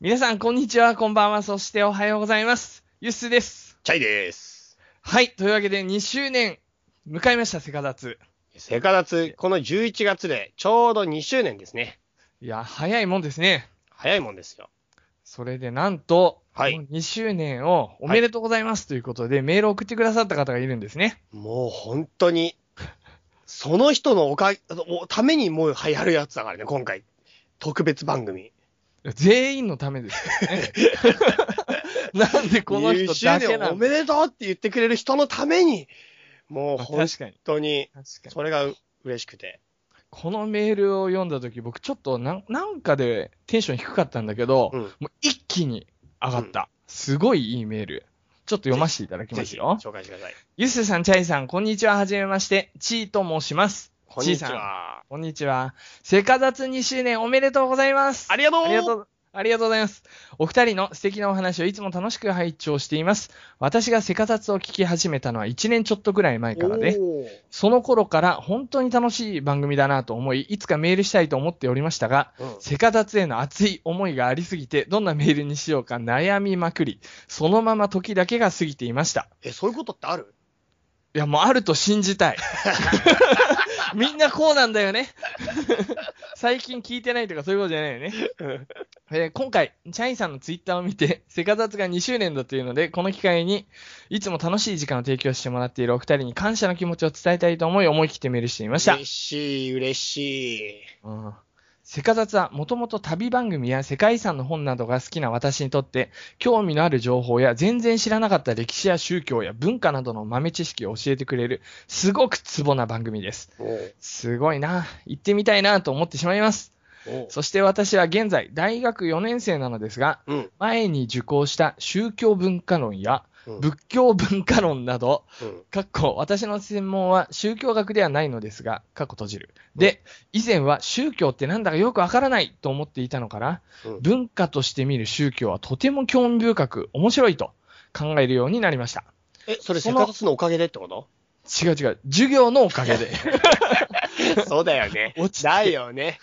皆さん、こんにちは、こんばんは、そしておはようございます。ゆっすーです。チャイです。はい。というわけで、2周年、迎えました、セカダツ。セカダツ、この11月でちょうど2周年ですね。いや、早いもんですね。早いもんですよ。それで、なんと、はい2周年をおめでとうございますということで、メールを送ってくださった方がいるんですね。もう本 当に、その人のおかげ、おためにもう流行るやつだからね、今回。特別番組。全員のためです よね。なんでこの人だけ2周な年おの確めでとうって言ってくれる人のために、もうか本に。確かに。当に、それがう嬉しくて。このメールを読んだとき、僕ちょっとなんなんかでテンション低かったんだけど、うんもう一気に上がった、すごいいいメール。ちょっと読ませていただきまぜひ、すよ。紹介してください。ゆすさん、チャイさん、こんにちは。はじめまして。ちーと申します。こんにちちーさん。は。こんにちは。せかざつ2周年おめでとうございます。ありがとうありがとう、ありがとうございます。お二人の素敵なお話をいつも楽しく拝聴しています。私がセカザツを聞き始めたのは1年ちょっとぐらい前からで、おーその頃から本当に楽しい番組だなと思い、いつかメールしたいと思っておりましたが、うんセカザツへの熱い思いがありすぎて、どんなメールにしようか悩みまくり、そのまま時だけが過ぎていました。え、そういうことってあるいや、もうあると信じたい。みんなこうなんだよね。 最近聞いてないとかそういうことじゃないよね。えー今回、チャイさんのツイッターを見て、セカザツが2周年だというので、この機会に、いつも楽しい時間を提供してもらっているお二人に感謝の気持ちを伝えたいと思い、思い切ってメールしてみました嬉。しい、嬉しい。うんセカザツはもともと旅番組や世界遺産の本などが好きな私にとって興味のある情報や全然知らなかった歴史や宗教や文化などの豆知識を教えてくれるすごくツボな番組です。おーすごいな。行ってみたいなと思ってしまいます。おーそして私は現在大学4年生なのですがうん。前に受講した宗教文化論やうん仏教文化論などうんかっこ私の専門は宗教学ではないのですが、かっこ閉じる。で、以前は宗教ってなんだかよくわからないと思っていたのから、うん文化として見る宗教はとても興味深く面白いと考えるようになりました。え、それそセのカダツのおかげでってこと違う違う、授業のおかげで。 そうだよ ね。落ちてだよね。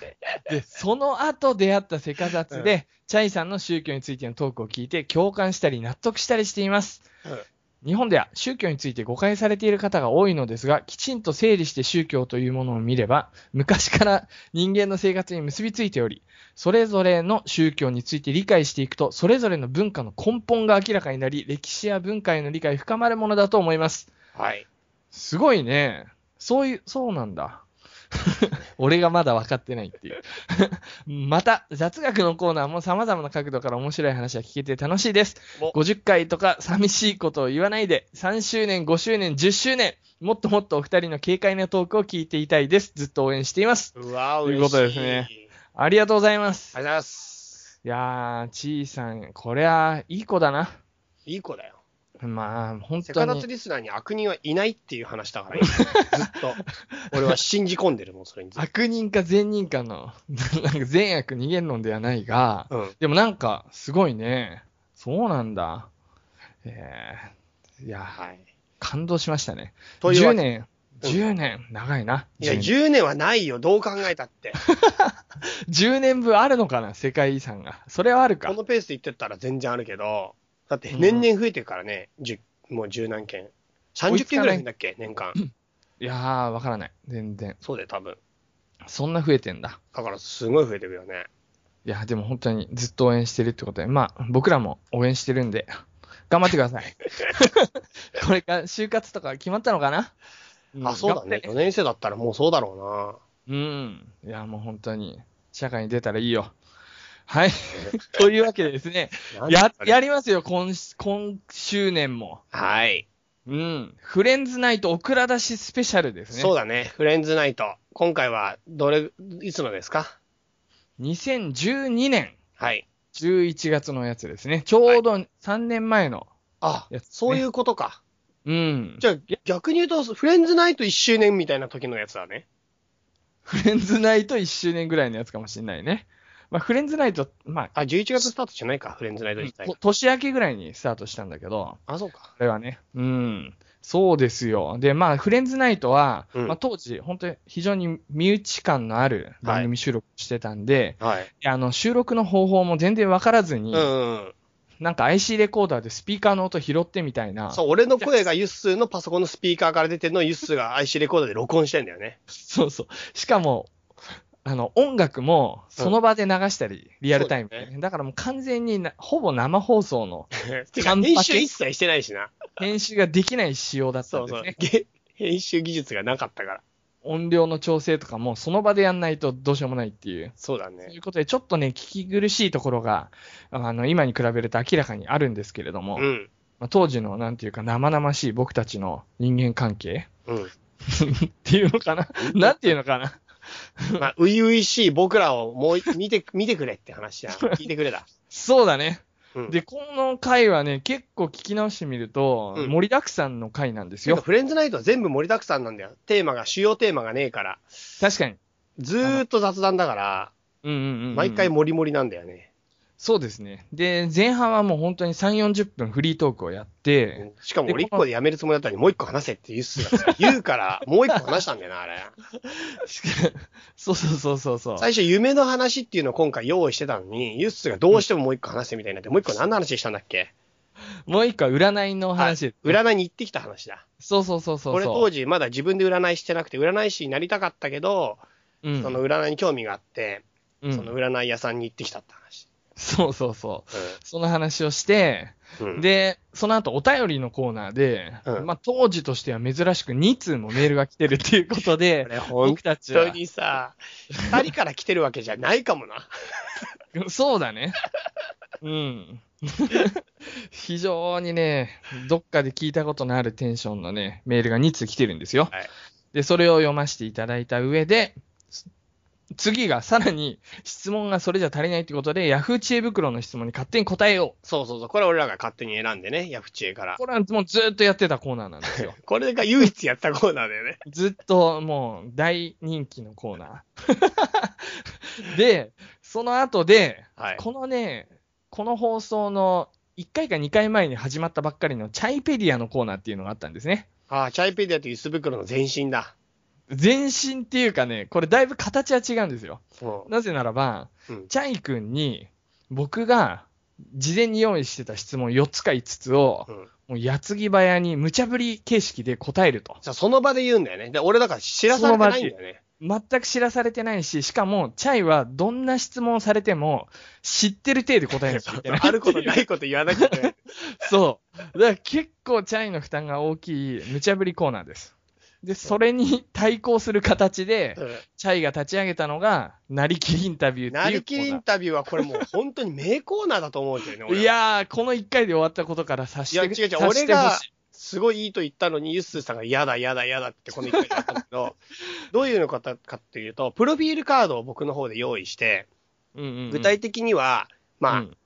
で、その後出会ったセカザツで、チャイさんの宗教についてのトークを聞いて共感したり納得したりしています。日本では宗教について誤解されている方が多いのですが、きちんと整理して宗教というものを見れば、昔から人間の生活に結びついており、それぞれの宗教について理解していくと、それぞれの文化の根本が明らかになり、歴史や文化への理解深まるものだと思います。はい。すごいね。そういう、そうなんだ。 俺がまだ分かってないっていう。 また、雑学のコーナーも様々な角度から面白い話が聞けて楽しいです。お50回とか寂しいことを言わないで、3周年、5周年、10周年、もっともっとお二人の軽快なトークを聞いていたいです。ずっと応援しています。うわー、とい嬉しい。うことですねありありがとうございまがとうす。ございます。いやー、ちーさん、こりゃ、いい子だな。いい子だよ。まあ、本セ当カダツに。リスナーに悪人はいないっていう話だから、 今ずっと。俺は信じ込んでるもん、それにずっ悪人か善人かの、 なんか善悪逃げんのではないが、と。うん。でもなんか、すごいね。そうなんだ。えー、いや、はい。感動しましたね。というわ10け年、うん10年、長いな。いや、 10年10年はないよ、どう考えたって。 10年分あるのかな、世界遺産が。それはあるかこ。のペースで言ってったら全然あるけど、だってうん年々増えてるからね、10もう十何件。30件ぐらい増えたっけ、年間。 いやー、わからない。全然。そうで、多分。そんな増えてんだ。だから、すごい増えてくよね。いや、でも本当にずっと応援してるってことで、まあ、僕らも応援してるんで、頑張ってくださ い。 これから就活とか決まったのかなあ、そうだね。4年生だったらもうそうだろうん。いや、もう本当に、社会に出たらいいよ。はい。 というわけでですね、うな。 や、やり。りますよ、今し、今周年も。はい。うん。フレンズナイトオクラ出しスペシャルですね。そうだね。フレンズナイト。今回は、どれ、いつのですか2012年はい。 11月のやつですね。ちょうど3年前の。あやつね、そういうことか。うん。じゃあ、逆に言うと、フレンズナイト1周年みたいな時のやつだね。フレンズナイト1周年ぐらいのやつかもしれないね。まあ、フレンズナイト、まあ、あ、11月スタートじゃないか、フレンズナイトうん自体がと。年明けぐらいにスタートしたんだけど、あ、そうか。あれはね。うん。そうですよ。で、まあ、フレンズナイトは、うんまあ、当時、本当に非常に身内感のある番組収録をしてたんで、はい。あの収録の方法も全然わからずうに、んうんなんか IC レコーダーでスピーカーの音拾ってみたいな、そう、俺の声がユッスーのパソコンのスピーカーから出てるのをユッスーが IC レコーダーで録音してんだよね。そうそう。しかも、あの、音楽もその場で流したり、リアルタイムでそうね、だからもう完全になほぼ生放送のてか、完パケ編集一切してないしな。編集ができない仕様だったそんうですそねう。。げ編集技術がなかったから。音量の調整とかもその場でやんないとどうしようもないっていう。そうだといね。うことで、ちょっとね、聞き苦しいところが、あの、今に比べると明らかにあるんですけれども、うん。まあ当時の、なんていうか、生々しい僕たちの人間関係うん。っていうのかな なんていうのかなまあ、初々しい僕らをもうい、 見て、見てくれって話や。聞いてくれだ。そうだね。うん。で、この回はね、結構聞き直してみると、うん盛りだくさんの回なんですなんかよ。フレンズナイトは全部盛りだくさんなんだよ。テーマが、主要テーマがねえから。確かに。ずーっと雑談だから、うんうんうん、うん。毎回モリモリなんだよね。そうですね。で、前半はもう本当に3、40分フリートークをやって、 うんしかも俺一個でやめるつもりだったのに、もう一個話せって言うっすが言うから、もう一個話したんだよな、あれ。そうそうそうそうそう。最初、夢の話っていうのを今回用意してたのに、ユッスがどうしてももう一個話せみたいになって、もう一個何の話したんだっけもう一個は占いの話です。占いに行ってきた話だ。そうそうそうそう。俺当時まだ自分で占いしてなくて、占い師になりたかったけど、うんその占いに興味があって、うんその占い屋さんに行ってきたって話。そうそうそう。その話をして、うんうんで、その後お便りのコーナーで、うんまあ当時としては珍しく2通もメールが来てるっていうことこ で、れ本僕たち当は、にさ、二人から来てるわけじゃないかもな。そうだね。 うん。非常にね、どっかで聞いたことのあるテンションのね、メールが2通来てるんですよ。はいで、それを読ませていただいた上で、す次がさらに質問がそれじゃ足りないということで、Yahoo! 知恵袋の質問に勝手に答えよそうそうそう。これ俺らが勝手に選んでね、ヤフチエかう。ら。これはもうずっとやってたコーナーなんですよ。これが唯一やったコーナーだよね。ずっともう大人気のコーナー。 で、その後で、はい。このね、この放送の1回か2回前に始まったばっかりのチャイペディアのコーナーっていうのがあったんですね。ああ、チャイペディアとユス袋の前身だ。前身っていうかね、これだいぶ形は違うんですよ。うんなぜならば、うんチャイ君に僕が事前に用意してた質問4つか5つを、うんもう矢継ぎ早に無茶ぶり形式で答えると。じゃあその場で言うんだよね。で、俺だから知らされてないんだよね。全く知らされてないし、しかも、チャイはどんな質問をされても、知ってる体で答えなきゃいけないっていう。あること ないこと言わなきゃい けない。そう。だから結構チャイの負担が大きい無茶ぶりコーナーです。で、それに対抗する形で、チャイが立ち上げたのが、なりきりインタビューっていうコーナー。なりきりインタビューはこれもう本当に名コーナーだと思うんだよね。俺はいやー、この1回で終わったことから察していや違う違察うして俺がほしいすごいいいと言ったのに、ユッスーさんが嫌だ、嫌だ、嫌だってこの一回だったんだけ ど、どういうのかたかっていうと、プロフィールカードを僕の方で用意して、うんうんうん具体的には、まあ、うん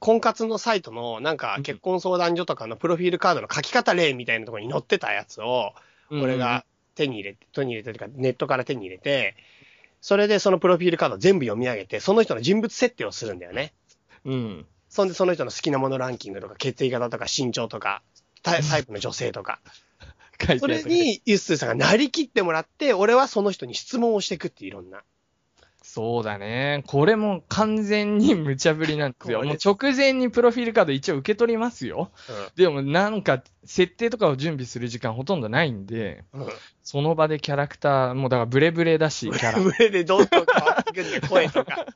婚活のサイトのなんかうん結婚相談所とかのプロフィールカードの書き方例みたいなところに載ってたやつうんうを、ん俺が手に入れて、手に入れてというか、ネットから手に入れて、それでそのプロフィールカード全部読み上げて、その人の人物設定をするんだよね。うん。そんでその人の好きなものランキングとか、血液型とか身長とか、タイタイプの女性とか。書いてあるそれ、に、ユッスーさんがなりきってもらって、俺はその人に質問をしていくっていういろんな。そうだね。これも完全に無茶ぶりなんですよ。これもう直前にプロフィールカード一応受け取りますよ。でもなんか、設定とかを準備する時間ほとんどないんで、うん。その場でキャラクター、もうだからブレブレだし、キャ ラ。上でどんどん変わっていくんだよ、声とか。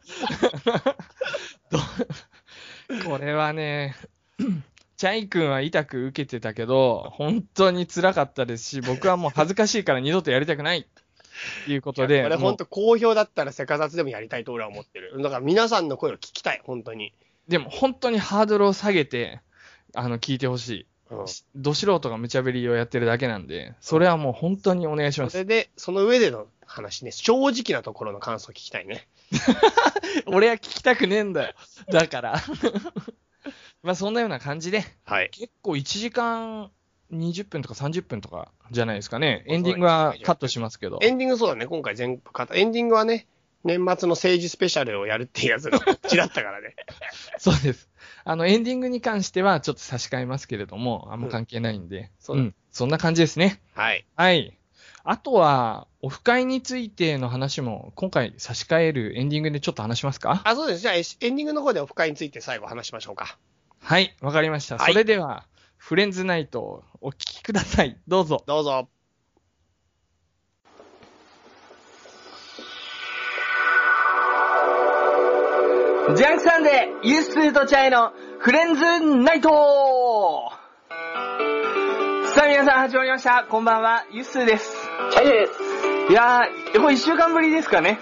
これはね、チャイ君は痛く受けてたけど、本当に辛かったですし、僕はもう恥ずかしいから二度とやりたくない。っていうことで、これもう本当好評だったらセカザツでもやりたいと俺は思ってる。だから皆さんの声を聞きたい、本当に。でも本当にハードルを下げて、あの、聞いてほしうんい。ど素人が無茶ぶりをやってるだけなんで、それはもう本当にお願いしまそす。れで、その上での話ね、正直なところの感想を聞きたいね。 俺は聞きたくねえんだよ。だから。 まあそんなような感じで、はい。結構1時間20分とか30分とかじゃないですかね。エンディングはカットしますけど。エンディングそうだね、今回全部語エンディングはね、年末の政治スペシャルをやるっていうやつが こっちだったからね。そうです。あの、エンディングに関してはちょっと差し替えますけれども、あんま関係ないんで。そうだんそんな感じですね。はい。はい。あとは、オフ会についての話も、今回差し替えるエンディングでちょっと話しますかあ、そうです。じゃあ、エエンディングの方でオフ会について最後話しましょうか。はい、わかりました。はいそれでは、フレンズナイトをお聞きください。どうぞ。どうぞ。ジャンクサンデー、ユースーとチャイのフレンズナイトさあ皆さん始まりました。こんばんは、ユースーです。チャイでいやー、もう一週間ぶりですかね。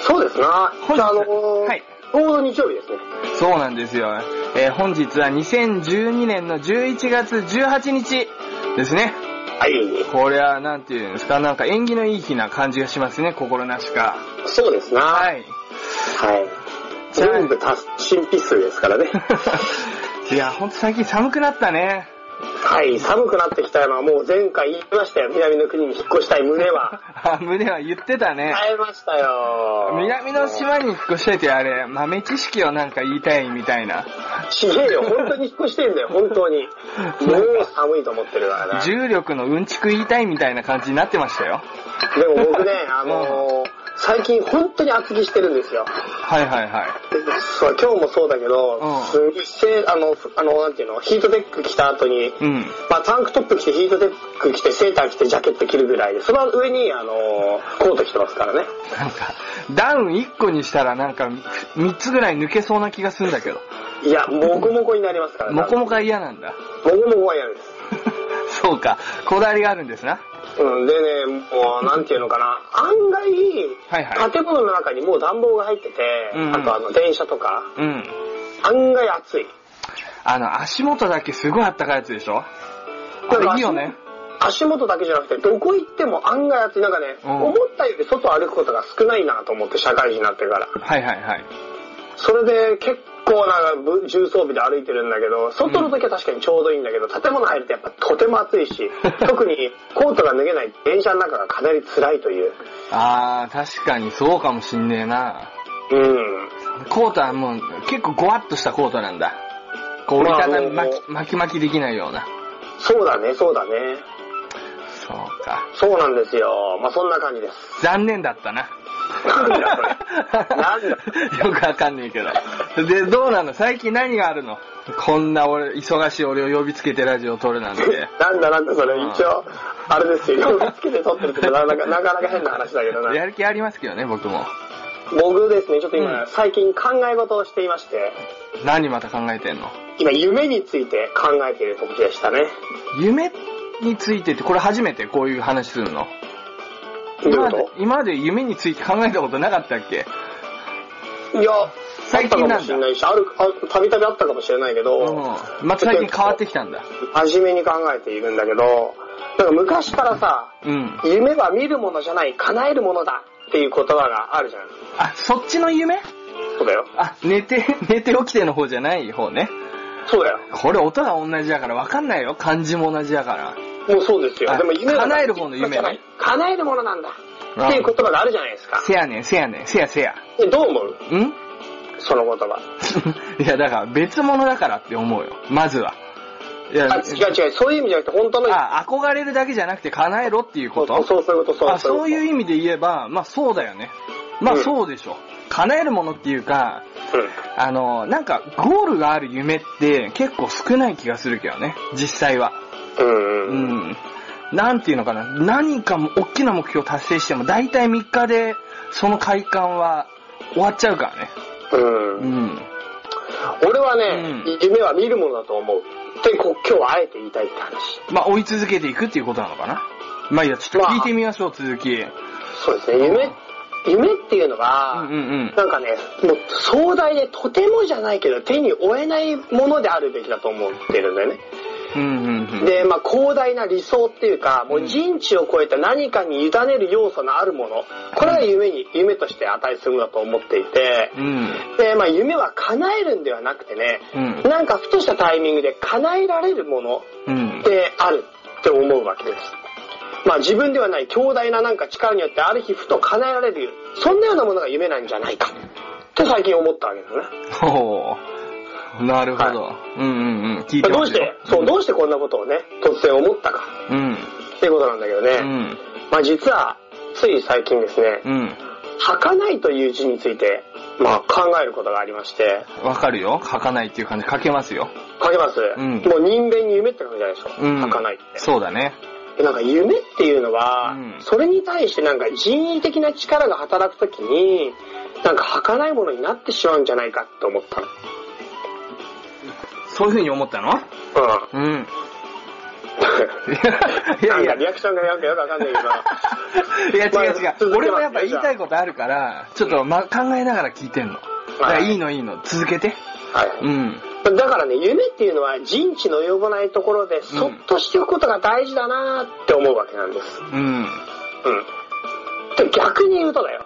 す。そうですな。本日あのーはいちょうど日曜日ですね。そうなんですよ。えー本日は2012年の11月18日ですね。はい。これはなんていうんですか、なんか縁起のいい日な感じがしますね、心なしか。そうですな。は。はいい。チャイ全部達神秘数で すからね。いや、ほんと最近寒くなったね。はい。寒くなってきたのはもう前回言いましたよ。南の国に引っ越したい胸は。あ、胸は言ってたね。会えましたよ。南の島に引っ越しててあれ、豆知識をなんか言いたいみたいな。ちげえよ。本当に引っ越してんだよ。本当 に。もう寒いと思ってるからね。重力のうんちく言いたいみたいな感じになってましたよ。でも僕ね、あのー最近本当に厚着してるんですよ。はいはいはい。そう今日もそうだけど、うんすごいせあの、ふあの、なんていうの、ヒートテック着た後に、うん。まあ、タンクトップ着てヒートテック着てセーター着てジャケット着るぐらいでその上にあのーコート着てますからねなんか、ダウン1個にしたらなんか3つぐらい抜けそうな気がするんだけど。いやモコモコになりますからねモコモコは嫌なんだ。 モコモコは嫌ですそうか。こだわりがあるんですな。うん、でね、もう、なんていうのかな、案外、はいはい建物の中にもう暖房が入ってて、うんうんあとあの、電車とか、うん。案外暑い。あの、足元だけすごいあったかいやつでしょあれいいよね。足元だけじゃなくて、どこ行っても案外暑い。なんかね、うん思ったより外歩くことが少ないなと思って、社会人になってから。はいはいはい。それで結構なんかぶ重装備で歩いてるんだけど、外の時は確かにちょうどいいんだけど、建物入るとやっぱとても暑 いし、特にコートが脱げない電車の中がかなり辛いという。あー、確かにそうかもしんねえな。うん。コートはもう結構ゴワッとしたコートなんだ。こう折りたたみまああの巻き巻き巻きできないような。そうだね、そうだね。そうか。そうなんですよ。まあそんな感じです。残念だったな。なんだそれ。なんだ。 よくわかんねえけど。で、どうなの最近何があるのこんな俺、忙しい俺を呼びつけてラジオを撮るなんて。なんだなんだそれ、うん一応、あれですよ、呼びつけて撮ってるってなかなかなかなか変な話だけどな。やる気ありますけどね、僕も。僕ですね、ちょっと今、うん最近考え事をしていまして、何また考えてんの今夢について考えている時でしたね。夢についてって、これ初めてこういう話するのどういう今まこで今まで夢について考えたことなかったっけといや、最近あなっんだたかもしれ。ないし、ある、あたびたびあったかもしれないけど、うん。また最近変わってきたんだ。真面目に考えているんだけど、なんか昔からさ、うん。夢は見るものじゃない、叶えるものだっていう言葉があるじゃん。あ、そっちの夢そうだよ。あ、寝て、 寝て起きての方じゃない方ね。そうだよ。これ音が同じだから分かんないよ。漢字も同じだから。もうそうですよ。あでも夢は叶える方の夢ねじゃない叶えるものなんだっていう言葉があるじゃないですか。せやねん、せやねん、せやせや。でどう思うんその言葉。 いや、だから別物だからって思うよ。まずは。いやあ、違う違う。そういう意味じゃなくて、本当の。あ憧れるだけじゃなくて叶えろっていうことそうそういうこと、そうあそういうう意味で言えば、まあそうだよね。まあうんそうでしょ。叶えるものっていうか、こと。うんあの、なんかゴールがある夢って結構少ない気がするけどね。実際は。うんううん。ん。なんていうのかな。何かも、大きな目標を達成しても、大体3日で、その快感は終わっちゃうからね。うんうん。俺はね、うん夢は見るものだと思う。で、こ今日はあえて言いたいって話。まあ、追い続けていくっていうことなのかな。まあいいや、ちょっと聞いてみましょう、続き。うんそうですね、夢、夢っていうのうが、んうん。なんかね、もう壮大でとてもじゃないけど手に負えないものであるべきだと思ってるんだよね。うんうんで、まあ、広大な理想っていうか、もうんう人知を超えた何かに委ねる要素のあるもの。これが夢に、夢として値するんだと思っていて、うん。うん。で、まあ、夢は叶えるんではなくてね、うんなんかふとしたタイミングで叶えられるものうんっ。てあるって思うわけです。まあ、自分ではない強大ななんか力によってある日ふと叶えられる、そんなようなものが夢なんじゃないかって最近思ったわけですね。ほなるほど。うんうんうん。聞いてどうましすよて、そう、どうしてこんなことをね、突然思ったかうん。っていうことなんだけどね。うん。まあ実は、つい最近ですね、うん。儚いという字について、まあ考えることがありまして、わかるよ。書かないっていう感じ。書けますよ。書けます、うんもう人間に夢って書くじゃないですか。うん。儚いって。そうだね。でなんか夢っていうのは、うんそれに対してなんか人為的な力が働くときに、なんか儚いものになってしまうんじゃないかと思ったの。そういうふうに思ったのうん。うん。いやいなんかや。リアクションがなんかよくわかんないけど。いや違う違まあ続けう。ます俺もやっぱ言いたいことあるから、ちょっとま、考えながら聞いてんの。だからいいのいいの。続けて。はい。うん。だからね、夢っていうのは人知の及ばないところで、そっとしておくことが大事だなーって思うわけなんです。うん。うん。で逆に言うとだよ。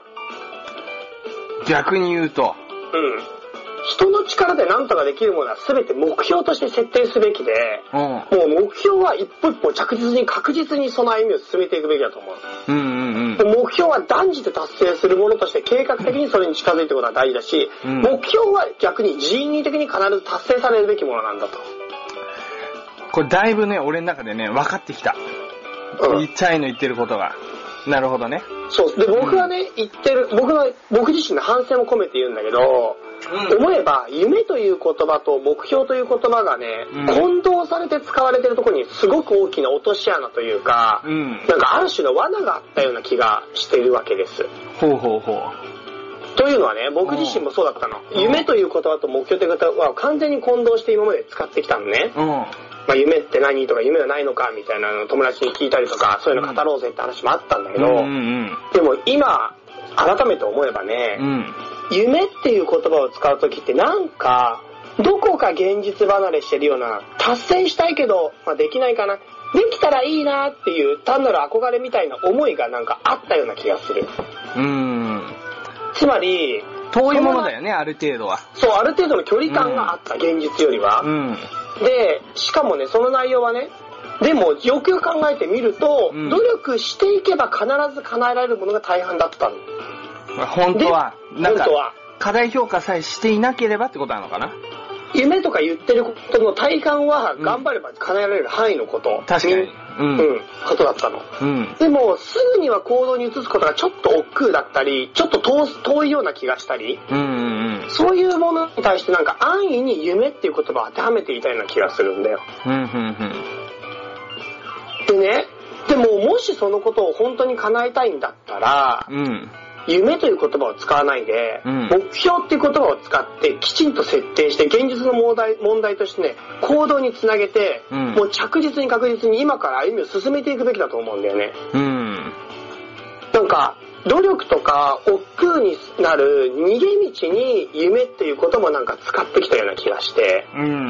逆に言うと。うん。人の力で何とかできるものは全て目標として設定すべきで、うん。もう目標は一歩一歩着実に確実にその歩みを進めていくべきだと思う。うんうんで目標は断じて達成するものとして計画的にそれに近づいていくことは大事だし、うん目標は逆に人為的に必ず達成されるべきものなんだと。これだいぶね、俺の中でね、分かってきた。うんいチャイの言ってることが。なるほどね。そう。で、僕がね、言ってる、僕の、僕自身の反省も込めて言うんだけど、思えば、夢という言葉と目標という言葉がね、うん混同されて使われてるところにすごく大きな落とし穴というか、うん。なんかある種の罠があったような気がしてるわけです。ほうほうほう。というのはね、僕自身もそうだったの。ん夢という言葉と目標という言葉は完全に混同して今まで使ってきたのね。うん。まあ、夢って何とか夢がないのかみたいなのを友達に聞いたりとか、そういうの語ろうぜって話もあったんだけうど、んうんでも今、改めて思えばね、うん。うん。夢っていう言葉を使うときってなんか、どこか現実離れしてるような、達成したいけど、まあ、できないかな、できたらいいなっていう単なる憧れみたいな思いがなんかあったような気がする。うん。つまり、遠いものだよね、ある程度は。そう、ある程度の距離感があった、現実よりはう。ん。で、しかもね、その内容はね、でも、よくよく考えてみると、うん努力していけば必ず叶えられるものが大半だったの。本当は、でなんか本当は、課題評価さえしていなければってことなのかな夢とか言ってることの体感は頑張れば叶えられる範囲のこと。確かに。う。うんん、ことだったの。うん。でも、すぐには行動に移すことがちょっと億劫だったり、ちょっと遠す遠いような気がしたり、うんうんそういうものに対してなんか安易に夢っていう言葉を当てはめていたような気がするんだよ。うん。うんうんうん。でね、でももしそのことを本当に叶えたいんだったら、うん。夢という言葉を使わないで、うん目標っていう言葉を使ってきちんと設定して現実の問題問題としてね行動につなげて、うんもう着実に確実に今から歩みを進めていくべきだと思うんだよねうん。なんか努力とか億劫になる逃げ道に夢っていうこともなんか使ってきたような気がしてうん。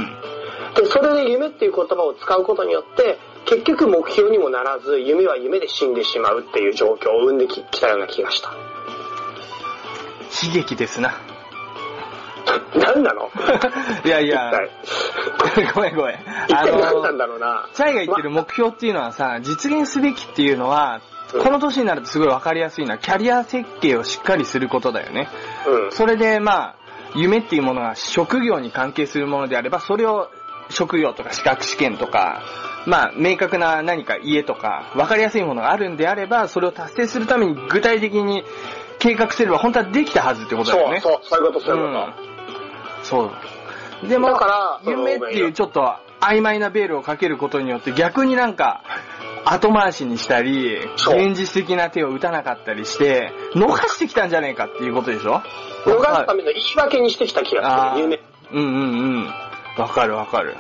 でそれで夢っていう言葉を使うことによって結局目標にもならず夢は夢で死んでしまうっていう状況を生んでききたような気がした 悲劇ですな。 何なのいやい一や、体ごめんごめん。一あ体何なんの、だろうな。チャイが言ってる目標っていうのはさ、実現すべきっていうのは、うんこの年になるとすごいわかりやすいのは、キャリア設計をしっかりすることだよね。うん。それでまあ、夢っていうものが職業に関係するものであれば、それを職業とか資格試験とか、まあ、明確な何か家とか、わかりやすいものがあるんであれば、それを達成するために具体的に計画すれば、本当はできたはずってことだよそね。う、そう、そういうこと、そういうこうんそう。でも、だから夢っていうちょっと曖昧なベールをかけることによって逆になんか後回しにしたり、そう現実的な手を打たなかったりして、逃してきたんじゃねえかっていうことでしょと。逃すための言い訳にしてきた気があすある、夢。うんうんうん。わかるわかる。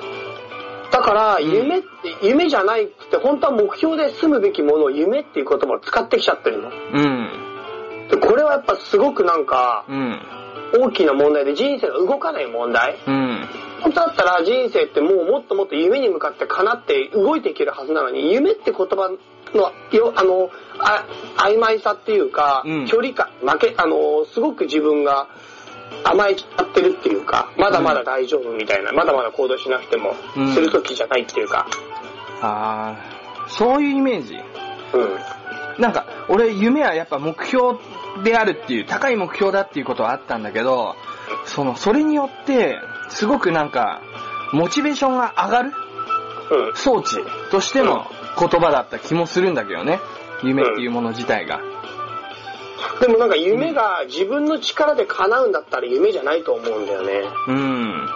だから、夢って、夢じゃないって、本当は目標で済むべきものを夢っていう言葉を使ってきちゃってるの。うん。で、これはやっぱすごくなんか、うん。大きな問題で人生が動かない問題。うん。本当だったら人生ってもうもっともっと夢に向かって叶って動いていけるはずなのに、夢って言葉の、よあの、あ曖昧さっていうか、うん距離感、負け、あの、すごく自分が甘えちゃってるっていうか、まだまだ大丈夫みたいな、まだまだ行動しなくてもうん、する時じゃないっていうか、ああ、そういうイメージ。うん。なんか、俺、夢はやっぱ目標であるっていう、高い目標だっていうことはあったんだけど、その、それによって、すごくなんか、モチベーションが上がるうん。装置としての言葉だった気もするんだけどね。夢っていうもの自体が。でもなんか夢が自分の力で叶うんだったら夢じゃないと思うんだよね。うん。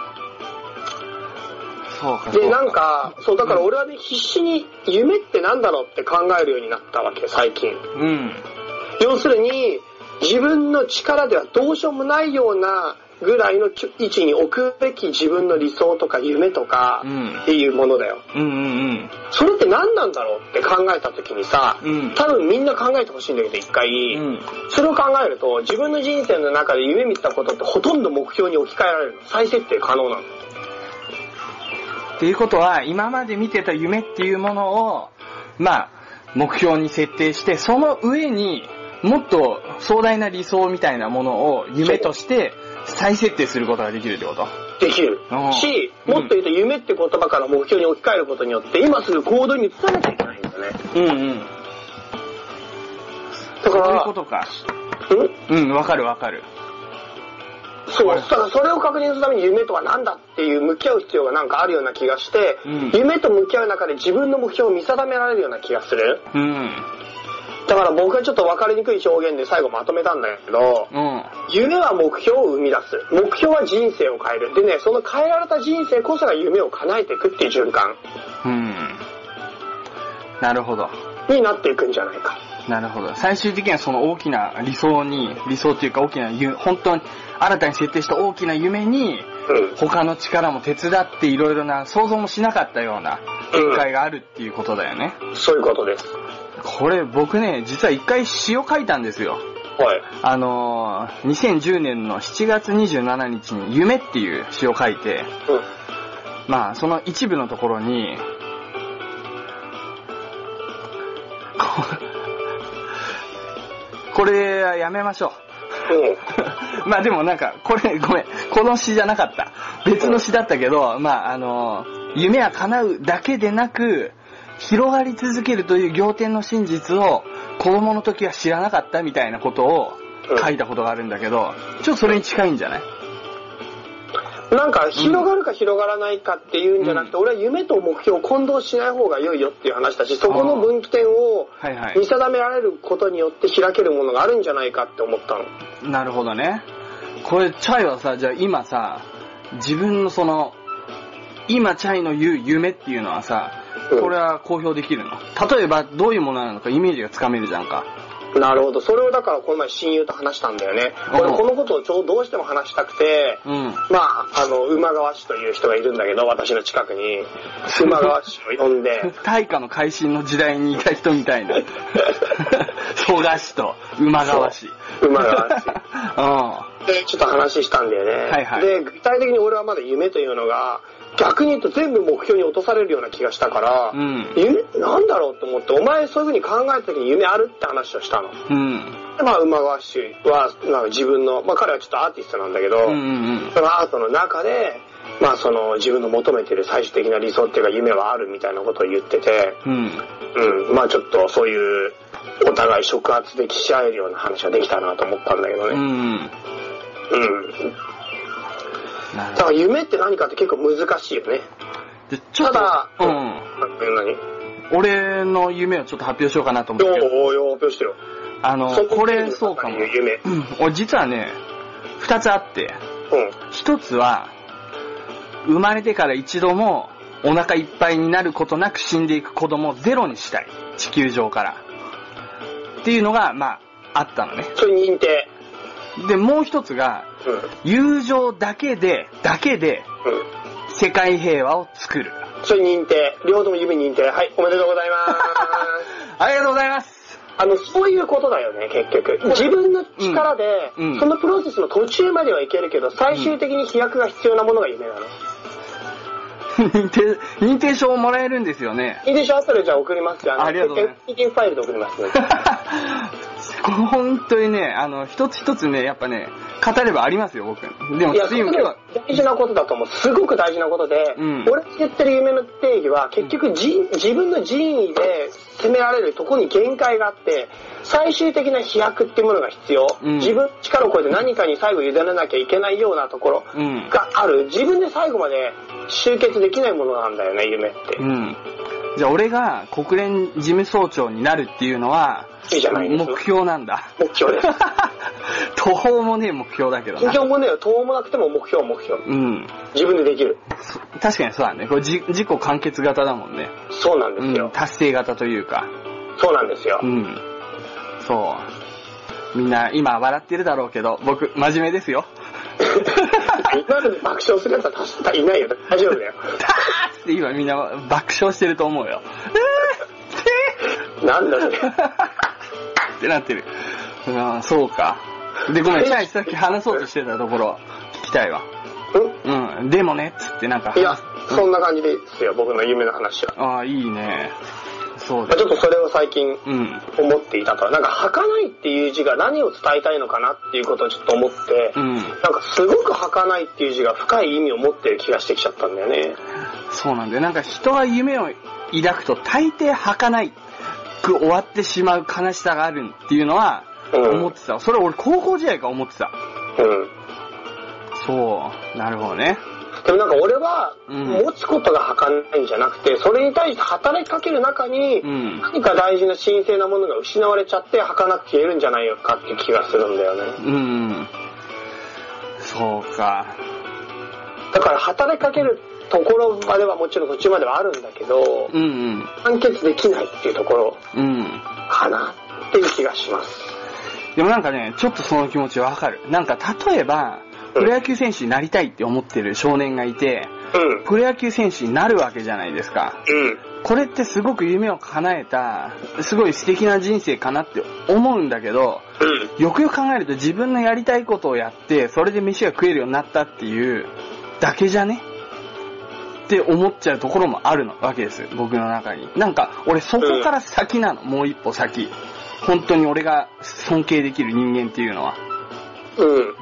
そうか、そうで、なん、か、そう、だから俺はね、必死に夢ってなんだろうって考えるようになったわけ、最近。うん。要するに、自分の力ではどうしようもないようなぐらいのちょ位置に置くべき自分の理想とか夢とかうんっていうものだよ。うんうんそれって何なんだろうって考えた時にさ、うん多分みんな考えてほしいんだけど、一回。うん。うん。それを考えると、自分の人生の中で夢見たことってほとんど目標に置き換えられるの。再設定可能なの。っていうことは、今まで見てた夢っていうものを、まあ、目標に設定して、その上にもっと壮大な理想みたいなものを夢として再設定することができるってことできるああ。し、もっと言うと夢って言葉から目標に置き換えることによって、今すぐ行動に移さなきゃいけないんだよね。うんうん。そだかういうら、ことか。んうん、わかるわかる。そう、だからそれを確認するために夢とは何だっていう向き合う必要がなんかあるような気がして、うん夢と向き合う中で自分の目標を見定められるような気がする。うん。だから僕はちょっと分かりにくい表現で最後まとめたんだけど、うん。夢は目標を生み出す。目標は人生を変える。でね、その変えられた人生こそが夢を叶えていくっていう循環うん。なるほど。になっていくんじゃないか。なるほど。最終的にはその大きな理想に、理想というか大きな夢、本当に新たに設定した大きな夢に、うん。他の力も手伝っていろいろな想像もしなかったような展開があるっていうことだよね。そういうことです。これ僕ね、実は一回詩を書いたんですよ。はい。あのー、2010年の7月27日に夢っていう詩を書いて、うん。まあ、その一部のところに、こ これはやめましょう。う ん。まあでもなんか、これ、ごめん。この詩じゃなかった。別の詩だったけど、まああの、夢は叶うだけでなく、広がり続けるという仰天の真実を子供の時は知らなかったみたいなことを書いたことがあるんだけど、ちょっとそれに近いんじゃないなんか、広がるか広がらないかっていうんじゃなくて、俺は夢と目標を混同しない方が良いよっていう話だし、そこの分岐点をはいはい見定められることによって開けるものがあるんじゃないかって思ったの。なるほどね。これ、チャイはさ、じゃあ今さ、自分のその、今チャイの言う夢っていうのはさ、うんこれは公表できるの例えばどういうものなのかイメージがつかめるじゃんか。なるほど。それをだからこの前親友と話したんだよね。うん俺このことをちょうどどうしても話したくて、うん。まあ、あの、馬川氏という人がいるんだけど、私の近くに。馬川氏を呼んで、 大化の改新の時代にいた人みたい な。蘇我氏と馬川氏。そう馬川氏で、ちょっと話したんだよね。はいはいで、具体的に俺はまだ夢というのが、逆に言うと全部目標に落とされるような気がしたから、うん夢ってなんだろうと思って、お前そういう風に考えた時に夢あるって話をした の。うん。うん。で、まあ、馬川氏は、なんか自分の、まあ彼はちょっとアーティストなんだけど、うんうんそのアートの中で、まあその自分の求めてる最終的な理想っていうか夢はあるみたいなことを言ってて、うん。うん。うん、まあちょっとそういうお互い触発できし合えるような話ができたなと思ったんだけどうね。ん。うん。なるほだかどら夢って何かって結構難しいよね。でちょっただと、うん。何俺の夢をちょっと発表しようかなと思ってる。おおよ、発表してよ。あの、そこれそうかも。夢。うん。うん俺実はね、二つあって、一つは、生まれてから一度もお腹いっぱいになることなく死んでいく子供をゼロにしたい。地球上から。っていうのが、まあ、あったのね。それ認定。で、もう一つが、うん。友情だけで、だけで、うん。世界平和を作る。それ認定。両方とも夢認定。はい、おめでとうござ います。ありがとうございます。あの、そういうことだよね、結局。自分の力で、うんうんそのプロセスの途中まではいけるけど、最終的に飛躍が必要なものが夢なの。認定、認定証をもらえるんですよね。 いいでしょ後でじゃあ送りますよ。のありがとうございます。 PDF ファイルで送ります、ね。 本当にね、あの、一つ一つね、やっぱね、語ればありますよ、僕。でも、いや、つすいご今日くは、大事なことだと思う。すごく大事なことで、うん俺が言ってる夢の定義は、結局じ、自分の人為で決められるとこに限界があって、最終的な飛躍っていうものが必要。うん自分の力を超えて何かに最後委ねなきゃいけないようなところうんがある。自分で最後まで集結できないものなんだよね、夢って。うん。じゃあ俺が国連事務総長になるっていうのは、いいじゃないですか目標なんだ。 目標です。途方もねえ目標だけど目な。標もね、遠もなくても目標は目標。うん。自分でできる。そ確かにそうだね。これじ自己完結型だもんね。そうなんでうすよん。。達成型というか。そうなんですよう。ん。そう。みんな今笑ってるだろうけど、僕真面目ですよ。 今ので爆笑するやつは確かにいないよ。大丈夫だよ。で今みんな爆笑してると思うよ。なんだそ れ。ってなってる。うん、そうか。で、ごめん、チャイさっき話そうとしてたところ、聞きたいわ。んうん、でもね、つってなんか。いや、そんな感じでいいですよ、僕の夢の話は。ああ、いいね。そうまあだちょっとそれを最近うん。思っていたと。なんか、儚いっていう字が何を伝えたいのかなっていうことをちょっと思って、うん。なんかすごく儚いっていう字が深い意味を持ってる気がしてきちゃったんだよね。そうなんだよ。なんか人は夢を抱くと大抵儚いく終わってしまう悲しさがあるっていうのはうん思ってた。それ俺高校時代から思ってた。うん。そう。なるほどね。でもなんか俺は、うん持つことが儚いんじゃなくて、それに対して働きかける中に、うん何か大事な神聖なものが失われちゃって、儚く消えるんじゃないかっていう気がするんだよね。うん。そうか。だから働きかけるところまではもちろん途中まではあるんだけど、うんうん。完結できないっていうところうん。かなっていう気がします。でもなんかね、ちょっとその気持ちわかる。なんか例えば、プロ野球選手になりたいって思ってる少年がいて、うん。プロ野球選手になるわけじゃないですか。うん。これってすごく夢を叶えた、すごい素敵な人生かなって思うんだけど、うん。よくよく考えると自分のやりたいことをやって、それで飯が食えるようになったっていうだけじゃねって思っちゃうところもあるのわけです。僕の中に。なんか、俺そこから先なの。もう一歩先。本当に俺が尊敬できる人間っていうのは。うん。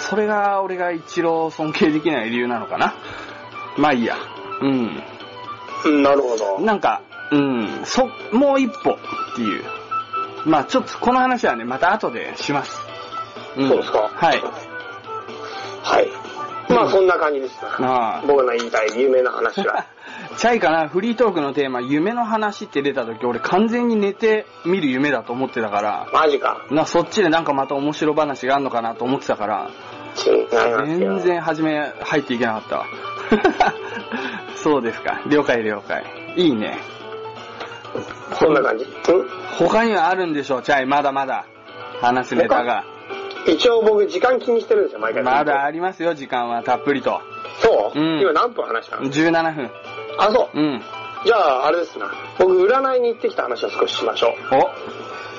それが俺が一郎尊敬できない理由なのかな。まあいいや。うん。うん。なるほど。なんか、うん、そ、もう一歩っていう。まあちょっとこの話はね、また後でします。んそうですかはい。はい。まあそんな感じですあなあ。僕の言いたい有名な話は。チャイかな、フリートークのテーマ、夢の話って出た時、俺完全に寝て見る夢だと思ってたから、マジか。な、そっちでなんかまた面白話があるのかなと思ってたから、違いますよ。全然初め入っていけなかったわ。 そうですか。了解了解。いいね。そんな感じ。うん他にはあるんでしょう、チャイ。まだまだ。話すネタが。一応僕時間気にしてるんですよ、毎回。まだありますよ、時間はたっぷりと。そう、うん今何分話したの17分。あ、そう。うん。じゃあ、あれですな。僕、占いに行ってきた話を少ししましょ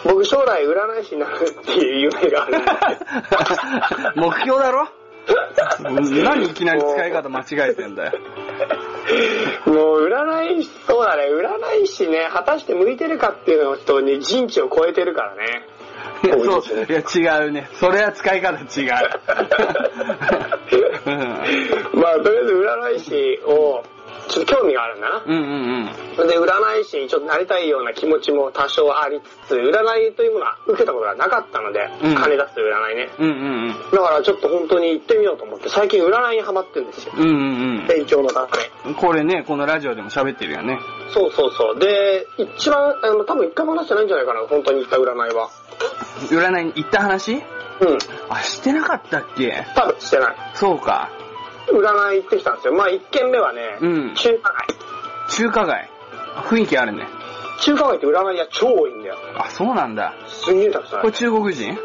う。僕、将来占い師になるっていう夢があるんです お よ。目標だろ何いきなり使い方間違えてんだよ。もう占い師、そうだね、占い師ね、果たして向いてるかっていうのを人に人知を超えてるか らね。 いや、多いそう、ですねいや、違うね。それは使い方違う。まあ、とりあえず占い師を、ちょっと興味があるんだな。うん、うんうんうん。それで、占い師にちょっとなりたいような気持ちも多少ありつつ、占いというものは受けたことがなかったので、うん金出す占いね。うんうんうん。だからちょっと本当に行ってみようと思って、最近占いにハマってるんですよ。うんうん勉強のために。うん。これね、このラジオでも喋ってるよね。そうそうそう。で、一番、あの、多分一回も話してないんじゃないかな、本当に行った占いは。占いに行った話うん。あ、してなかったっけ多分してない。そうか。占い行ってきたんですよ。まあ一軒目はね、うん中華街。中華街。雰囲気あるね。中華街って占いが超多いんだよ。あ、そうなんだ。すんげえたくさんあこるれ。中国人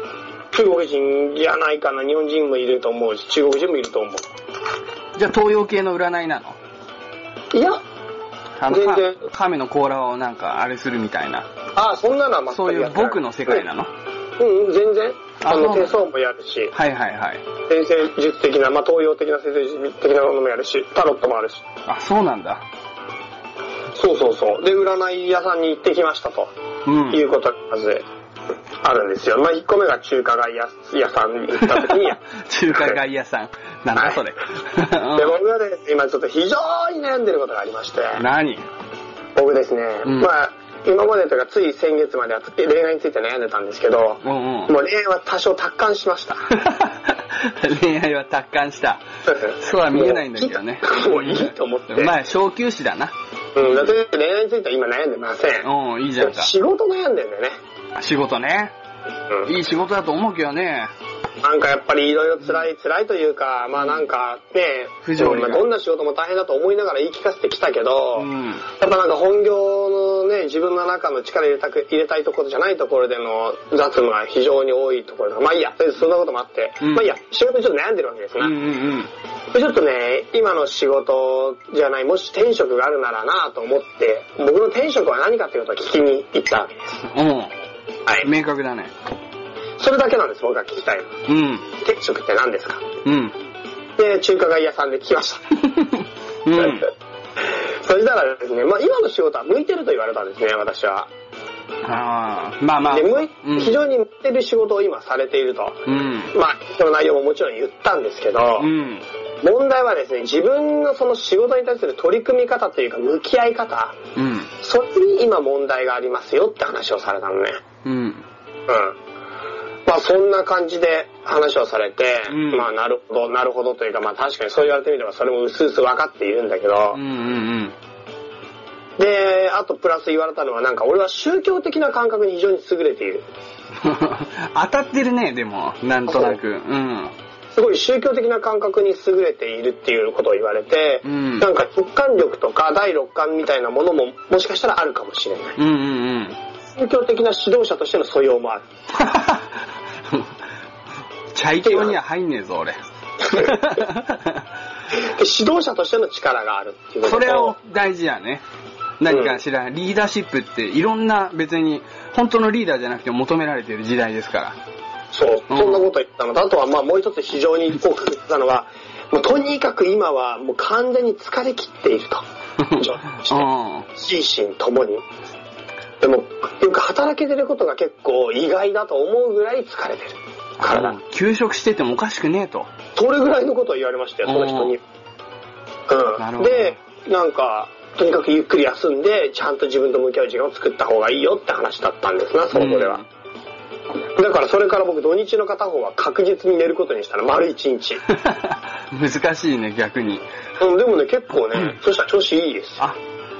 中国人じゃないかな、日本人もいると思うし、中国人もいると思じゃあ東洋系の占いなのう。いや、あの、全か然亀の甲羅をなんかあれするみたいな。ああ、そんなのは全そうくいやうってない僕の世界なの、うん、うん、全然。ああの、そう手相もやるし、はいはいはい。先生術的な、まあ東洋的な先生術的なものもやるし、タロットもあるし。あ、そうなんだ。そうそうそう。で、占い屋さんに行ってきましたと、うん。いうことがまずあるんですよ。まあ、1個目が中華街屋屋さんに行った時に、 中華街屋さん。なんだそ れ。で、僕がね、今ちょっと非常に悩んでることがありまして、何僕ですね。うんまあ、今までというか、つい先月までは恋愛について悩んでたんですけど、うんうん。 もう恋愛は多少達観しました。恋愛は達観した。 そうは見えないんだけどね。もういいと思って。まあ、小休止だな。うん、だって恋愛については今悩んでません。うん、いいじゃんか。仕事悩んでんだよね。仕事ね。いい仕事だと思うけどね。うん、なんかやっぱりいろいろ辛い辛いというか、まあなんかね、不条理がまあどんな仕事も大変だと思いながら言い聞かせてきたけど、うん。やっぱなんか本業のね、自分の中の力入れたく、入れたいところじゃないところでの雑務が非常に多いところだまあいいや、でそんなこともあって、うんまあいいや、仕事にちょっと悩んでるわけですうんな。うんでちょっとね、今の仕事じゃない、もし転職があるならなと思って、僕の転職は何かということを聞きに行ったわけです。うん。うん。はい。明確だね。それだけなんです、僕が聞きたいの。うん。転職って何ですかうん。 で、中華街屋さんで聞きました。うん。そしたらですね、まあ今の仕事は向いてると言われたんですね、私は。ああ、まあまあ。で、向いうん非常に向いてる仕事を今されていると。うん。まあ、その内容ももちろん言ったんですけど、うん。問題はですね、自分のその仕事に対する取り組み方というか、向き合い方、うん。それに今問題がありますよって話をされたのね。うん。うん。まあ、そんな感じで話をされて、うんまあ、なるほど、なるほどというか、まあ、確かにそう言われてみれば、それも薄々分かっているんだけどうんう、ん で、あとプラス言われたのは、なんか、俺は宗教的な感覚に非常に優れている。当たってるね、でも。なんとなく。うん。すごい宗教的な感覚に優れているっていうことを言われて、うんなんか直感力とか第六感みたいなものももしかしたらあるかもしれない。うんうんうん。 宗教的な指導者としての素養もある。チャイ教には入んねえぞ、俺。 で指導者としての力があるっていうことそとれを大事やね。何かしら、リーダーシップっていろんな別に、本当のリーダーじゃなくても求められてる時代ですから。そう、うんそんなこと言ったのと、あとはまあもう一つ非常に多く言ったのは、もうとにかく今はもう完全に疲れ切って いると。う心身ともに。でも、よく働けてることが結構意外だと思うぐらい疲れてる。体ん。休職しててもおかしくねえと。それぐらいのことを言われましたよ、その人に。なるうほん。どで、なんか、とにかくゆっくり休んで、ちゃんと自分と向き合う時間を作った方がいいよって話だったんですな、そこでは。だからそれから僕土日の片方は確実に寝ることにしたの、丸一日。うん 難しいね、逆に。うん、でもね、結構ね、そしたら調子いいです。あ、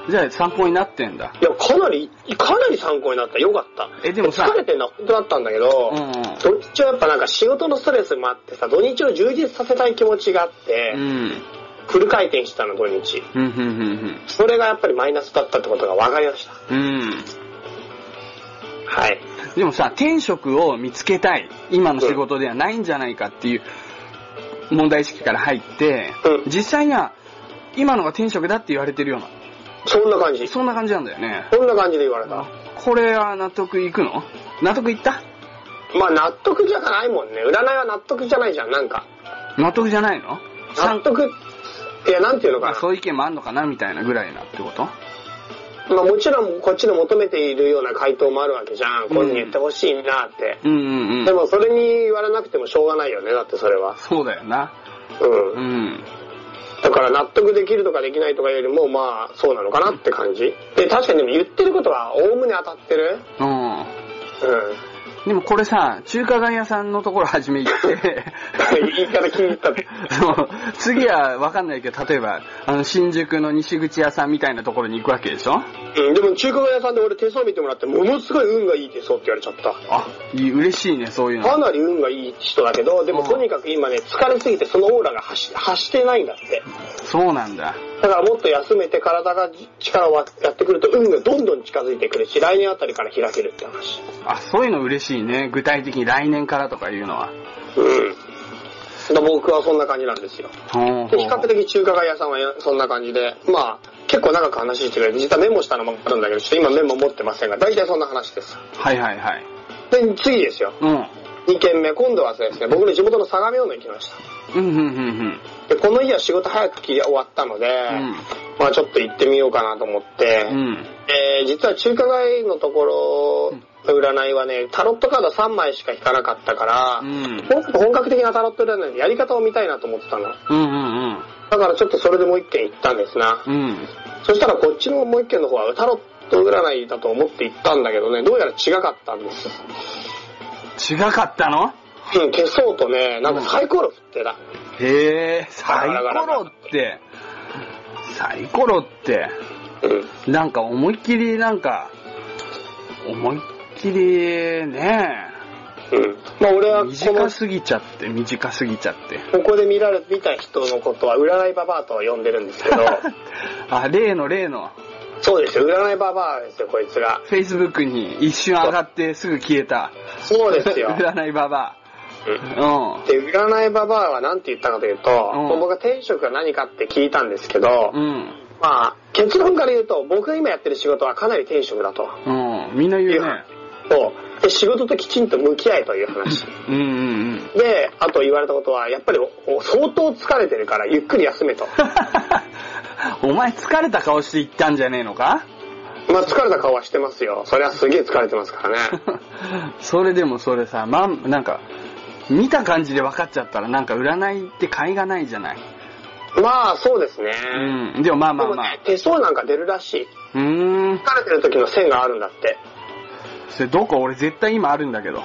じゃあ参考になってんだ。いや、かなり、かなり参考になった。よかった。えでもさ疲れてるのは本当だったんだけど、うんうん土日はやっぱなんか仕事のストレスもあってさ、土日を充実させたい気持ちがあって、うん。フル回転してたの、土日。うん、うん、うん、それがやっぱりマイナスだったってことが分かりました。うん。うん。はい。でもさ、転職を見つけたい。今の仕事ではないんじゃないかっていう問題意識から入って、うん実際には今のが転職だって言われてるような、そんな感じ。そそんな感じなんだよね。んな感じで言われた。これは納得いくの納得いったまあ納得じゃないもんね。占いは納得じゃないじゃん、なんか。納得じゃないの納得、いや、なんていうのかまなあ。そういう意見もあんのかなみたいなぐらいなってことまあもちろんこっちの求めているような回答もあるわけじゃん。こういうふうに言ってほしいなって。うんうんうでん。もそれに言われなくてもしょうがないよね、だってそれは。そうだよな。う。うんん。だから納得できるとかできないとかよりも、まあそうなのかなって感じ。で、確かにでも言ってることはおおむね当たってる。うん。うん。でもこれさ、中華街屋さんのところ初 め行って、言い方気に入ったね。そう次は分かんないけど、例えば、あの、新宿の西口屋さんみたいなところに行くわけでしょうん、でも中華街屋さんで俺手相見てもらってものすごい運がいい手相って言われちゃった。あ、いい嬉しいね、そういうかの。なり運がいい人だけど、でうもんとにかく今ね、疲れすぎてそのオーラが発し発してないんだって。そうなんだ。だからもっと休めて体が力をやってくると運がどんどん近づいてくるし、来年あたりから開けるって話。あ、そういうの嬉しいね。具体的に来年からとかいうのは。うん。だから僕はそんな感じなんですよ。ほうほでう比較的中華街屋さんはそんな感じで、まあ、結構長く話してくれて、実はメモしたのもあるんだけど、ちょっと今メモ持ってませんが、大体そんな話です。はいはいはい。で、次ですよ。うん。 2軒目、今度はですね、僕の地元の相模大野行きました。うんうんうんで、この家は仕事早く終わったので、うん。まあちょっと行ってみようかなと思って、うん。えー実は中華街のところの占いはね、タロットカード3枚しか引かなかったから、うん。もっと本格的なタロット占いのやり方を見たいなと思ってたの。だうんうんからちょっとそれでもう一軒行ったんですな。うん。うん。そしたらこっちのもう一軒の方はタロット占いだと思って行ったんだけどね、どうやら違かったんです。違かったのうん、消そうとね、なんかサイコロ振ってた。へえ、サイコロって、サイコロって、うん。なんか思いっきりなんか、思いっきりね、うん。まあ俺はこの短すぎちゃって、短すぎちゃって。ここで見られ見た人のことは占いババアと呼んでるんです けどあ、例の例の、そうですよ占いババアですよこいつが Facebook に一瞬上がってすぐ消えた。そうですよ、 占いババうんア。で占いババアは何て言ったかというと、うん僕が天職が何かって聞いたんですけど、うん。うん。まあ結論から言うと僕が今やってる仕事はかなり天職だとうん。みんな言うね。そうで仕事ときちんと向き合えという 話うんうんうん。 であと言われたことはやっぱりおお相当疲れてるからゆっくり休めとお前疲れた顔して言ったんじゃねえのか まあ疲れた顔はしてますよそれはすげえ疲れてますか らねそれでもそれさ、まん、なんか、見た感じで分かっちゃったらなんか占いって買いがないじゃない。まあそうですね、うん。でもまあまであもまあね。、手相なんか出るらしい。うーん。疲れてる時の線があるんだって。それどこ俺絶対今あるんだけど。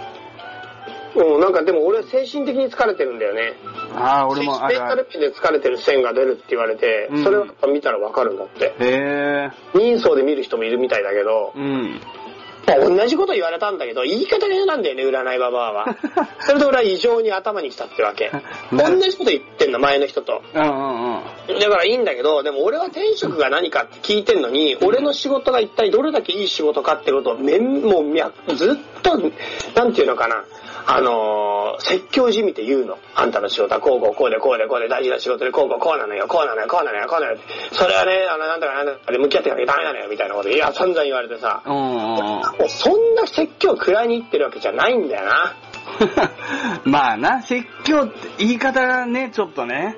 うん、なんかでも俺精神的に疲れてるんだよね。ああ、俺もあメるンタあルる。面で疲れてる線が出るって言われて、うんそれをやっぱ見たらわかるんだって。へえ。人相で見る人もいるみたいだけど、うん。まあ同じこと言われたんだけど、言い方が嫌なんだよね、占いババア は。それで俺は異常に頭に来たってわけ。同じこと言ってんの、前の人と。うんうんうん。だからいいんだけど、でも俺は転職が何かって聞いてんのに、俺の仕事が一体どれだけいい仕事かってことをめん、もうみゃずっと、なんていうのかな、あのー説教じみて言うの。あんたの仕事はこうこうこうでこうでこうで大事な仕事でこうこうこうなのよ、こうなのよ、こうなのよ、こうなのよ。それはね、あの、なんとかなんとかで向き合っていかなきゃダメなのよ、みたいなこと。いや、散々言われてさ。うんうんうん。もうそんな説教食らいに行ってるわけじゃないんだよな。まあな、説教って言い方がね、ちょっとね。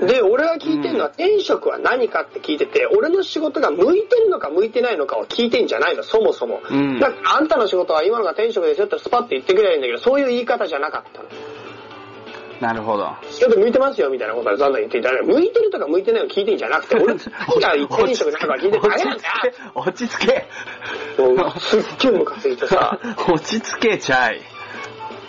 で、俺が聞いてるのは、天職は何かって聞いてて、俺の仕事が向いてるのか向いてないのかを聞いてんじゃないの、そもそも。うんだからあんたの仕事は今のが天職ですよってスパッて言ってくれるんだけど、そういう言い方じゃなかったの。なるほど。仕事向いてますよみたいなことはざんざん言っていただいて、向いてるとか向いてないの聞いてんじゃな くて、俺、何が天職なのか聞いてるだけなんだよ。落ち着け。も うすっげえムカついてさ、落ち着け、チャイ。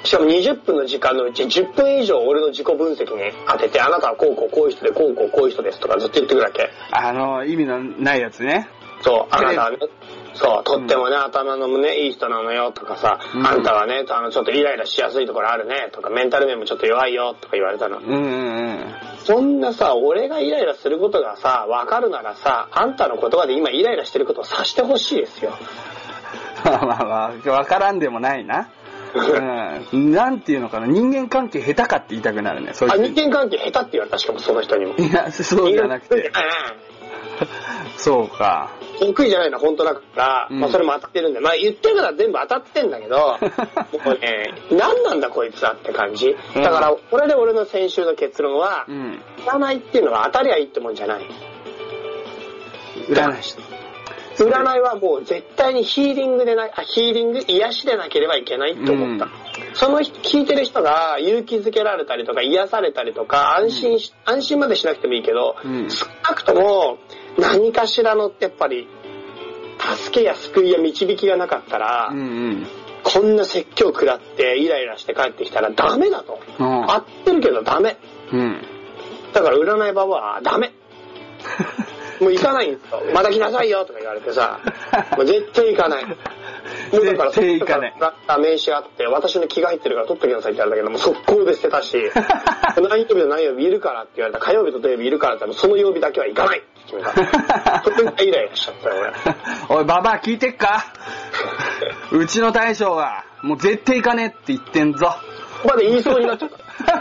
しかも20分の時間のうち10分以上俺の自己分析に当てて、あなたはこうこうこういう人で、こうこうこういう人ですとかずっと言ってくるわけ。あの、意味のないやつね。そう、あテレなビたはね、そう、とってもね、頭のね、いい人なのよとかさ、うんあんたはね、あの、ちょっとイライラしやすいところあるねとか、メンタル面もちょっと弱いよとか言われたのう。んうんうん。そんなさ、俺がイライラすることがさ、わかるならさ、あんたの言葉で今イライラしてることを察してほしいですよ。まあまあまあ、わからんでもないな。うん。なんていうのかな、人間関係下手かって言いたくなるね、そうあ、いう人間関係下手って言われた、しかもその人にも。いや、そうじゃなくて。そうか。得意じゃないのは本当だから、うんまあそれも当たってるんで、まあ言ってることは全部当たってんだ けど、もうね、何なんだこいつはって感じ。だから、これで俺の先週の結論は、うん。占いっていうのは当たりゃいいってもんじゃない。占い師。占いはもう絶対にヒーリングでない、あ、ヒーリング、癒しでなければいけないって思った。うんその人聞いてる人が勇気づけられたりとか癒されたりとか安心し、安心までしなくてもいいけど、うん少なくとも何かしらのやっぱり助けや救いや導きがなかったら、うんうん。こんな説教食らってイライラして帰ってきたらダメだと。うん合ってるけどダメ。うん。 だから占いババアはダメ。もう行かないんですよ。また来なさいよとか言われ てさ、もう絶対行かない。もうだから、絶対行かないだから名刺あって、私の気が入ってるから取ってきなさいって言われたけど、もう速攻で捨て たし、何曜日と何曜日いるからって言われた、火曜日と土曜日いるからって言ったら、その曜日だけは行かないって決め た。それがイライラしちゃったよ、俺。おい、ババア聞いてっか うちの大将は、もう絶対行かねえって言ってんぞ。まだ言いそうになっちゃっ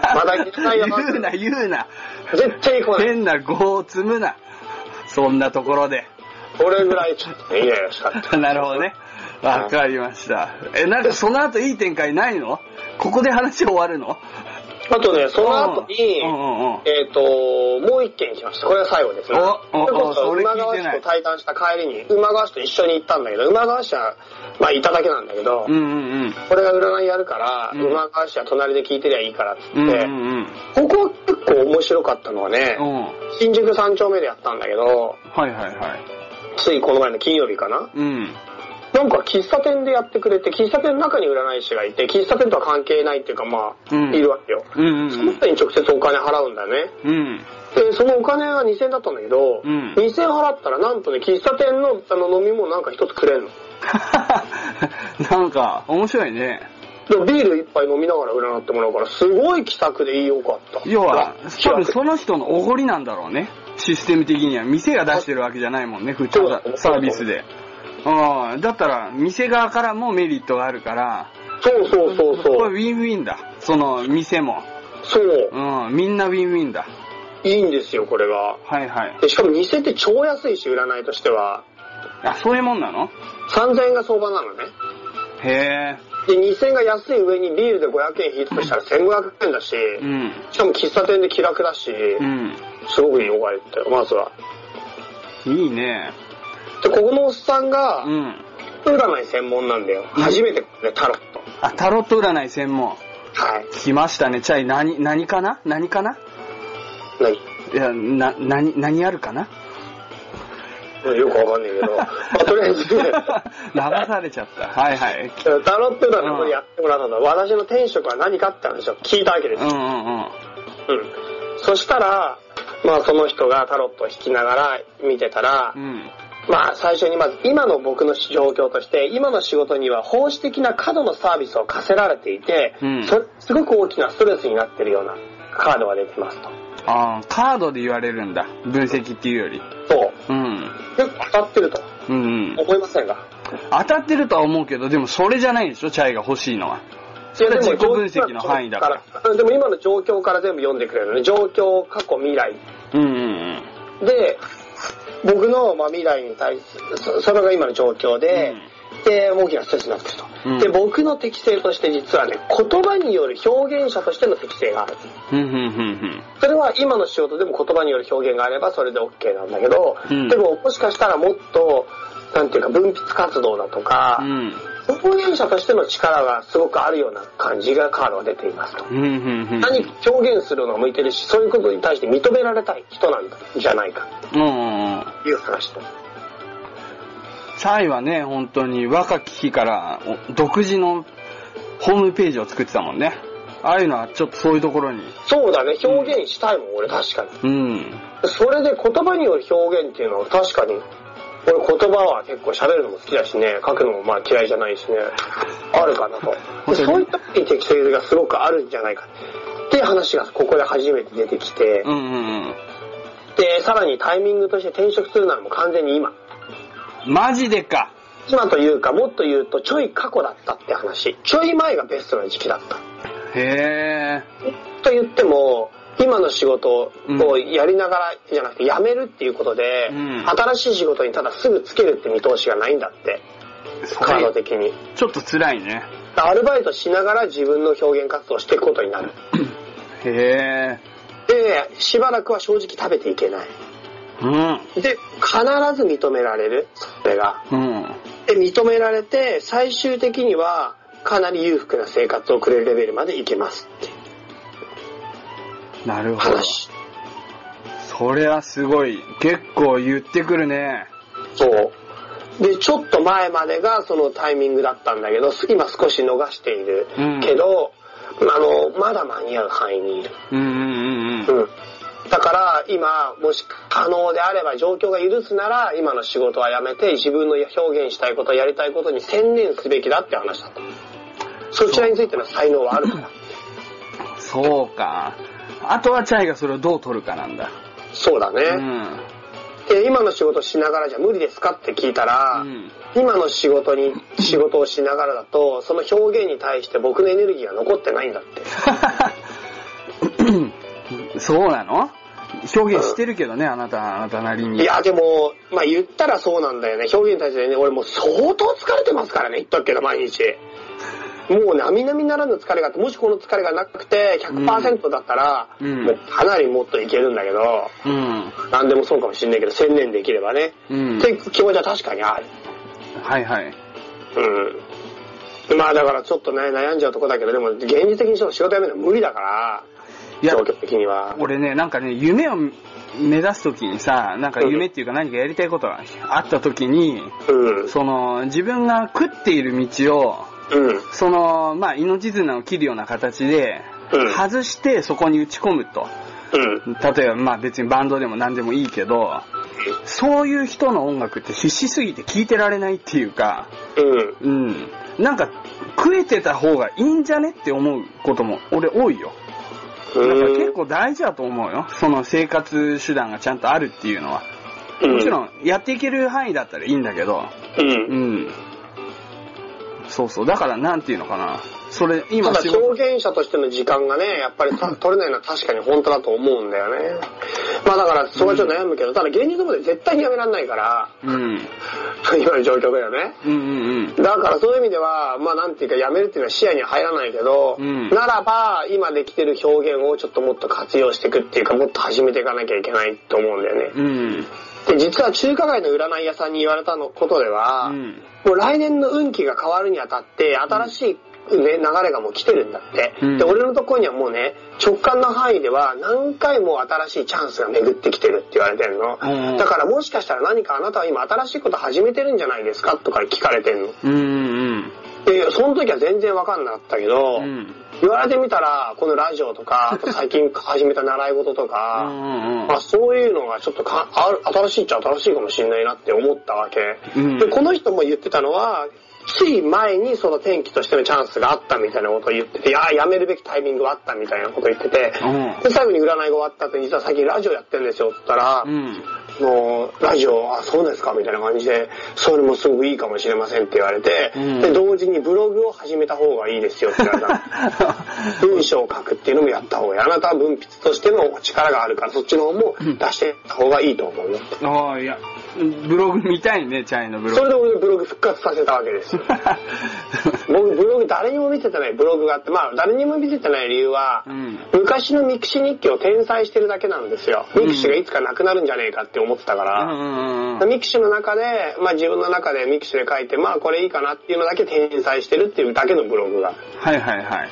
た。まだ行かないよ、 言うな、言うな。絶対行かない。変な語を積むな。そんなところで。俺ぐらいちょっとねイライラしちゃった。なるほどね。わかりました。え、なんかその後いい展開ないのここで話終わるのあとね、その後に、うんうんうんうんえっ、と、もう一軒来ました。これが最後ですね。おおそれこそおそれ聞いてな馬い川市と対談した帰りに、馬川市と一緒に行ったんだけど、馬川市は、まあ、いただけなんだけど、うんうんうん。これが占いやるから、うん馬川市は隣で聞いてりゃいいからっつって、うんうんここ結構面白かったのはね、うん。うん。新宿三丁目でやったんだけど、はいはいはい。ついこの前の金曜日かなうん。なんか喫茶店でやってくれて、喫茶店の中に占い師がいて、喫茶店とは関係ないっていうか、まあ、うんいるわけよ。うんうそのん人に直接お金払うんだよね。うん。うん。 で、そのお金が2000円だったんだけど、うん2000円払ったら、なんとね、喫茶店のあの飲み物なんか一つくれんの。なんか、面白いね。でもビール一杯飲みながら占ってもらうから、すごい気さくで良かった。要は、気多楽分その人のおごりなんだろうね。システム的には。店が出してるわけじゃないもんね、普通そうはそうサービスで。ああ、だったら、店側からもメリットがあるから、そうそうそうこそれウう。ィンウィンだ。その、店も。そう。うん、みんなウィンウィンだ。いいんですよ、これが。はいはい。でしかも2000って超安いし、占いとしては。あ、そういうもんなの3000円が相場なのね。へえ。で、2000円が安い上にビールで500円引いたとしたら1500円だし、うん。しかも喫茶店で気楽だし、うん。すごく良かったよ、まずは。いいね。で、ここのおっさんがう、ん。占い専門なんだよ。初めて、ね、タロット。あ、タロット占い専門。はい。来ましたね。チャイ、何、何かな何かな何いや、な、何、何あるかなよくわかんないけ ど、まあ、とりあえず、流されちゃった。はいはい。タロットだのやってもらったのは、私の天職は何かって話を聞いたわけですうんよ。うんうん。うん。そしたら、まあその人がタロットを引きながら見てたらう、ん。まあ最初にまず今の僕の状況として、今の仕事には奉仕的な過度のサービスを課せられていて、うんそすごく大きなストレスになってるようなカードが出てますと。ああ、カードで言われるんだ。分析っていうより。そうう。ん。結構当たってるとうんうん。思いませんか当たってるとは思うけど、でもそれじゃないでしょチャイが欲しいのは。それは自己分析の範囲だから。ら。でも今の状況から全部読んでくれるのね。状況、過去、未来。うんうんで、僕のまあ未来に対する、そそれが今の状況で、で、大きなストレスになってると、うんで、僕の適性として実はね、言葉による表現者としての適性がある。うん。うんうんうんそれは今の仕事でも言葉による表現があればそれで OK なんだけど、うんでももしかしたらもっと、なんていうか文筆活動だとか、うん。うん。表現者としての力がすごくあるような感じがカードが出ていますと。うんうんうん。何か表現するのが向いてるし、そういうことに対して認められたい人なんじゃないかうんうんうん。という話と。チャイはね、本当に若き日からお独自のホームページを作ってたもんね。ああいうのはちょっとそういうところに。そうだね、表現したいもん、俺確かに。うん。それで言葉による表現っていうのは確かに、俺言葉は結構喋るのも好きだしね、書くのもまあ嫌いじゃないしね、あるかなと。本当でにそういった時に適性がすごくあるんじゃないかっていう話がここで初めて出てきてう、んうんうん。で、さらにタイミングとして転職するならもう完全に今。マジでか。今というか、もっと言うと、ちょい過去だったって話。ちょい前がベストな時期だった。へえ。と言っても今の仕事をやりながらじゃなくて辞めるっていうことで、うん新しい仕事にただすぐつけるって見通しがないんだってそカードれ、的にちょっと辛いね。アルバイトしながら自分の表現活動をしていくことになるへえ。でしばらくは正直食べていけないうん。で必ず認められるそれがうん。で認められて最終的にはかなり裕福な生活をくれるレベルまでいけますっていうなるほど。話それはすごい。結構言ってくるね。そう。で、ちょっと前までがそのタイミングだったんだけど、今少し逃しているうんけど、あの、まだ間に合う範囲にいる。うんうんうんうん。だから今、もし可能であれば、状況が許すなら、今の仕事はやめて、自分の表現したいこと、やりたいことに専念すべきだって話だった。そちらについての才能はあるから。うん。そうか。あとはチャイがそれをどう取るかなんだ。そうだうね、ん。で今の仕事しながらじゃ無理ですかって聞いたら、うん。 今の仕事に、仕事をしながらだと、その表現に対して僕のエネルギーが残ってないんだって。そうなの表現してるけどね、あなた、あなたなりいに。や、でも、まあ言ったらそうなんだよね。表現に対してね、俺もう相当疲れてますからね、言っとくけど、毎日。もう並々ならぬ疲れがあって、もしこの疲れがなくて100%だったら、うんもうかなりもっといけるんだけど、うん。なんでもそうかもしんないけど、専念できればね。うんって気持ちは確かにある。はいはい。うん。まあだからちょっとね、悩んじゃうとこだけど、でも現実的にちょっと仕事辞めるの無理だから、いや状況的には。俺ね、なんかね、夢を目指すときにさ、なんか夢っていうか何かやりたいことがあったときに、うん。その、自分が食っている道を、うん。その、まあ、命綱を切るような形でうん、外してそこに打ち込むと。うん。例えば、まあ別にバンドでも何でもいいけど、そういう人の音楽って必死すぎて聴いてられないっていうか、うん。うん。なんか、食えてた方がいいんじゃねって思うことも俺多いよ。だから結構大事だと思うよ。その生活手段がちゃんとあるっていうのは。うんもちろん、やっていける範囲だったらいいんだけど、うんう。ん。そうそう。だから、なんていうのかな。それ、今ただ仕事、表現者としての時間がね、やっ ぱりた取れないのは確かに本当だと思うんだよね。まあだから、そこはちょっと悩むけど、ただ現実まで絶対にやめらんないから、 うん。今の状況だよね。うんうんだからそういう意味では、まあなんていうか、やめるっていうのは視野に入らないけど、うんならば、今できてる表現をちょっともっと活用していくっていうか、もっと始めていかなきゃいけないと思うんだよね。うん。うん。で、実は中華街の占い屋さんに言われたのことでは、うんもう来年の運気が変わるにあたって、新しい、ね、流れがもう来てるんだって、うんで、俺のところにはもうね、直感の範囲では何回も新しいチャンスが巡ってきてるって言われてるの。うんだからもしかしたら何かあなたは今新しいこと始めてるんじゃないですかとか聞かれてんの。うんうん。で、その時は全然わかんなかったけど、うん。言われてみたら、このラジオとか、あと最近始めた習い事とうか、んうんまあ、そういうのがちょっとかある新しいっちゃ新しいかもしれないなって思ったわけ、うんでこの人も言ってたのはつい前にその転機としてのチャンスがあったみたいなことを言ってていやーやめるべきタイミングがあったみたいなことを言ってて、うんで最後に占いが終わった後に実は最近ラジオやってるんですよって言ったら、うん。もうラジオあそうですかみたいな感じでそれもすごくいいかもしれませんって言われて、うんで同時にブログを始めた方がいいですよって言われた 文章を書くっていうのもやった方がいいあなたは文筆としての力があるからそっちの方も出してた方がいいと思うよ、ああ、いや、ブログ見たいね、チャイのブロそれグ。で俺ブログ復活させたわけですよ僕ブログ誰にも見せてないブログがあってまあ誰にも見せてない理由は、うん昔のミクシ日記を転載してるだけなんですよミクシがいつかなくなるんじゃねえかって思ってたかうら、んうんうんミクシの中で、まあ自分の中でミクシで書いて、まあこれいいかなっていうのだけ転載してるっていうだけのブログが。はいはいはい。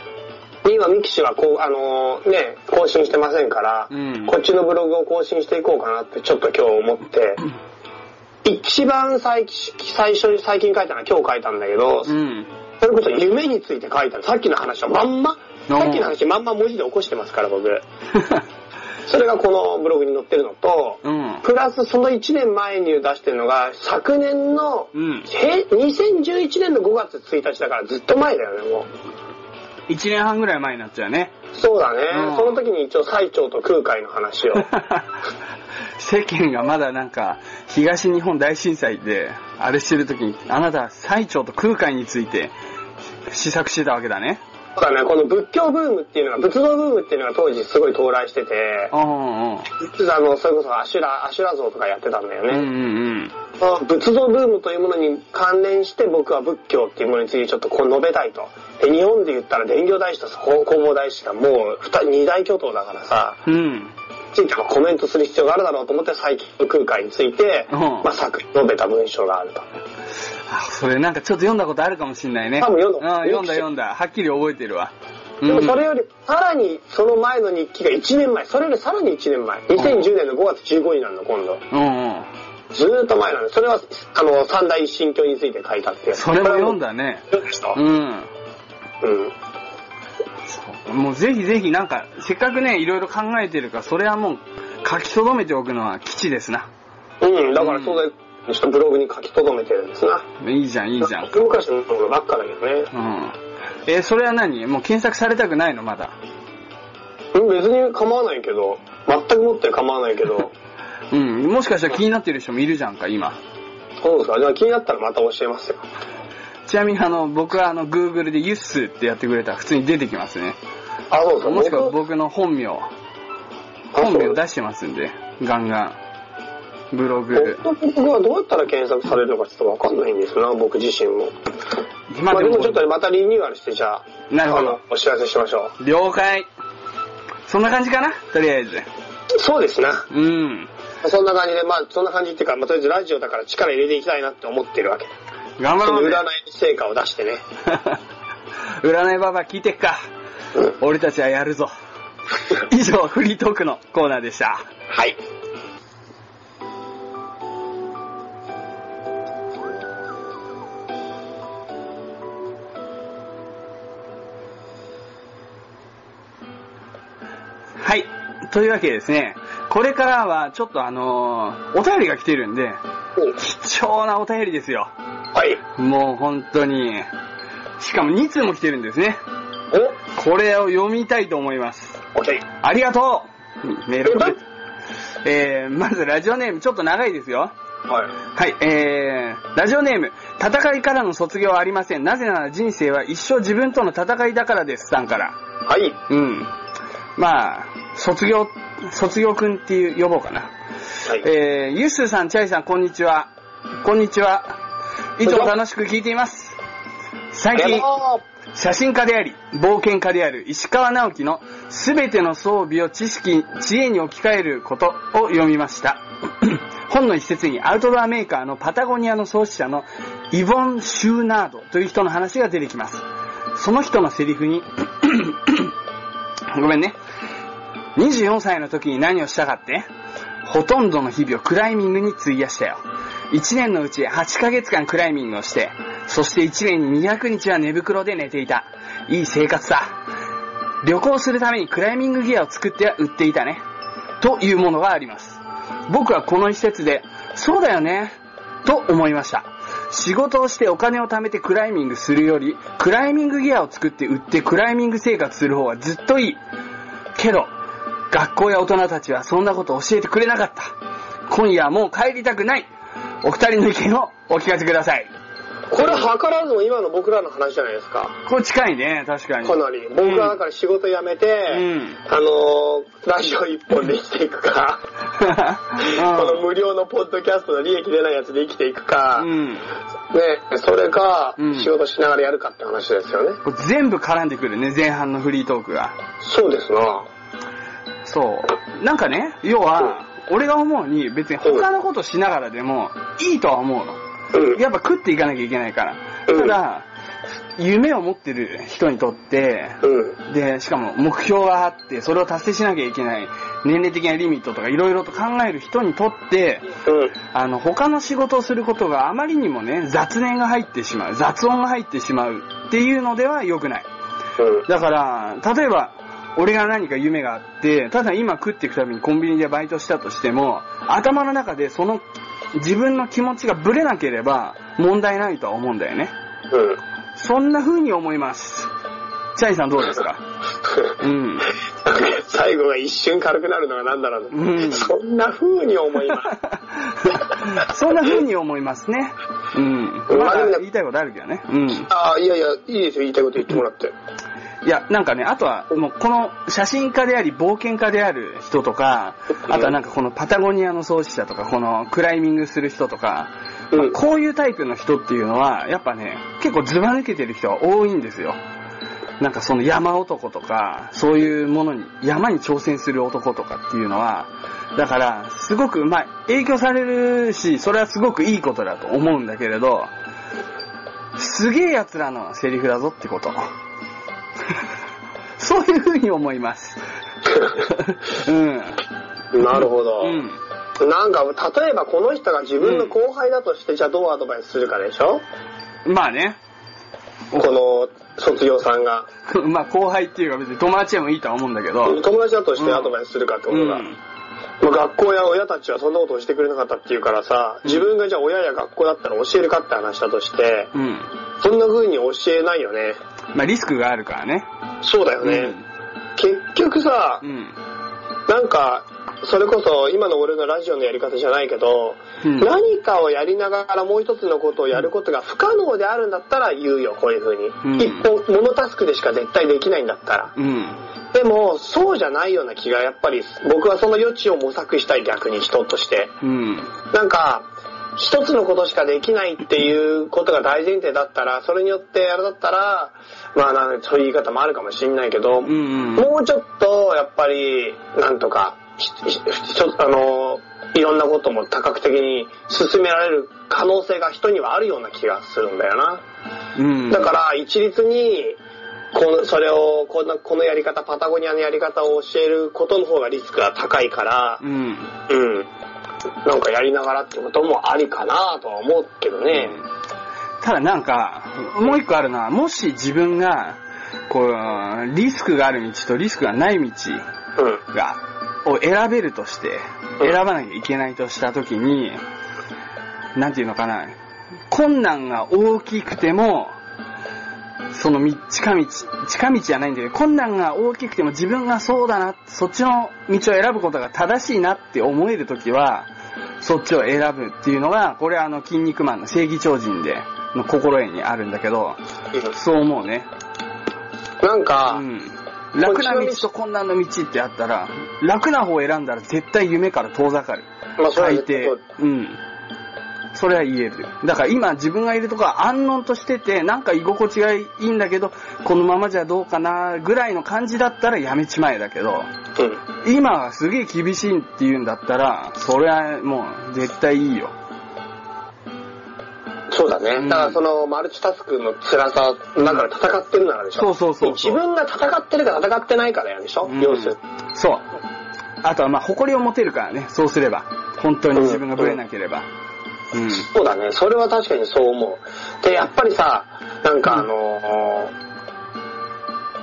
で今ミクシはこう、あのーね、更新してませんから、うんこっちのブログを更新していこうかなってちょっと今日思って、一番最最初に最近書いたのは今日書いたんだけど、うん。それこそ夢について書いたの。さっきの話はまんま、おーさっきの話まんま文字で起こしてますから僕。それがこのブログに載ってるのと、うんプラスその1年前に出してるのが、昨年の、うんへ2011年の5月1日だからずっと前だよね、もう。一年半ぐらい前になっちゃうね。 そうだね。うんその時に一応、最長と空海の話を。 世間がまだなんか、東日本大震災で、あれしてる時に、あなた、最長と空海について、試作してたわけだね。そうだね、この仏教ブームっていうのが、仏道ブームっていうのが当時すごい到来しててう、んうん。実はあの、それこそアシュラ、アシュラ像とかやってたんだようんうね。んその仏像ブームというものに関連して僕は仏教っていうものについてちょっとこう述べたいと。で日本で言ったら伝教大師と弘法大師がもう二二大巨頭だからさ、うん。うん。ついてはコメントする必要があるだろうと思って最近の空海について、うんまあ、作述べた文章があると。あ、それなんかちょっと読んだことあるかもしんないね。多分読んだうん読んだ読んだ。はっきり覚えてるわ。でもそれよりさらにその前の日記が1年前、それよりさらに1年前、2010年の5月15日になるの今度。うんうん。ずーっと前なんで、それはあの三大一神教について書いたってやつ。それも読んだ。だね。読んだでしょうん。うん。もうぜひぜひなんか、せっかくね、いろいろ考えてるから、それはもう書き留めておくのは基地ですな。うん、だからそれ、ちょっとブログに書き留めてるんですな。いいじゃん、いいじゃん。うん。僕昔のものばっかだけどね。えーそれは何もう検索されたくないの、まだ。うん別に構わないけど、全くもって構わないけど、うん。もしかしたら気になってる人もいるじゃんか、今。そうですか。じゃあ気になったらまた教えますよ。ちなみにあの、僕はあの、Google でユッスーってやってくれたら普通に出てきますね。あ、そうですか。もしくは僕僕の本名、あ本そう名出してますんで、ガンガン。ブログ。僕はどうやったら検索されるのかちょっとわかんないんですな、僕自身も。ままああででももちょっとまたリニューアルして、じゃあ、なるほどあのお知らせしましょう。了解。そんな感じかなとりあえず。そうですな。うん。そんな感じで、まあそんな感じっていうか、まあとりあえずラジオだから力入れていきたいなって思ってるわけ。頑張そのろう占いね。の成果を出してね。 占いババア聞いてっか。俺たちはやるぞ。以上、フリートークのコーナーでした。はい。はい。というわけでですね、これからはちょっとあのーお便りが来てるんで、貴重なお便りですよ。はい。もう本当に。しかも2通も来てるんですね。おこれを読みたいと思います。 OK。ありがとうメールを送って えー、まずラジオネーム、ちょっと長いですよ。ははい、えー、ラジオネーム、戦いからの卒業はありません。なぜなら人生は一生自分との戦いだからです、さんから。い。はい。うん。まあ、卒業、卒業くんっていう呼ぼうかな。はい。えー、ゆっすーさん、チャイさん、こんにちは。こんにちは。いつも楽しく聞いています。最で近、も写真家であり、冒険家である石川直樹の全ての装備を知識、知恵に置き換えることを読みました。 本の一節にアウトドアメーカーのパタゴニアの創始者のイボン・シューナードという人の話が出てきます。その人のセリフに、 ごめんね。24歳の時に何をしたかってほとんどの日々をクライミングに費やしたよ。1年のうち8ヶ月間クライミングをして、そして1年に200日は寝袋で寝ていた。いい生活だ。旅行するためにクライミングギアを作っては売っていたね。というものがあります。僕はこの施設で、そうだよね、と思いました。仕事をしてお金を貯めてクライミングするより、クライミングギアを作って売ってクライミング生活する方がずっといい。けど、学校や大人たちはそんなこと教えてくれなかった。今夜はもう帰りたくない。お二人の意見をお聞かせください。これはからずも今の僕らの話じゃないですか。これ近いね、確かに。かなり。僕はだから仕事辞めて、うんあのーラジオ一本で生きていくか、この無料のポッドキャストの利益出ないやつで生きていくか、うね、ん。それかうん、仕事しながらやるかって話ですよね。これ全部絡んでくるね、前半のフリートークが。そうですな。そう。なんかね、要は、俺が思うに別に他のことしながらでもいいとは思うの。うん。やっぱ食っていかなきゃいけないから。うんただ、夢を持ってる人にとって、うん。で、しかも目標があって、それを達成しなきゃいけない、年齢的なリミットとかいろいろと考える人にとって、うん。あの、他の仕事をすることがあまりにもね、雑念が入ってしまう、雑音が入ってしまうっていうのでは良くない。うん。だから、例えば、俺が何か夢があって、ただ今食っていくためにコンビニでバイトしたとしても、頭の中でその自分の気持ちがブレなければ問題ないとは思うんだよね。うん。そんな風に思います。チャイさんどうですかうん。 最後が一瞬軽くなるのが何だろうな、うんそんな風に思います。 そんな風に思いますね。うん。ままあだでもね言いたいことあるけどね。うん。ああ、いやいや、いいですよ、言いたいこと言っても らって。いや、なんかね、あとは、もうこの写真家であり、冒険家である人とか、あとはなんかこのパタゴニアの創始者とか、このクライミングする人とか、まあうんこういうタイプの人っていうのは、やっぱね、結構ずば抜けてる人が多いんですよ。なんかその山男とか、そういうものに、山に挑戦する男とかっていうのは、だから、すごく、まあ、影響されるし、それはすごくいいことだと思うんだけれど、すげえ奴らのセリフだぞってこと。 そういう風に思います。うん。なるほど。うん。なんか、例えばこの人が自分の後輩だとして、じゃあどうアドバイスするかでしょまあね。この卒業さんが。 まあ後輩っていうか別に友達でもいいとは思うんだけど。友達だとしてアドバイスするかってこうとが。ん。まあ学校や親たちはそんなことをしてくれなかったっていうからさ、自分がじゃあ親や学校だったら教えるかって話だとして、うん。そんな風に教えないよね。まあリスクがあるからね。そうだよね。結局さう、ん。なんか、それこそ今の俺のラジオのやり方じゃないけど、うん何かをやりながらもう一つのことをやることが不可能であるんだったら言うよ、こういう風に。ん一本、モノタスクでしか絶対できないんだったら。うん。でも、そうじゃないような気がやっぱり、僕はその余地を模索したい逆に人として。うん。なんか、一つのことしかできないっていうことが大前提だったら、それによってあれだったら、まあなんそういう言い方もあるかもしんないけど、うん。もうちょっと、やっぱり、なんとか、ひひひちょあの、いろんなことも多角的に進められる可能性が人にはあるような気がするんだよな。うん。だから、一律に、この、それを、この、このやり方、パタゴニアのやり方を教えることの方がリスクが高いからう、ん。うん。なんかやりながらってこともありかなとは思うけどね。ただなんか、もう一個あるな。もし自分が、こう、リスクがある道とリスクがない道うん。が、を選べるとして、選ばなきゃいけないとしたときに、なんていうのかな。困難が大きくても、その道、近道、近道じゃないんだけど、困難が大きくても自分がそうだな、そっちの道を選ぶことが正しいなって思えるときは、そっちを選ぶっていうのが、これあの、筋肉マンの正義超人で、の心得にあるんだけど、そう思うね。なんうか、ん。楽な道と困難の道ってあったら、楽な方を選んだら絶対夢から遠ざかる。まあそれは最絶対低そう。うん。それは言える。だから今自分がいるとこは安穏としてて、なんか居心地がいいんだけど、このままじゃどうかなぐらいの感じだったらやめちまえだけど、うん。今はすげえ厳しいって言うんだったら、それはもう絶対いいよ。そうだうんね。だからそのマルチタスクの辛さの中で戦ってるならでしょ。そうそうそうそう自分が戦ってるか戦ってないからやでしょ、うん要するに。そう。あとはまあ誇りを持てるからね、そうすれば。本当に自分がブレなければ。うん。そうだね。それは確かにそう思う。で、やっぱりさ、なんかあの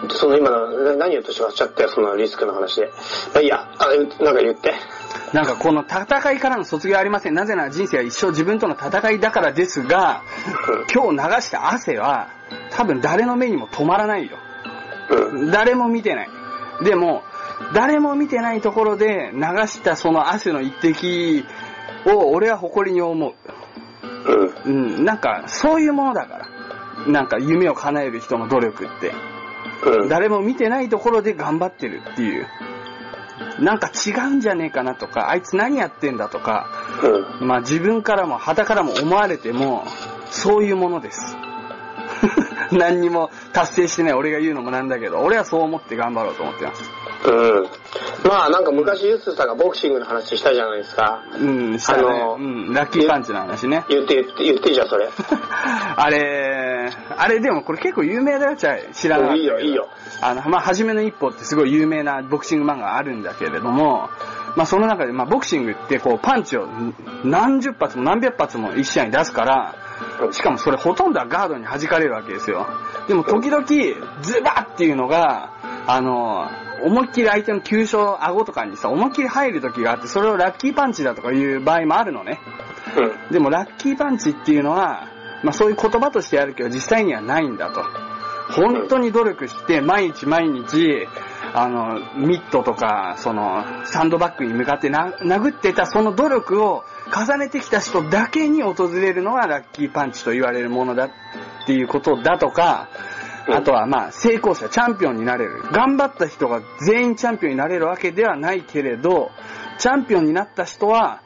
ーその今の、何言うとしまっちゃって、そのリスクの話で。まあいいや、あ、うなんか言って。なんかこの戦いからの卒業はありません。なぜなら人生は一生自分との戦いだからですが、今日流した汗は多分誰の目にも止まらないよ。うん。誰も見てない。でも、誰も見てないところで流したその汗の一滴を俺は誇りに思う。うん。うん、なんかそういうものだから。なんか夢を叶える人の努力って。うん。誰も見てないところで頑張ってるっていう。なんか違うんじゃねえかなとか、あいつ何やってんだとか、うん。まあ自分からも、旗からも思われても、そういうものです。 何にも達成してない俺が言うのもなんだけど、俺はそう思って頑張ろうと思ってます。うん。まあなんか昔ユースさんがボクシングの話したじゃないですか。うん、したね。あのうん、ラッキーパンチの話ね。言って言って、言っていいじゃん、それ。 あれ、あれでもこれ結構有名だよ、ちゃい知らなかったけどいいよいいよ。あの、まあ、初めの一歩ってすごい有名なボクシング漫画があるんだけれども、まあ、その中で、まあ、ボクシングってこう、パンチを何十発も何百発も一試合に出すから、しかもそれほとんどはガードに弾かれるわけですよ。でも時々、ズバッっていうのが、あの、思いっきり相手の急所、顎とかにさ、思いっきり入る時があって、それをラッキーパンチだとかいう場合もあるのね。うん。でもラッキーパンチっていうのは、まあそういう言葉としてあるけど実際にはないんだと。本当に努力して毎日毎日、あの、ミットとか、その、サンドバッグに向かってな殴ってたその努力を重ねてきた人だけに訪れるのがラッキーパンチと言われるものだっていうことだとか、うんあとはまあ成功者、チャンピオンになれる。頑張った人が全員チャンピオンになれるわけではないけれど、チャンピオンになった人は、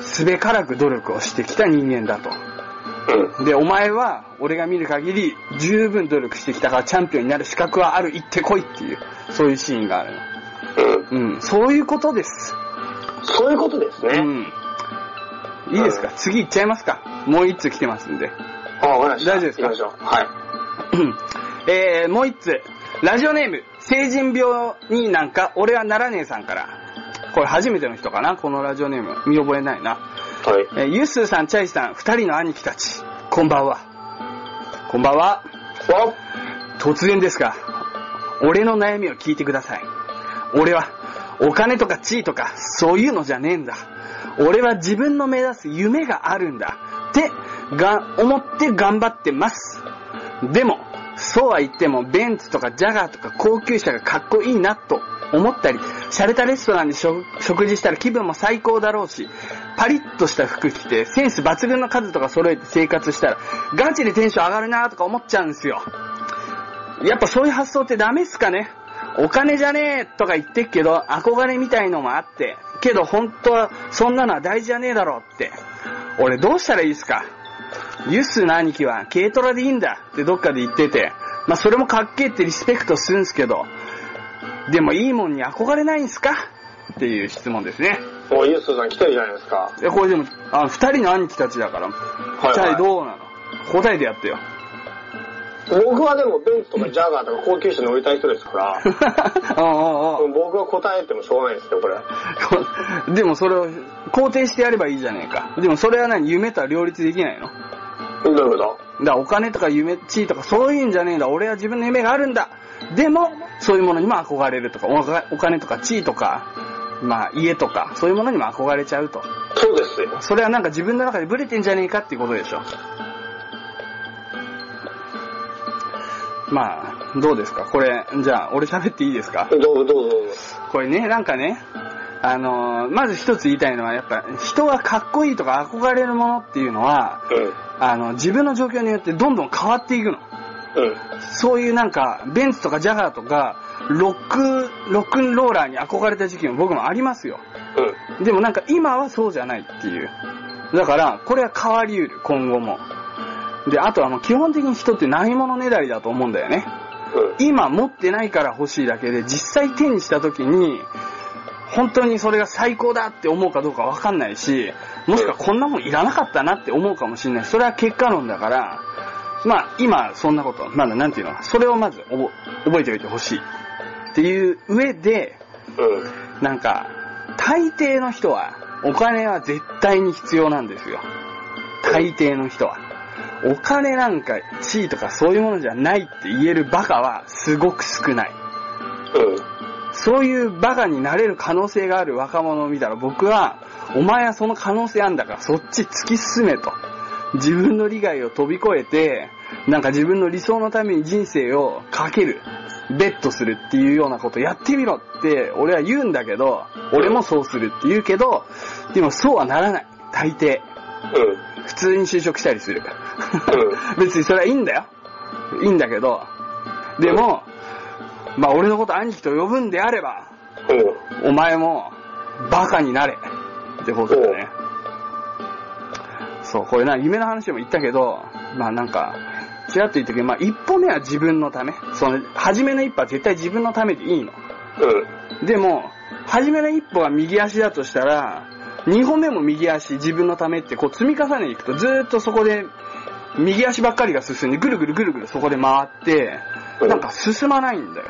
すべからく努力をしてきた人間だと。うん。で、お前は、俺が見る限り、十分努力してきたからチャンピオンになる資格はある、行ってこいっていう、そういうシーンがあるうん。の。うん、そういうことです。そういうことですうね。ん。いいですかう次行っちゃいますかもう一通来てますんで。あ、わかりました。大丈夫ですか行きましょう。は い。えー、もう一つ。ラジオネーム、成人病になんか、俺はならねえさんから。これ初めての人かなこのラジオネーム。見覚えないな。はい。えーゆっすーさん、チャイさん、二人の兄貴たち、こんばんは。こんばんは。わ突然ですが、俺の悩みを聞いてください。俺は、お金とか地位とか、そういうのじゃねえんだ。俺は自分の目指す夢があるんだ。って、が、思って頑張ってます。でも、そうは言っても、ベンツとかジャガーとか高級車がかっこいいなと思ったり、洒落たレストランで食食事したら気分も最高だろうし、パリッとした服着て、センス抜群の数とか揃えて生活したら、ガチでテンション上がるなとか思っちゃうんですよ。やっぱそういう発想ってダメっすかねお金じゃねえとか言ってっけど、憧れみたいのもあって、けど本当はそんなのは大事じゃねえだろうって。俺どうしたらいいっすかユッスの兄貴は軽トラでいいんだってどっかで言ってて、まあそれもかっけえってリスペクトするんすけど、でもいいもんに憧れないんすかっていう質問ですね。もうユースさん来てるじゃないですか。いや、これでも、あの、二人の兄貴たちだから、いはい二人どうなの答えてやってよ。 僕はでもベンツとかジャガーとか高級車乗りたい人ですから、うんうんうん僕は答えてもしょうがないですよ、これ。こ でもそれを肯定してやればいいじゃねえか。でもそれは何夢とは両立できないのだかどういうこらお金とか夢、地位とかそういうんじゃねえんだ。俺は自分の夢があるんだ。でも、そういうものにも憧れるとか、お金お金とか地位とか、まあ家とか、そういうものにも憧れちゃうと。とそうですよ。それはなんか自分の中でブレてんじゃねえかっていうことでしょ。まあ、どうですかこれ、じゃあ、俺喋っていいですかどうぞどうぞどうぞ。これね、なんかね、あのーまず一つ言いたいのは、やっぱ、人がかっこいいとか憧れるものっていうのは、あの、自分の状況によってどんどん変わっていくの。うん。うん。そういうなんか、ベンツとかジャガーとか、ロック、ロックンローラーに憧れた時期も僕もありますよ。うん。でもなんか今はそうじゃないっていう。だから、これは変わり得る、今後も。で、あとはもう基本的に人ってないものねだりだと思うんだよね。うん。今持ってないから欲しいだけで、実際手にした時に、本当にそれが最高だって思うかどうかわかんないし、もしくはこんなもんいらなかったなって思うかもしれない。それは結果論だから、まあ今そんなこと、まだなんていうの、それをまず覚覚えておいてほしい。っていう上で、うん。なんか、大抵の人は、お金は絶対に必要なんですよ。大抵の人は。お金なんか地位とかそういうものじゃないって言えるバカはすごく少ない。うん。そういうバカになれる可能性がある若者を見たら僕は、お前はその可能性あんだからそっち突き進めと。自分の利害を飛び越えて、なんか自分の理想のために人生をかける、ベットするっていうようなことやってみろって俺は言うんだけど、俺もそうするって言うけど、でもそうはならない。大抵。うん。普通に就職したりする。 別にそれはいいんだよ。いいんだけど。でも、まあ俺のこと兄貴と呼ぶんであれば、うん。お前も、バカになれ。ってことだね。そう、これな、夢の話でも言ったけど、まあなんか、ちらっと言ったけど、まあ一歩目は自分のため。その、初めの一歩は絶対自分のためでいいの。うん。でも、初めの一歩が右足だとしたら、二歩目も右足、自分のためってこう積み重ねていくと、ずーっとそこで、右足ばっかりが進んで、ぐるぐるぐるぐるそこで回って、なんか進まないんだよ。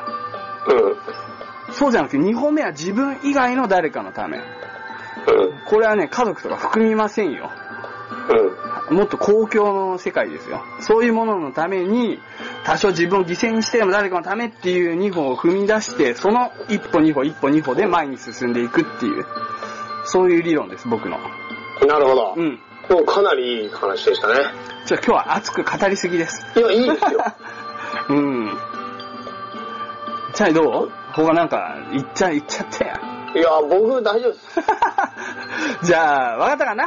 うん。そうじゃなくて、二歩目は自分以外の誰かのため。うん。これはね、家族とか含みませんよ。うん。もっと公共の世界ですよ。そういうもののために、多少自分を犠牲にしてでも誰かのためっていう2歩を踏み出して、その一歩2歩、一歩2歩で前に進んでいくっていう、そういう理論です、僕の。なるほど。うん。もうかなりいい話でしたね。ちょ、今日は熱く語りすぎです。いや、いいですよ。うん。チャイどう他なんか、言っちゃ、言っちゃったやん。いや、僕大丈夫です。じゃあ、わかったかな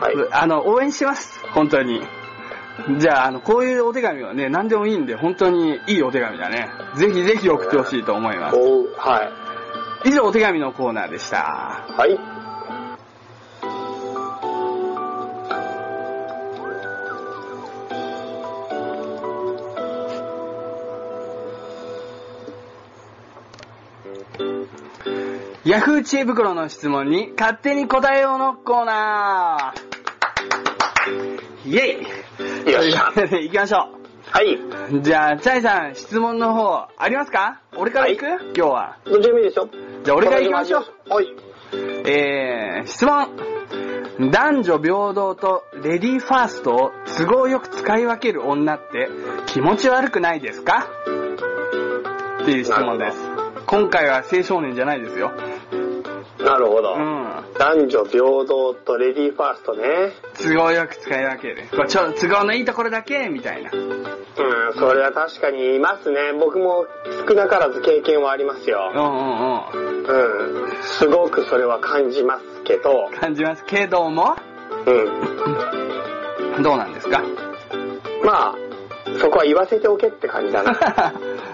はい。あの、応援してます。本当に。じゃあ、あの、こういうお手紙はね、何でもいいんで、本当にいいお手紙だね。ぜひぜひ送ってほしいと思います。おうは以上、お手紙のコーナーでした。い。はい。ヤフー知恵袋の質問に勝手に答えようのコーナー。イェイよっしゃということで行きましょはい。う。じゃあ、チャイさん、質問の方、ありますか俺から行く、はい今日は。どっちでもいいですよ。じゃあ俺から行きましょうはい。えー、質問。男女平等とレディーファーストを都合よく使い分ける女って気持ち悪くないですかっていう質問です。今回は青少年じゃないですよ。うなるほど。うん。男女平等とレディーファーストね。都合よく使えるわけで。こうちょ都合のいいところだけ、みたいな。うん、それは確かにいますね。僕も少なからず経験はありますうよ。んうんううん。すごくそれは感じますけどん。、感じますけども、うん。どうなんですか まあ、そこは言わせておけって感じ だな。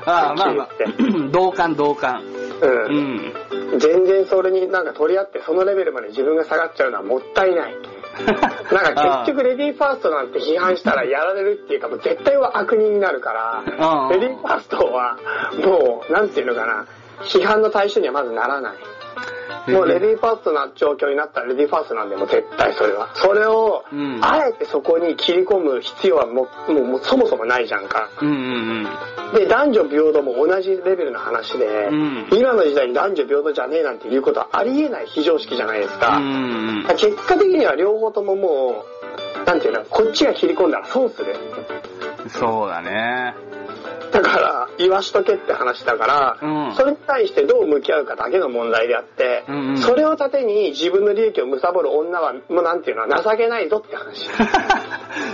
ああまあまあ、 同感同感。ううん。ん。全然それになんか取り合ってそのレベルまで自分が下がっちゃうのはもったいない。 なんか結局レディーファーストなんて批判したらやられるっていうかもう絶対は悪人になるからあ、ーレディーファーストはもう、なんていうのかな、批判の対象にはまずならない。もうレディーファーストな状況になったらレディーファーストなんでもう絶対それは。それをうん、あえてそこに切り込む必要はもうもうもうそもそもないじゃんか。うんうんで、男女平等も同じレベルの話で、ん今の時代に男女平等じゃねえなんていうことはありえない非常識じゃないですうか。ん。うん結果的には両方とももう、なんていうの、こっちが切り込んだら損する。うん。そうだね。だから、言わしとけって話だから、うんそれに対してどう向き合うかだけの問題であって、うんうんそれを盾に自分の利益を貪る女は、もうなんていうのは情けないぞって話。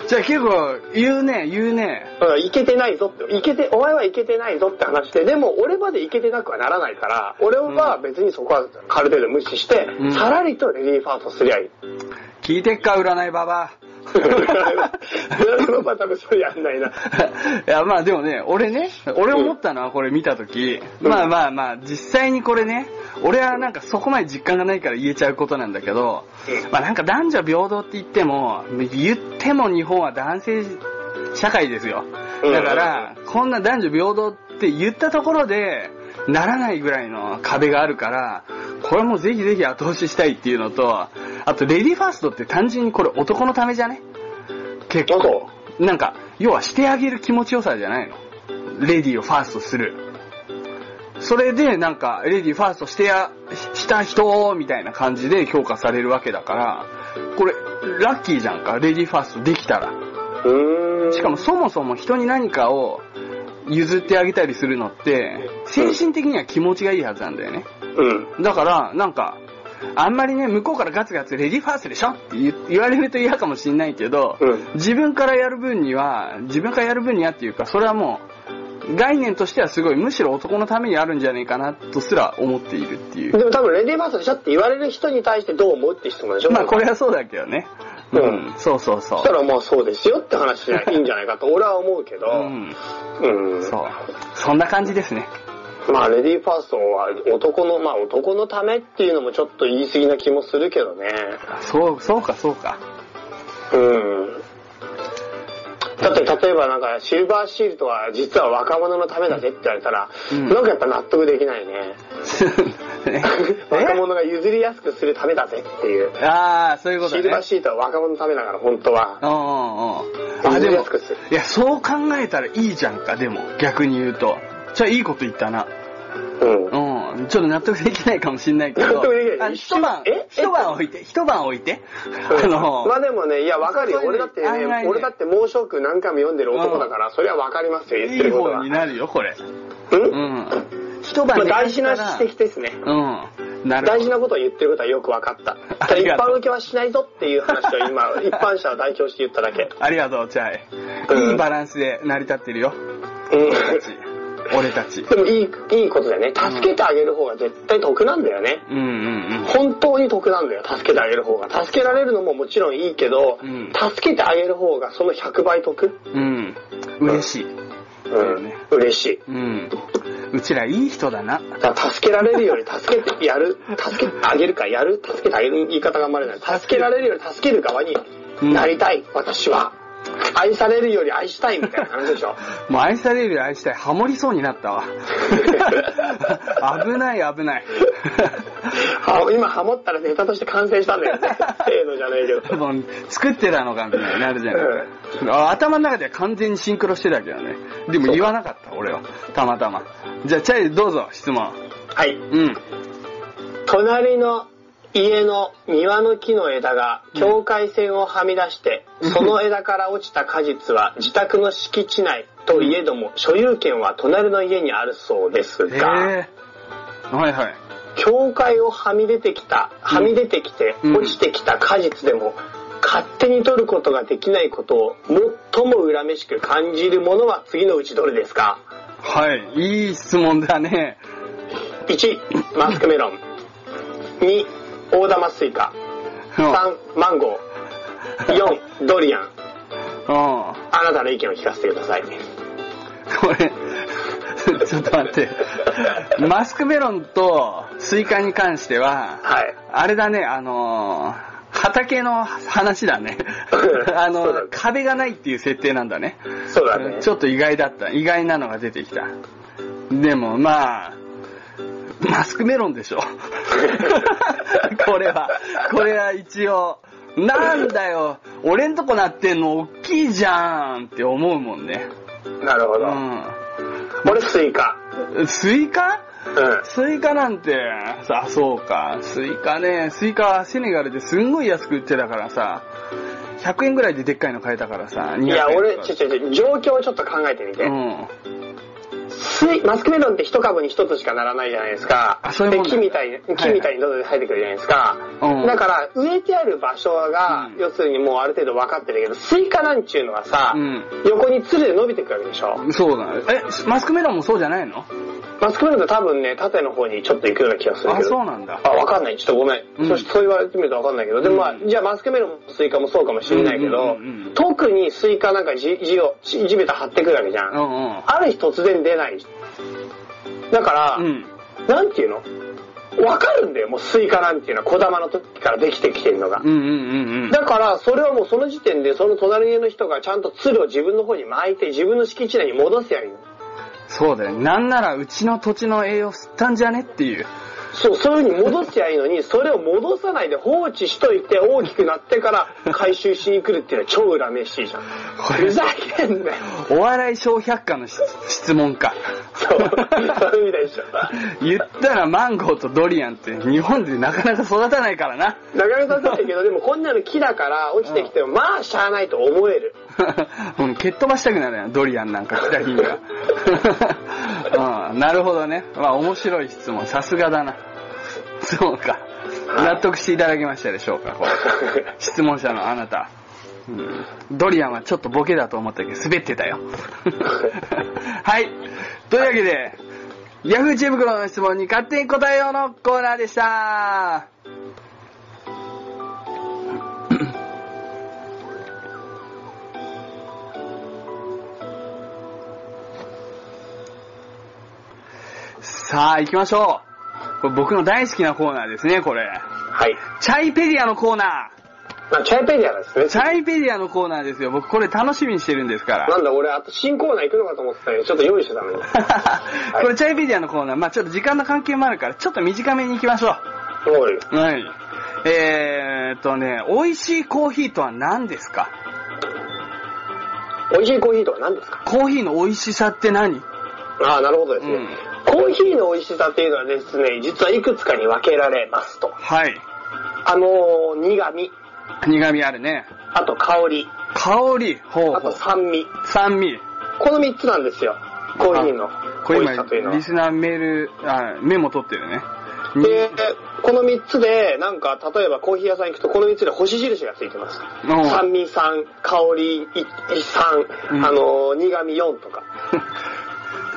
じゃあ結構、言うね、言うね。うんいけてないぞって、いけて、お前はいけてないぞって話で、でも俺までいけてなくはならないから、俺は別にそこはある程度無視して、んさらりとレディーファーストす りゃいい。聞いてっか、占いババア。俺は多分それやんないな。いやまあでもね俺ね俺思ったのはこれ見た時、うんまあまあまあ実際にこれね俺はなんかそこまで実感がないから言えちゃうことなんだけど、うんまあなんか男女平等って言っても言っても日本は男性社会ですようんだから、こんな男女平等って言ったところでならないぐらいの壁があるからこれもぜひぜひ後押ししたいっていうのとあとレディーファーストって単純にこれ男のためじゃね結構なんか要はしてあげる気持ちよさじゃないのレディーをファーストするそれでなんかレディーファーストしてやした人みたいな感じで評価されるわけだからこれラッキーじゃんかレディーファーストできたらうーん。しかもそもそも人に何かを譲ってあげたりするのって精神的には気持ちがいいはずなんだよねうん。だから、なんか、あんまりね、向こうからガツガツレディーファーストでしょって言言われると嫌かもしんないけど、うん自分からやる分には、自分からやる分にはっていうか、それはもう、概念としてはすごい、むしろ男のためにあるんじゃないかなとすら思っているっていう。でも多分レディーファーストでしょって言われる人に対してどう思うって質問でしょまあこれはそうだけどね。う、うんそうそうそそしたう。らもうそうですよって話じゃいいんじゃな いかと俺は思うけど、うん、うんそう。そんな感じですね。まあレディーファーストは男の、まあ男のためっていうのもちょっと言い過ぎな気もするけどね。そう、そうかそうか。 うん。だって例えばなんかシルバーシールドは実は若者のためだぜって言われたら、うんなんかやっぱ納得できな いね。ね若者が譲りやすくするためだぜっていう。えああ、そういうことシね。ルバーシールドは若者のためだから本 当は。うんうんうん。あ、で譲りもやすくする、いや、そう考えたらいいじゃんか、でも、逆に言うと。じゃあ、いいこと言ったな。うん。うん。ちょっと納得できないかもしんないけど。納得できないあ一晩え、え一晩置いて、一晩置いて。あの、まあでもね、いや、わかるよ。そういう俺のだってね案外ね俺だって猛暑句何回も読んでる男だから、それはわかりますよ、言っていいること方は。うにんなるよ、これ。うまん。一あ晩寝か大し事たなら指摘ですね。うん。なるほど大事なことを言ってることはよく分かった。ただ一般受けはしないぞっていう話を今、一般者を代表して言っただけ。ありがとう、チャイ。うんいいバランスで成り立ってるよ。うん俺たち。俺たち。でもいい、いいことだよね。助けてあげる方が絶対得なんだよね。うんうん本当に得なんだよ、助けてあげる方が。助けられるのももちろんいいけど、うん助けてあげる方がその100倍得。うん。うん。嬉しい。ううんん。嬉しい。うん。うちらいい人だな。だから助けられるより助けてやる、助けてあげるか、やる、助けてあげる言い方があんまりない。助けられるより助ける側になりたい、私は。愛されるより愛したいみたいな話 でしょ。もう愛されるより愛したい。ハモりそうにな ったわ。危ない危ない。は今ハモったらネタとして完成したん だよね。せーのじゃないけど。もう作ってたのかみたいになるじゃないあ頭の中では完全にシンクロしてたけどね。でも言わなかった、俺は。たまたま。じゃあ、チャイどうぞ、質問。はい。うん。隣の家の庭の木の枝が境界線をはみ出して、その枝から落ちた果実は自宅の敷地内といえども、所有権は隣の家にあるそうですええが、はいはい。教会をはみ出てきた、はみ出てきて、うん落ちてきた果実でも、勝手に取ることができないことを最も恨めしく感じるものは次のうちどれですかはい。いい質問だね。 ?1、マスクメロン。2、大玉スイカ。うん。 3、マンゴー。4、ドリアン。うんあなたの意見を聞かせてください。これ、 ちょっと待って。マスクメロンとスイカに関しては、はい。。あれだね、あのー畑の話だね あそうだねの、壁がないっていう設定なんだね。そうだね。ちょっと意外だった。意外なのが出てきた。でも、まあ、マスクメロンでしょ。 これは、これは一応、なんだよ、俺んとこなってんの大きいじゃんって思うもんね。なるほど。う俺スイカ。ん。スイカうん。スイカなんて、さ、そうか。スイカね、スイカはセネガルですんごい安く売ってたからさ、100円ぐらいででっかいの買えたからさ、200円いや、俺、とかちょちょちょ、状況をちょっと考えてみて。うん。スイマスクメロンって一株に一つしかならないじゃないですか。あそういうもんでだ木みたいに、い木みたいにどんどん生えてくるじゃないですか。うんだから、植えてある場所が、うん要するにもうある程度分かってるけど、スイカなんちゅうのはさ、うん横につるで伸びてくわけでしょ。そうなの。え、マスクメロンもそうじゃないのマスクメロンって多分ね、縦の方にちょっと行くような気がするけど。あ、そうなんだ。あ、わかんない。ちょっとごめん。うんそしてそう言われてみるとわかんないけど。でもまあ、うんじゃあマスクメロンもスイカもそうかもしれないけど、うんうんうんうん特にスイカなんかじ、じを、じ地べた張ってくるわけじゃん。うんうん。ある日突然出ない。だから、うん。なんていうのわかるんだよ、もうスイカなんていうのは小玉の時からできてきてるのが。うんうんうんうん。だから、それはもうその時点で、その隣の人がちゃんと鶴を自分の方に巻いて、自分の敷地内に戻すやん。そうだよ。なんならうちの土地の栄養吸ったんじゃねっていう。そう、そういう風に戻しゃいいのに、それを戻さないで放置しといて、大きくなってから回収しに来るっていうのは超恨めしいじゃん。これふざけんなよ。お笑い小百科の質質問か。そう、そういう意味でしょ。言ったらマンゴーとドリアンって日本でなかなか育たないからな。なかなか出ないけど、でもこんなの木だから落ちてきても、まあしゃあないと思える。 うん、蹴っ飛ばしたくなるやん、ドリアンなんか来た日には。 うん、なるほどね。まあ面白い質問、さすがだな。そうか。納得していただけましたでしょうか、これ。質問者のあなた。うん、ドリアンはちょっとボケだと思ったけど、滑ってたよ。 はい。というわけで、ヤフー知恵袋の質問に勝手に答えようのコーナーでした。さあ、行きましょう。これ僕の大好きなコーナーですね、これ。はい。チャイペディアのコーナまあ、チャイペディアでー。すチね。ャイペディアのコーナーですよ。僕これ楽しみにしてるんですから。なんだ、俺、あと新コーナー行くのかと思ってたけど、ちょっと用意してたのに。いこれチャイペディアのコーナー、まあちょっと時間の関係もあるから、ちょっと短めに行きましょ。おいうはい。えーっとね、美味しいコーヒーとは何ですか美味しいコーヒーとは何ですかコーヒーの美味しさって何ああ、なるほどですね、うんコーヒーの美味しさっていうのはですね、実はいくつかに分けられますと。はい。あのー苦味、苦味あるね。あと香り、香り、ほうあほとう。酸味。酸味。この3つなんですよ。コーヒーのあこ美れ今味しさというの、はリ。スナーメール、あ、メモ取ってるね。で、この3つで、なんか、例えばコーヒー屋さん行くと、この3つで星印がついてます。おう酸味3、香りう3、んあのー苦味4とか。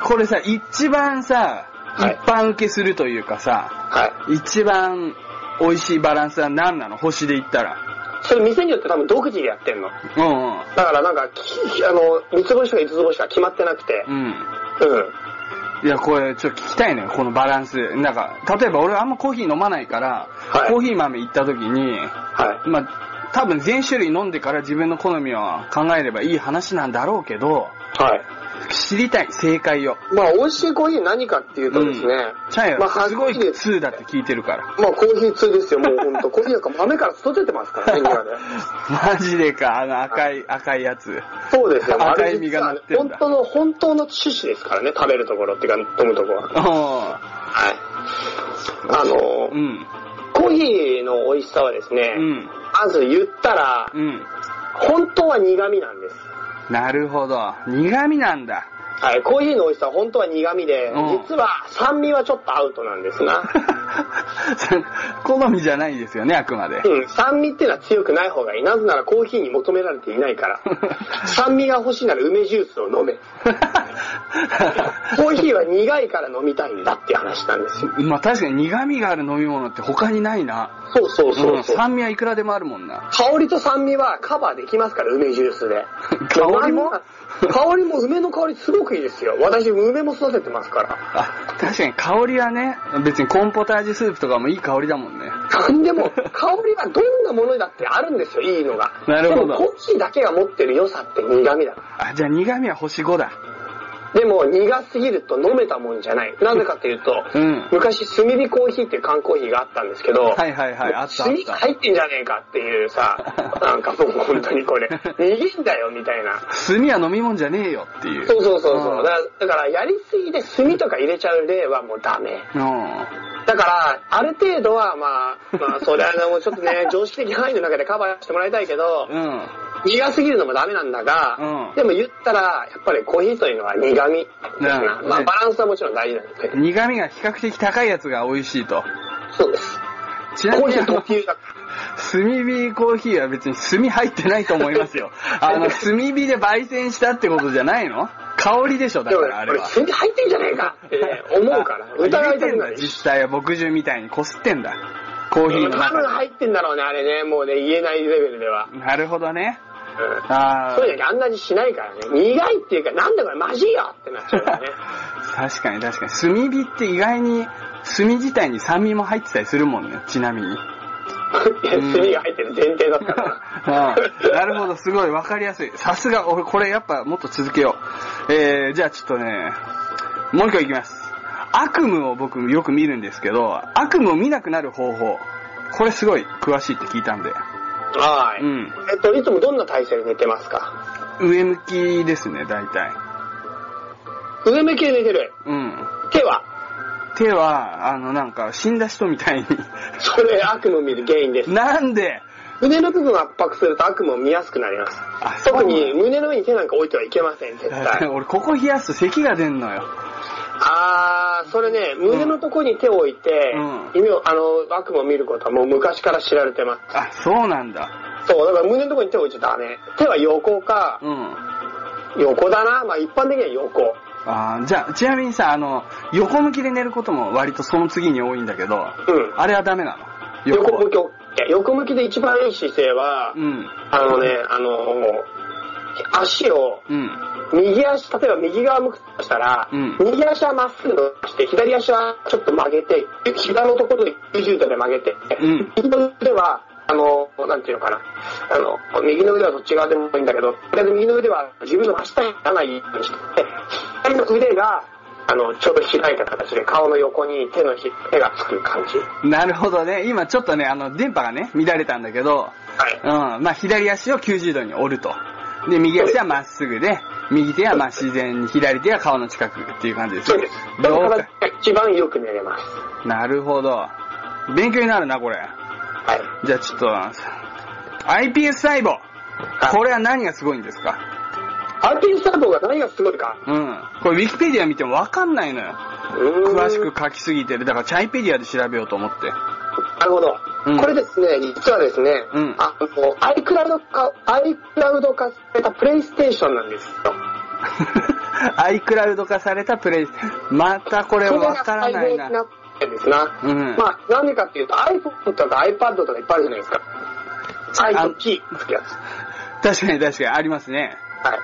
これさ、一番さ、は一い般受けするというかさ、はい。一番美味しいバランスは何なの星で言ったら。それ店によって多分独自でやってんの。だうんうん。からなんか、きあの、三つ星か五つ星か決まってなくて。うん。うん。いや、これ、ちょっと聞きたいのよ、このバランス。なんか、例えば俺あんまコーヒー飲まないから、はいコーヒー豆行った時に、はまあ、多分全種類飲んでから自分の好みを考えればいい話なんだろうけど、い。はい。知りたい、正解を。まあ、美味しいコーヒー何かっていうとですね、チャイまあ、はすごいはっきり2だって聞いてるから。まあ、コーヒー通ですよ、もうほん と。コーヒーなんか豆から育ててますからね、今ね。マジでか、あの赤い、赤いやつ。そうですよ、あ赤れい実実がは乗ってん本だ。当の、本当の種子ですからね、食べるところっていうか、飲むとこは。うはい。あん。のう、ん。コーヒーの美味しさはですね、うん。まず言ったらう、ん。本当は苦味なんです。なるほど。苦味なんだ。 はい、コーヒーの美味しさは本当は苦味で、うん実は酸味はちょっとアウトなんで すな。それ好みじゃないですよね、あくまで。 うん、酸味っていうのは強くない方がいい。なぜならコーヒーに求められていないから。 酸味が欲しいなら梅ジュースを飲め。コーヒーは苦いから飲みたいんだっていう話なんですよ。まあ確かに苦味がある飲み物って他にないな。そうそうそうそううん。酸味はいくらでもあるもんな。。香りと酸味はカバーできますから、梅ジュースで香りも香りも梅の香りすごくいいですよ。私、梅も育ててますから。あ、確かに香りはね、別にコンポタージュスープとかもいい香りだもんね。なん でも、香りはどんなものだってあるんですよ、いいのが。なるほどでも、コーヒーだけが持ってる良さって苦味だから。あ、じゃあ苦味は星5だ。でも苦すぎると飲めたもんじゃない。なぜかというと、うん昔炭火コーヒーっていう缶コーヒーがあったんですけど、はいはいはい、あったあっ炭火た。入ってんじゃねえかっていう さ、なんかもう本当にこれ、逃げんだよみたいな。炭は飲み物じゃねえよっていう。そうそうそうそう、うんだから。だからやりすぎで炭とか入れちゃう例はもうダメ。うん。だから、ある程度はまあ、まあそれはねもうちょっ とね、常識的範囲の中でカバーしてもらいたいけど、うん。苦すぎるのもダメなんだが、うんでも言ったら、やっぱりコーヒーというのは苦味ですな。うんまあねバランスはもちろん大事なので。苦味が比較的高いやつが美味しいと。そうです。ちなコーみにヒーあ特の、急だか炭火コーヒーは別に炭入ってないと思いますよ。 あの、炭火で焙煎したってことじゃないの香りでしょ、だら。でかもらあれこれは。炭入ってんじゃねえかって思うから。疑入いれたてくんなだ、る。実際は牧汁みたいにこすってんだ。コーヒーの多分中入ってんだろうね、あれね。もうね、言えないレベルでは。で。なるほどね。うんあそういうのあんなにしないからね。苦いっていうか、なんだこれマジよってなっちゃうから ね。あ。 確かに確かに。炭火って意外に、炭自体に酸味も入ってたりするもんね、ちなみに。いや炭が入ってる前提だ ったから。うんなるほど、すごい、わかりやすい。さすが、俺、これやっぱもっと続けよう。えー、じゃあちょっとね、もう一個いきます。悪夢を僕よく見るんですけど、悪夢を見なくなる方法。これすごい詳しいって聞いたんで。はうい。ん。えっと、いつもどんな体勢で寝てますか上向きですね、大体。上向きで寝てる。うん。手は、手は、あの、なんか、死んだ人みたいに。 それ悪夢を見る原因です。なんで胸の部分を圧迫すると悪夢を見やすくなります。あそうな特んだに胸の上に手なんか置いてはいけません、絶対。俺、ここ冷やすと咳が出んのよ。あー、それね、胸のとこに手を置いて、うん夢を、あの、悪夢を見ることはもう昔から知られてまあ、そうなんだ。す。そう、だから胸のとこに手を置いちゃダメ。手は横か、うん。横だな。まあ一般的には横。あーじゃあ、ちなみにさ、あの、横向きで寝ることも割とその次に多いんだけど、うんあれはダメなの横は向き OK。横向きで一番いい姿勢は、うん。あのね、あの、足を、うん。右足、例えば右側向くとしたら、うん右足はまっすぐ伸ばして、左足はちょっと曲げて、膝のところで90度で曲げて、うん右の腕は、あの、なんていうのかな、あの、右の腕はどっち側でもいいんだけど、とりあえず右の腕は自分の真下にならないようにして、左の腕が、あの、ちょうど開いた形で顔の横に手のひ、手がつく感じ。はなるほどね。今ちょっとね、あの、電波がね、乱れたんだけど、い。うん。まあ、左足を90度に折ると。で、右足はまっすぐで、右手はまあ自然に、左手は顔の近くっていう感じですそうねです。。だ了から解。一番よく寝れます。なるほど。勉強になるな、これ。はい。じゃあちょっと、iPS 細胞。これは何がすごいんですかアーティスタートが何がすごいか。うん。これ、ウィキペディア見てもわかんないのよ。詳詳しく書きすぎてる。だから、チャイペディアで調べようと思って。 なるほど。うんこれですね、実はですね、うんあの、iCloud 化、iCloud 化されたプレイステーションなんですよ。 iCloud 化されたプレイ、またこれわからないそれが最大になな。ってるんですな。うんまあ、なんでかっていうと iPhone とか iPad とかいっぱいあるじゃないですか。iPhone キーつくやつ。確かに確かに、ありますね。はい。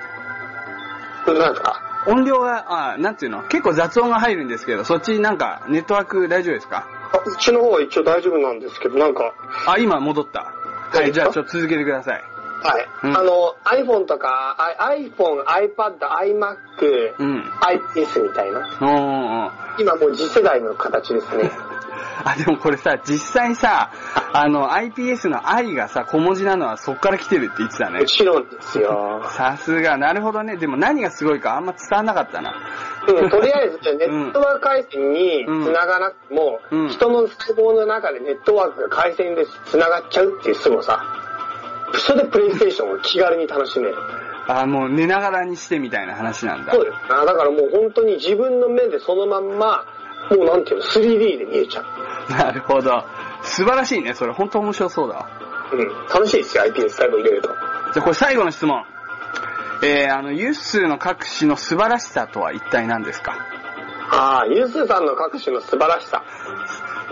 これなんですか音量が、あなんていうの結構雑音が入るんですけど、そっちなんか、ネットワーク大丈夫ですかあうちの方は一応大丈夫なんですけど、なんか、あ、今戻った。は大丈夫ですい、かじゃあちょっと続けてください。はい。うんあの、iPhone とか、I- iPhone、iPad、iMac、うん。 iPS みたいな。おーおー今もう次世代の形ですね。あ、でもこれさ、実際さ、あの、iPS の i がさ、小文字なのはそっから来てるって言ってたねも。ちろんですよ。さすが、なるほどね。でも何がすごいかあんま伝わんなかったな。うん、とりあえず、ネットワーク回線に繋がなくても、うん人の細胞の中でネットワークが回線で繋がっちゃうっていう凄さ。それでプレイステーションを気軽に楽しめる。あもう寝ながらにしてみたいな話なんだそうですあだからもう本当に自分の目でそのまんまもうなんていうの 3D で見えちゃう、なるほど素晴らしいねそれ本当面白そうだわうん、楽しいですよ iPS 最後入れるとじゃあこれ最後の質問えー、あのユッスーの各種の素晴らしさとは一体何ですかああゆずさんの各種の素晴らしさ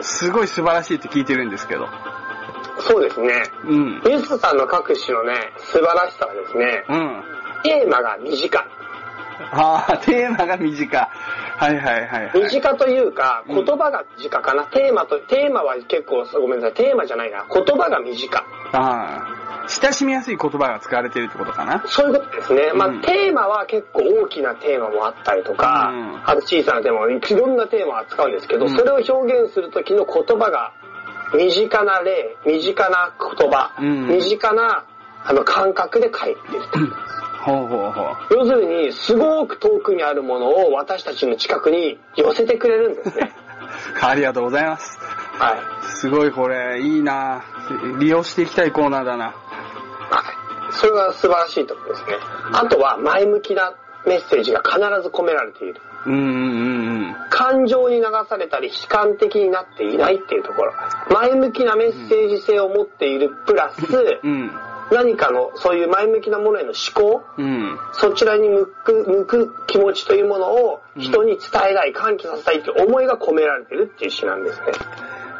すごい素晴らしいって聞いてるんですけどそうですねうんゆずさんの各種のね素晴らしさはですねうんテーマが短いああテーマが短はいはいはいはい短というかうん言葉が短かな、テーマとテーマは結構ごめんなさいテーマじゃないな言葉が短いああ親しみやすい言葉が使われてるってことかなそういうことですね。まあ、うんテーマは結構大きなテーマもあったりとか、うんあと小さなテーマもいろんなテーマを扱うんですけど、うんそれを表現する時の言葉が、身近な例、身近な言葉、うん身近なあの感覚で書いてると。ほうほうほう要するに、すごく遠くにあるものを私たちの近くに寄せてくれるんです ね。ありがとうございますはい。すごいこれいいな利用していきたいコーナーだなはい。それが素晴らしいところですね。あとは、前向きなメッセージが必ず込められている。うんうんうんうん感情に流されたり悲観的になっていないっていうところ前向きなメッセージ性を持っているプラスうん何かのそういう前向きなものへの思考うんそちらに向く向く気持ちというものを人に伝えたい喚起させたいっていう思いが込められてるっていう詩なんですね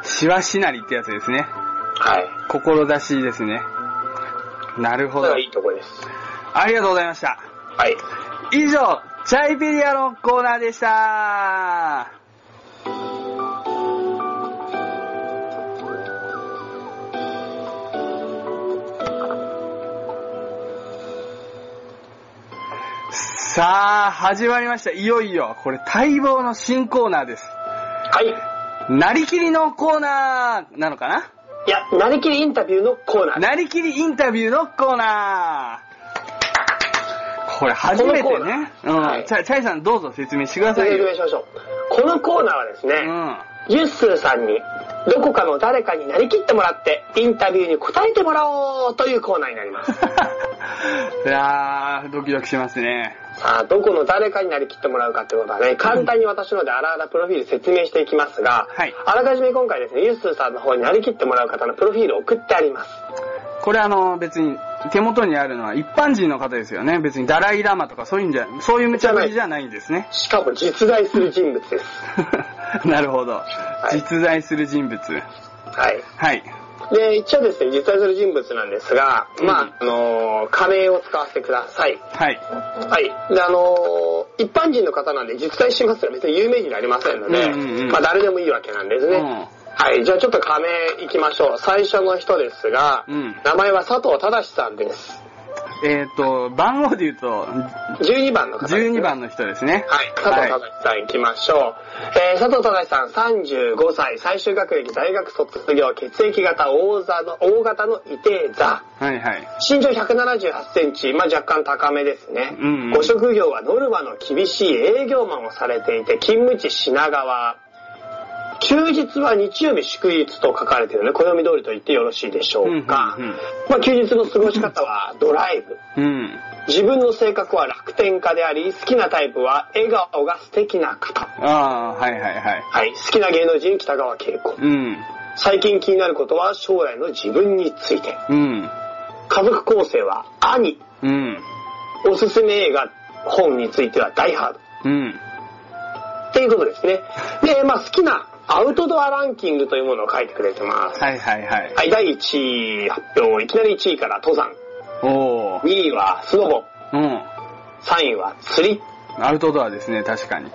しわしなりってやつですねはい志ですねなるほそれどがいいところですありがとうございましたはい以上チャイペリアのコーナーでしたさあ始まりましたいよいよこれ待望の新コーナーですはいなりきりのコーナーなのかないやなりきりインタビューのコーナーなりきりインタビューのコーナー。これ初めてこのコーね。うナーん。はいチャイチャイさんどうぞ説明してくだごさい説よ。明しましょうこのコーナーはですね、うん。ユッスーさんにどこかの誰かになりきってもらってインタビューに答えてもらおうというコーナーになり ますいやー、ドキドキしますね。さあどこの誰かになりきってもらうかってことはね簡単に私のであらあらプロフィール説明していきますが、はいあらかじめ今回ですねユッスーさんの方になりきってもらう方のプロフィールを送ってありますこれあの、別に手元にあるのは一般人の方ですよね。別にダライラマとかそういうんじゃ、そういう無茶ぶりじゃないんですね。 しかも実在する人物ですなるほど。い実在する人物。はいはい。で一応ですね実在する人物なんですが、うんまああのー仮名を使わせてくださいはい。はい。で、あのー一般人の方なんで実在しますよ。別に有名人じゃありませんので、うんうんうんまあ誰でもいいわけなんですね。うんはい。じゃあちょっと仮名いきましょう。最初の人ですが、うん名前は佐藤忠さんです。えっ、と、番号で言うと、 12番の方です、 12。番の人ですね。はい。佐藤忠さんいきましょう。えー佐藤忠さん35歳、最終学歴大学卒業、血液型大座の、大型の異定座。はいはい。身長178センチ、まあ、若干高めですね、うんうんご職業はノルマの厳しい営業マンをされていて、勤務地品川。休日は日曜日祝日と書かれているので、暦通りと言ってよろしいでしょうか。うんうんうんまあ、休日の過ごし方はドライブ。うん。自分の性格は楽天家であり、好きなタイプは笑顔が素敵な方。ああー、はいはいはい。はい、好きな芸能人北川景子。うん。最近気になることは将来の自分について。うん。家族構成は兄、うん。おすすめ映画、本についてはダイハード。うん。っていうことですね。で、まあ好きなアウトドアランキングというものを書いてくれてます。はいはいはい。はい、第1位発表。いきなり1位から登山。おー。 2位はスノボ。うん。 3位は釣り。アウトドアですね、確かに。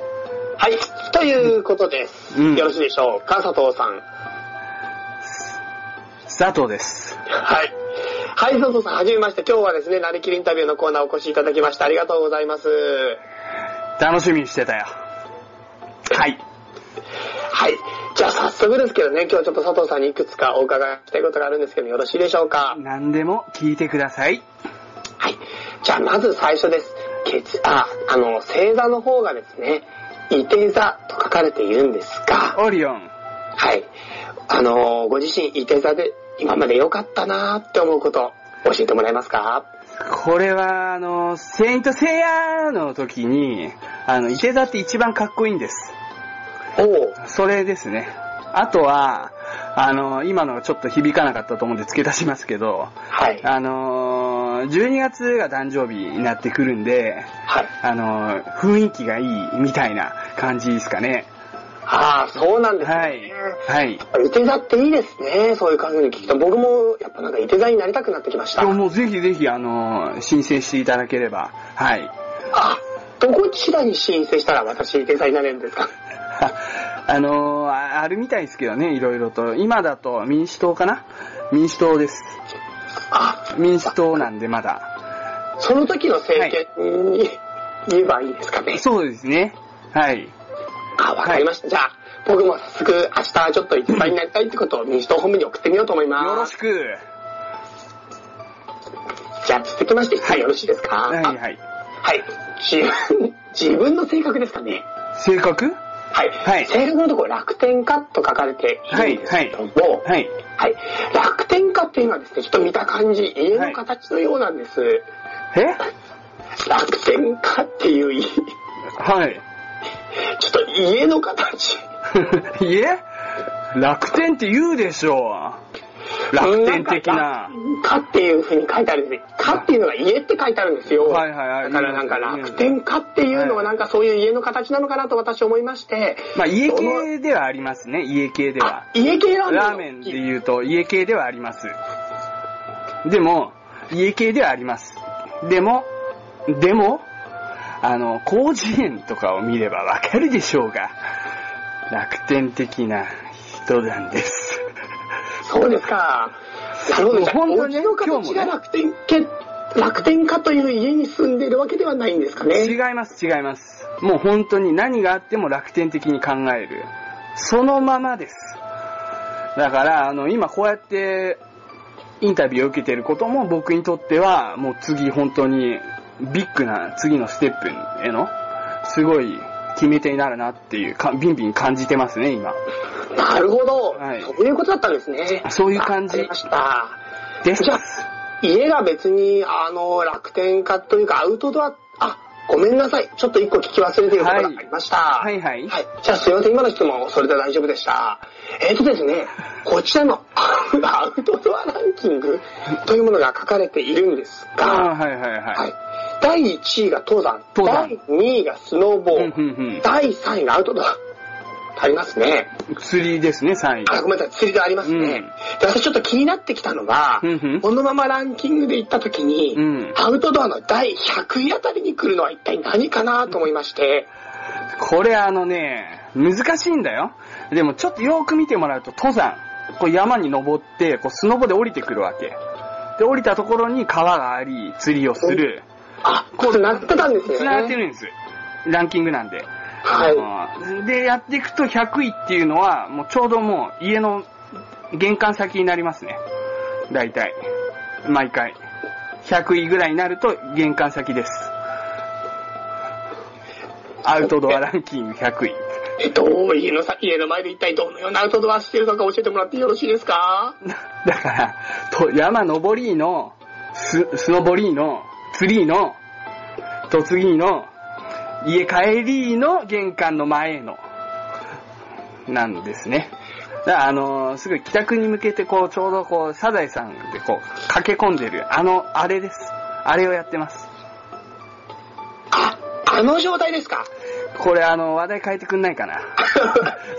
はい、ということです。うんよろしいでしょうか、佐藤さん。佐藤です。はい。はい、佐藤さん、はじめまして。今日はですね、なりきりインタビューのコーナーお越しいただきましてありがとうございます。楽しみにしてたよ。はい。はい。じゃあ早速ですけどね、今日ちょっと佐藤さんにいくつかお伺いしたいことがあるんですけど、よろしいでしょうか。何でも聞いてください。はい。じゃあ、まず最初です。血、あ、あの、星座の方がですね、伊手座と書かれているんですが、オリオン。はい。あの、ご自身伊手座で今まで良かったなーって思うこと、教えてもらえますかこれは、あの、セイントセイヤーの時に、あの、池田って一番かっこいいんです。おうそれですね。あとは、あの、今のちょっと響かなかったと思うんで付け足しますけど、はい。あの、12月が誕生日になってくるんで、はい。あの、雰囲気がいいみたいな感じですかね。ああ、そうなんですね。はい。はい。いて座っていいですね。そういう感じに聞くと。僕も、やっぱなんかいて座になりたくなってきました。もうぜひぜひ、あの、申請していただければ、はい。 あ、どこちらに申請したら私いて座になれるんですかああのーああるみたいですけどね、いろいろと。今だと民主党かな民主党です。あ、民主党なんでまだ。その時の政権に言えばいいですかね。そうですね。はい。あ、わかりました。じゃあ、僕も早速明日ちょっといて座になりたいってことを民主党本部に送ってみようと思います。よろしく。じゃあ続きまして、はい、よろしいですかはいあはい。はい。自分、自分の性格ですかね。性格はい。はい性格のところ楽天家と書かれているんですけども、はいはい。楽天家っていうのはですね、ちょっと見た感じ、家の形のようなんです。え楽天家っていうい、ちょはい。 っと家の形。いえ楽天って言うでしょう。楽天的な。んか楽天家っていうふうに書いてあるんですね。家っていうのが家って書いてあるんですよ。はいはいはいだからなんかいいですね楽天家っていうのはなんかそういう家の形なのかなと私思いまして。まあ家その系ではありますね、家系では。家系ラーメンラーメンでう。言うと家系ではあります。でも、家系ではあります。でも、でも、あの、広辞苑とかを見ればわかるでしょうが、楽天的な人なんです。そうですか。なるほど。もう本当にねお家の今日も形がね楽天家、楽天家という家に住んでるわけではないんですか違いね。ます、違います。もう本当に何があっても楽天的に考える。そのままです。だから、あの、今こうやってインタビューを受けてることも僕にとっては、もう次本当にビッグな次のステップへの、すごい決め手になるなっていうか、ビンビン感じてますね、今。なるほど、はいそういうことだったんですね。そういう感じわかりました。ですじ。ゃあ、家が別に、あの、楽天家というかアウトドア、あ、ごめんなさい。ちょっと一個聞き忘れてることがありました。いはいはいじゃあすいません。今の質問、それで大丈夫でした。えっ、とですね、こちらの アウトドアランキングというものが書かれているんですあが、あ、はいはいははいい。。第1位が登山。登山第2位がスノーボうんうんうーんド。第3位がアウトドア。足りますね。釣りですね、3位。あ、ごめんなさい。釣りでありますね。うんで、私ちょっと気になってきたのが、うんうんこのままランキングで行った時に、うんアウトドアの第100位あたりに来るのは一体何かなと思いまして、これあのね、難しいんだよ。でもちょっとよーく見てもらうと、登山。こう山に登って、こうスノボで降りてくるわけ。で、降りたところに川があり、釣りをする。あ、こうなってたんですよね。繋がってるんです。ランキングなんで。はい。うんで、やっていくと100位っていうのは、もうちょうどもう家の玄関先になりますね。大体。毎回。100位ぐらいになると玄関先です。アウトドアランキング100位。えっと、家のさ、家の前で一体どのようなアウトドアしてるのか教えてもらってよろしいですかだから、と山登りの、ス、スノボリーの、ツリーの、突ぎの、家帰りの玄関の前の、なんですね。だからあのーすぐ帰宅に向けてこう、ちょうどこう、サザエさんでこう、駆け込んでる、あの、あれです。あれをやってます。あ、あの状態ですかこれあの、話題変えてくんないかな。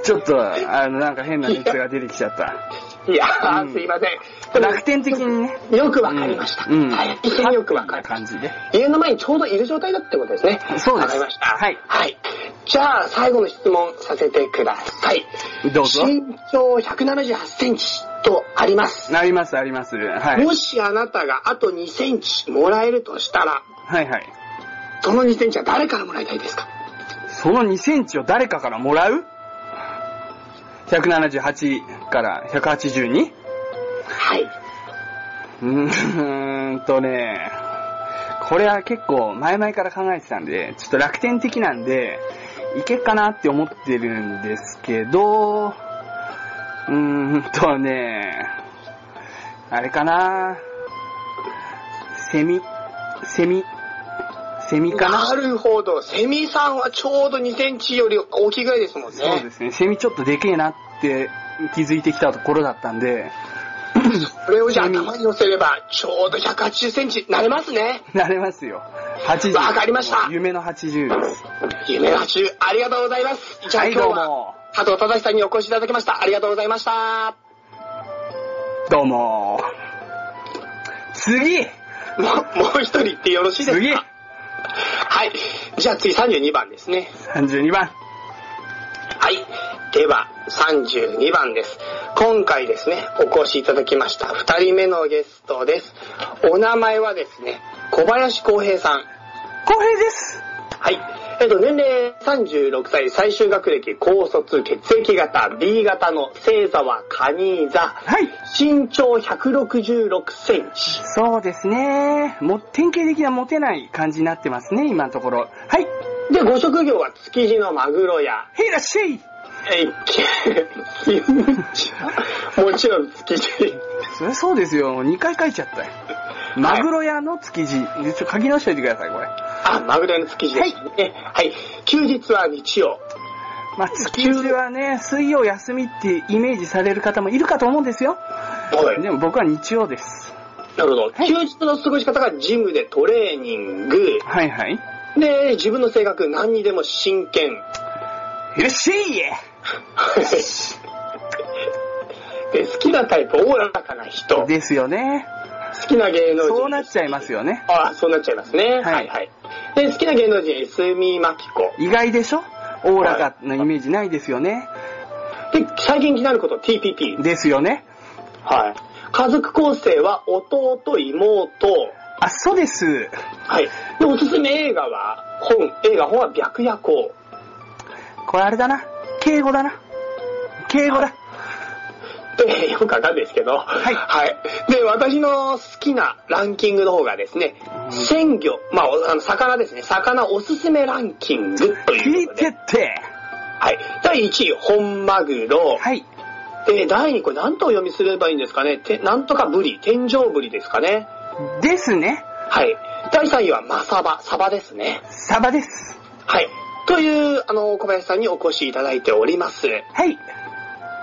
ちょっと、あの、なんか変な熱が出てきちゃった。 いやー、うんすいません。楽天的にね。よくわかりました。うん。はい。一見よくわかりま感しじた。で。家の前にちょうどいる状態だってことですね。そうですわかりました。はいはい。じゃあ、最後の質問させてください。どうぞ身長178センチとあります。あります、あります。はい。もしあなたがあと2センチもらえるとしたら、はいはい。その2センチは誰からもらいたいですかその2センチを誰かからもらう ?178 から182? はい。うーんとね、これは結構前々から考えてたんで、ちょっと楽天的なんで、いけっかなって思ってるんですけど、うーんとね、あれかな、セミ。セミ。セミかななるほど。セミさんはちょうど2センチより大きいぐらいですもんね。 そうですね。セミちょっとでけえなって気づいてきたところだったんで、これをじゃあ頭に乗せれば、ちょうど180センチなれますね。なれますよ。80。わかりました夢の80です。夢の80、ありがとうございます。じゃあはい、今日どうは、も。加藤正さんにお越しいただきました。ありがとうございました。どうも。次もう、もう一人行ってよろしいです次かはい。じゃあ次32番ですね。 !32 番。はい。では、32番です。今回ですね、お越しいただきました、2人目のゲストです。お名前はですね、小林光平さん。浩平ですはい。えっと、年齢36歳、最終学歴、高卒、血液型、B 型の星座はカニ座。はい。身長166センチ。そうですね。もう典型的なモテない感じになってますね、今のところ。はい。で、ご職業は築地のマグロや、へいらっしゃいえ い、もちろん築地。そりゃそうですよ。2回書いちゃったよ。マグロ屋の築地。でちょっと書き直しておいてください、これ。あ、マグロの築地でしたね。はい、休日は日曜。まあ、築地はね、水曜休みってイメージされる方もいるかと思うんですよ。はい。でも僕は日曜です。なるほど。休日の過ごし方がジムでトレーニング。はいはい。で、自分の性格何にでも真剣。 いらっしゃいで好きなタイプ、おおらかな人。好ですよね。きな芸能人。そうなっちゃいますよね。ああ、そうなっちゃいますね。いはい、はい。で、好きな芸能人、スミマキコ。意外でしょおおらかなイメージないですよね。で、最近気になること、TPP。ですよね。はい。家族構成は弟、妹。あ、そうです。はい。で、おすすめ映画は、本、映画本は白夜行。これあれだな。敬語だな。敬語だ。で、よくわかんないですけど。はいはい。で、私の好きなランキングの方がですね、鮮魚、まあ、おあの、魚ですね、魚おすすめランキングと聞いいうことてで。って。はい。第1位、本マグロ。はい。で、第2位、これ何とお読みすればいいんですかね。てなんとかブリ、天井ブリですかね。ですね。はい。第3位はマサバ、サバですね。サバです。はい。という、あの、小林さんにお越しいただいております。はい。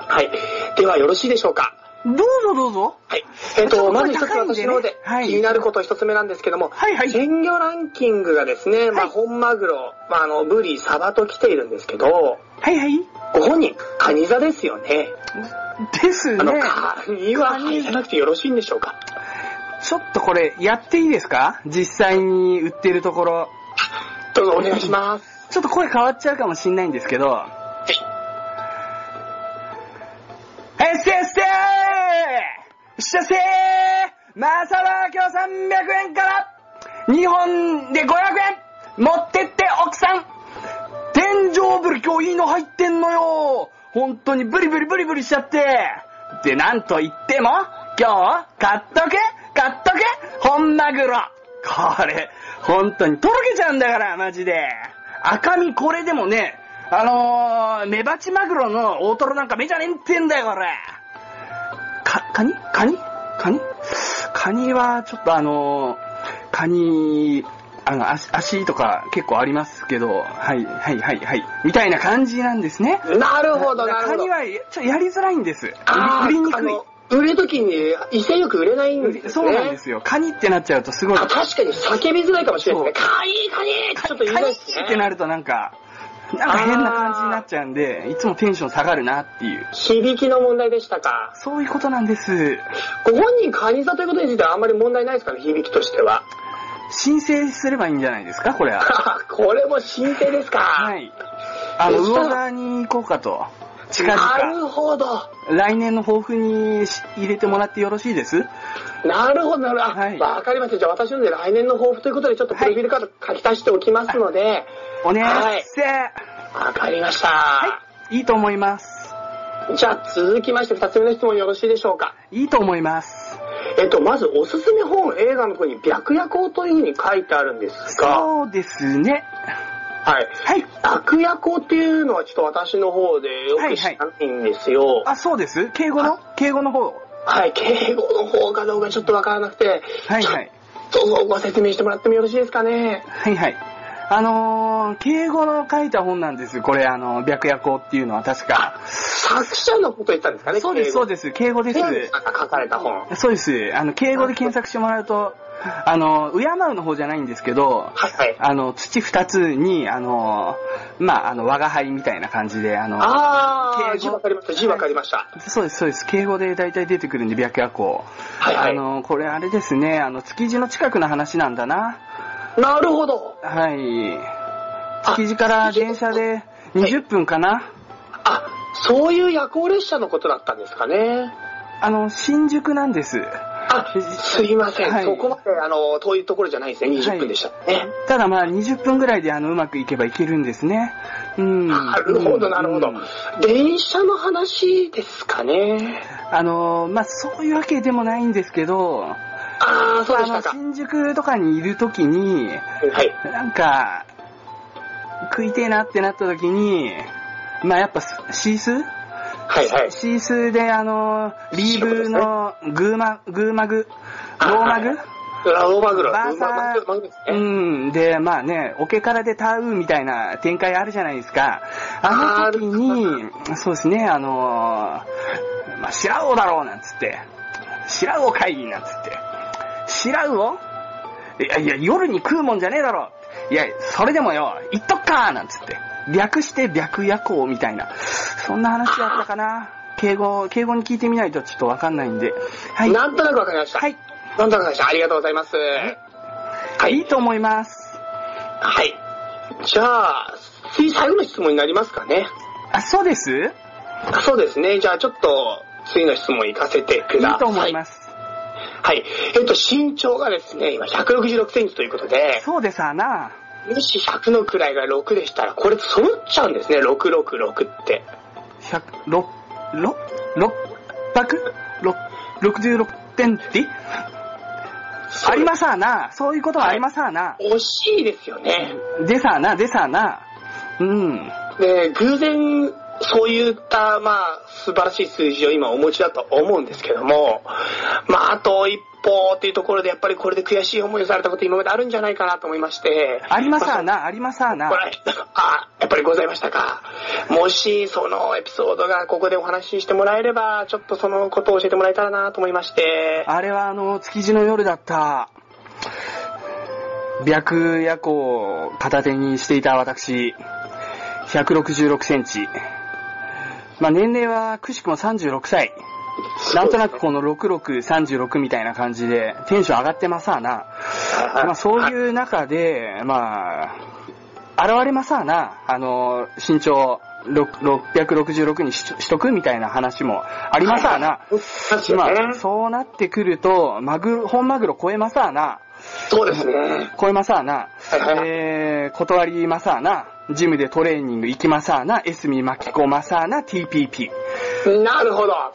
はい。では、よろしいでしょうか。どうぞどうぞ。はい。ちょえっ、っと、とこまれず一つ高いんでね私の方ではい気になること一つ目なんですけども、はいはい鮮魚ランキングがですね、まあ、はい本マグロ、まあ、あの、ブリ、サバと来ているんですけど、はいはい。ご本人、カニ座ですよね。ですあの、ね。カニはカニじゃなくてよろしいんでしょうか。ちょっとこれ、やっていいですか実際に売ってるところ。どうぞお願いします。ちょっと声変わっちゃうかもしんないんですけど。エスエステーしゃせーマサバ今日300円から日本で500円持ってって奥さん天井ブリ今日いいの入ってんのよ本当にブリブリブリブリしちゃってで、なんと言っても今日買っとけ買っとけ本マグロこれ、本当にとろけちゃうんだから、マジで。赤身これでもね、あのー、メバチマグロの大トロなんか目じゃねえってんだよ、これ。か、カニカニカニカニは、ちょっとあのー、カニ、あの、足、足とか結構ありますけど、はい、はい、はい、はい。みたいな感じなんですね。なるほど、なるカほどニ。は、ちょっとやりづらいんです。売りあー売りにあくいの。売るときに威勢よく売れないん売ですり。ね。そうなんですよ。カニってなっちゃうとすごい。あ確かに叫びづらいかもしれないですね。そカニカニちょっと言いカづらニいっですね。てなるとなんか、なんか変な感じになっちゃうんで、いつもテンション下がるなっていう。響きの問題でしたか。そういうことなんです。ご本人カニ座ということについてはあんまり問題ないですかね、響きとしては。 申請すればいいんじゃないですか、これは。これも新請ですか。はい。あの、魚座に行こうかと。近々。なるほど。来年の抱負にし入れてもらってよろしいですなるほど、なるほど。あはいわかりました。じゃあ私ので来年の抱負ということでちょっとプロフィールカード書き足しておきますので、お願いしわかりました。い。いいと思います。じゃあ続きまして2つ目の質問よろしいでしょうか。いいと思います。えっと、まずおすすめ本映画の方に白夜行というふうに書いてあるんですが、そうですね。はい。はい。白夜行っていうのはちょっと私の方でよく知らないんですよ。あ、そうです敬語の敬語の方。はい、敬語の方かどうかちょっとわからなくて、はいはい。そうそう、ご説明してもらってもよろしいですかね。はいはい。あのー、敬語の書いた本なんですよ。これ、あの、白夜行っていうのは確か。作者のこと言ったんですかねそうです、そうでです。敬語です。なんか書かれた本。そうです。あの、敬語で検索してもらうと、あの、敬うの方じゃないんですけど、はいはい。あの、土二つに、あの、まあ、あの、我が輩みたいな感じで、あの、あ敬語ー、字わかりました、字わかりました。そうです、そうです。敬語で大体出てくるんで、白夜行。はいはいあの、これあれですね、あの、築地の近くの話なんだな。なるほど。はい。築地から電車で20分かな。あ、そういう夜行列車のことだったんですかね。あの、新宿なんです。あ、すいません。はいそこまで、あの、遠いところじゃないですね。20分でしたね。ただまあ、20分ぐらいで、あの、うまくいけばいけるんですね。うん。なるほうど、んなるほうどん。電車の話ですかね。あのまあ、そういうわけでもないんですけど、あー、そうであしたの、か。新宿とかにいるときに、はい。なんか、食いてえなってなったときに、まあ、やっぱス、シースはいはい。シースで、あのリーブのグーマ、グーマグ、ローマグラオマグロ。バマーサーグロマグロですうね。ん。で、まあね、オケからでタウみたいな展開あるじゃないですか。あの時に、そうですね、あのーまあ、白魚だろうなんつって、白魚会議なんつって、白魚いやいや、夜に食うもんじゃねえだろいや、それでもよ、言っとっかなんつって、略して白夜行みたいな、そんな話だったかな。敬語、敬語に聞いてみないとちょっとわかんないんで。はい。なんとなくわかりました。はい。なんとなくわかりました。ありがとうございます。はいいい。と思います。はい。じゃあ、次最後の質問になりますかね。あ、そうですあそうですね。じゃあちょっと、次の質問行かせてください。いいと思います。はい。えっと、身長がですね、今166センチということで、そうですわな。もし100の位が6でしたら、これ揃っちゃうんですね、666って。。百六六六百六六十六点ってありますすわな。そういうことはありますわな。惜しいですよね。でさあな、でさあな。うん。で、偶然、そういった、まあ、素晴らしい数字を今お持ちだと思うんですけども、まあ、あと一歩っていうところで、やっぱりこれで悔しい思いをされたこと今まであるんじゃないかなと思いまして。ありますわな、ありますわなこ。れあ、やっぱりございましたか。もし、そのエピソードがここでお話ししてもらえれば、ちょっとそのことを教えてもらえたらなと思いまして。あれはあの、築地の夜だった。白夜行を片手にしていた私、166センチ。まあ、年齢はくしくも36歳。なんとなくこの6636みたいな感じで、テンション上がってますわな。まあ、そういう中で、まあ、現れますわな。あの、身長6 666にししとくみたいな話もありますわな。そうですね。まあ、そうなってくると、マグロ、本マグロ超えますわな。そうですね。超えますわなはいはいは。いえー、断りますわな。ジムでトレーニング行きますわな。エスミ巻き込ますわな。TPP。なるほど。わ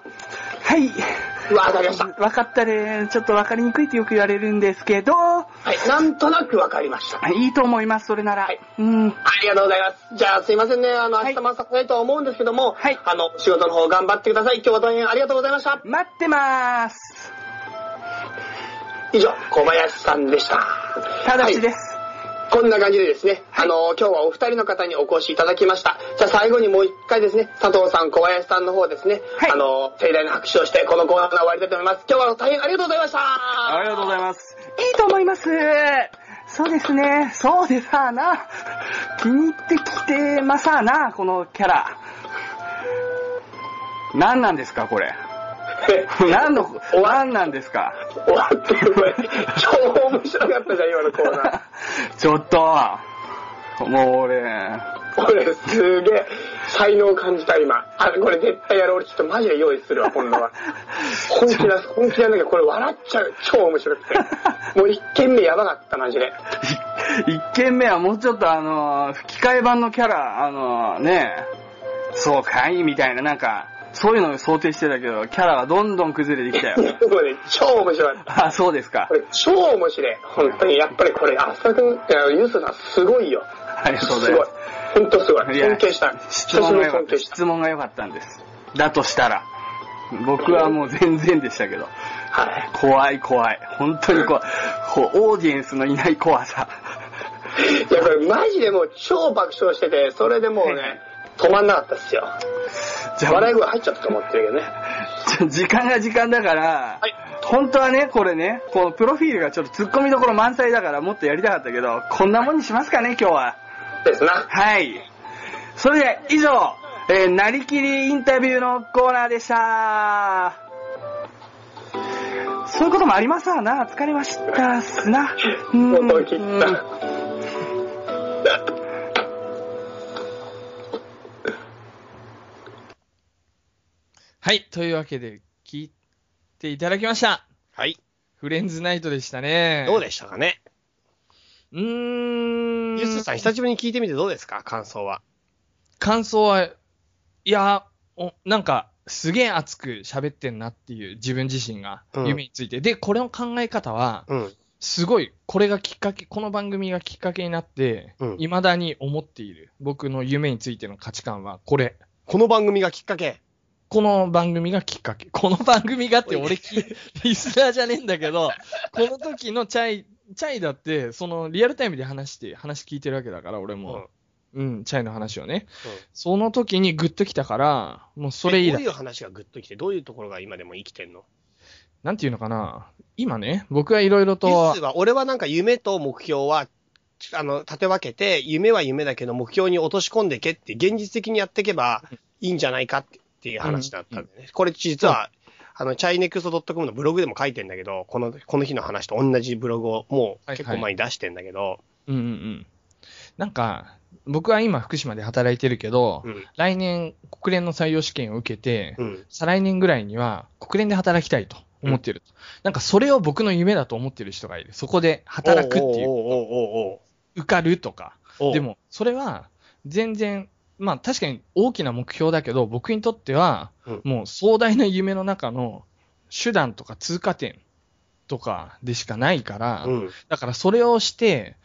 はい。かりました。わかったで、ちょっとわかりにくいってよく言われるんですけど、はい。なんとなくわかりました。いいと思います、それなら。はいうん。ありがとうございます。じゃあ、すいませんね。あの、は明い日も朝早いとは思うんですけども、はいあの、仕事の方頑張ってください。今日は大変ありがとうございました。待ってまーす。以上、小林さんでした。。ただしですす。こんな感じでですね、あの、今日はお二人の方にお越しいただきました。じゃあ最後にもう一回ですね、佐藤さん、小林さんの方ですね、はいあの、盛大な拍手をして、このコーナーが終わりたいと思います。今日は大変ありがとうございました。ありがとうございます。いいと思います。そうですね。そうでさあな。気に入ってきてまさあな、このキャラ。何なんですか、これ。 何の、何なんですか。 終わってるこれ、超面白かったじゃん、今のコーナー。ちょっと、もう俺、これすげえ才能を感じた今あこれ絶対やろう俺ちょっとマジで用意するわ今 度は本気だ本気なんだけどこれ笑っちゃう超面白く てもう一軒目やばかったマジで一軒目はもうちょっとあのー、吹き替え版のキャラ、あのー、ねえ、そうかいみたいな、なんか、そういうのを想定してたけど、キャラがどんどん崩れてきた よ。もうね 超面白かったあ、そうですかこ。れ超面白い本当にやっぱりこれ浅田君いやユースさんすごいよありがすとうごございいます。本当すごいいや尊敬した質久し問がぶりに良かっ尊た。敬した質問が良かったんです。だとしたら。僕はもう全然でしたけど。はい。怖い怖い。本当に怖い。こうオーディエンスのいない怖さ。いや、これマジでもう超爆笑してて、それでもうね、止まんなかったっすよ。じゃあ笑い声入っちゃったと思ってるけどね。ちょ時間が時間だから、はい本当はね、これね、このプロフィールがちょっと突っ込みどころ満載だからもっとやりたかったけど、こんなもんにしますかね、今日は。ですな。はい。それでは以上、えーなりきりインタビューのコーナーでした。そういうこともありますわな。疲れましたっすな。うん音を切った。はい。というわけで、聞いていただきました。はい。フレンズナイトでしたね。どうでしたかねうーん。ユースさん、久しぶりに聞いてみてどうですか感想は。感想は、いや、おなんか、すげえ熱く喋ってんなっていう自分自身がうん夢について。で、これの考え方は、うん。すごい、これがきっかけ、この番組がきっかけになって、うん未だに思っている。僕の夢についての価値観は、これ。この番組がきっかけ。この番組がきっかけ。この番組がって俺き、リスナーじゃねえんだけど、この時のチャイ、チャイだって、そのリアルタイムで話して、話聞いてるわけだから、俺も。うん、チャイの話をね。うんその時にグッときたから、もうそれ以えどう来、いう話がグッときて、どういうところが今でも生きてんのなんていうのかな。今ね、僕はいろいろユースと、は、俺はなんか夢と目標は、あの、立て分けて、夢は夢だけど目標に落とし込んでけって、現実的にやっていけばいいんじゃないかっていう話だったんでね。これ実は、あの、チャイネクスト .com のブログでも書いてんだけど、この、この日の話と同じブログをもうはい結構前に出してんだけど、うんうんうん。なんか、僕は今福島で働いてるけど、うん来年国連の採用試験を受けて、うん。再来年ぐらいには国連で働きたいと思ってると。なんかそれを僕の夢だと思ってる人がいる。そこで働くっていう、おおおう受かるとか。おうおうおうで、も、それは全然、まあ確かに大きな目標だけど、僕にとってはうん、もう壮大な夢の中の手段とか通過点とかでしかないから、うん。だからそれをして、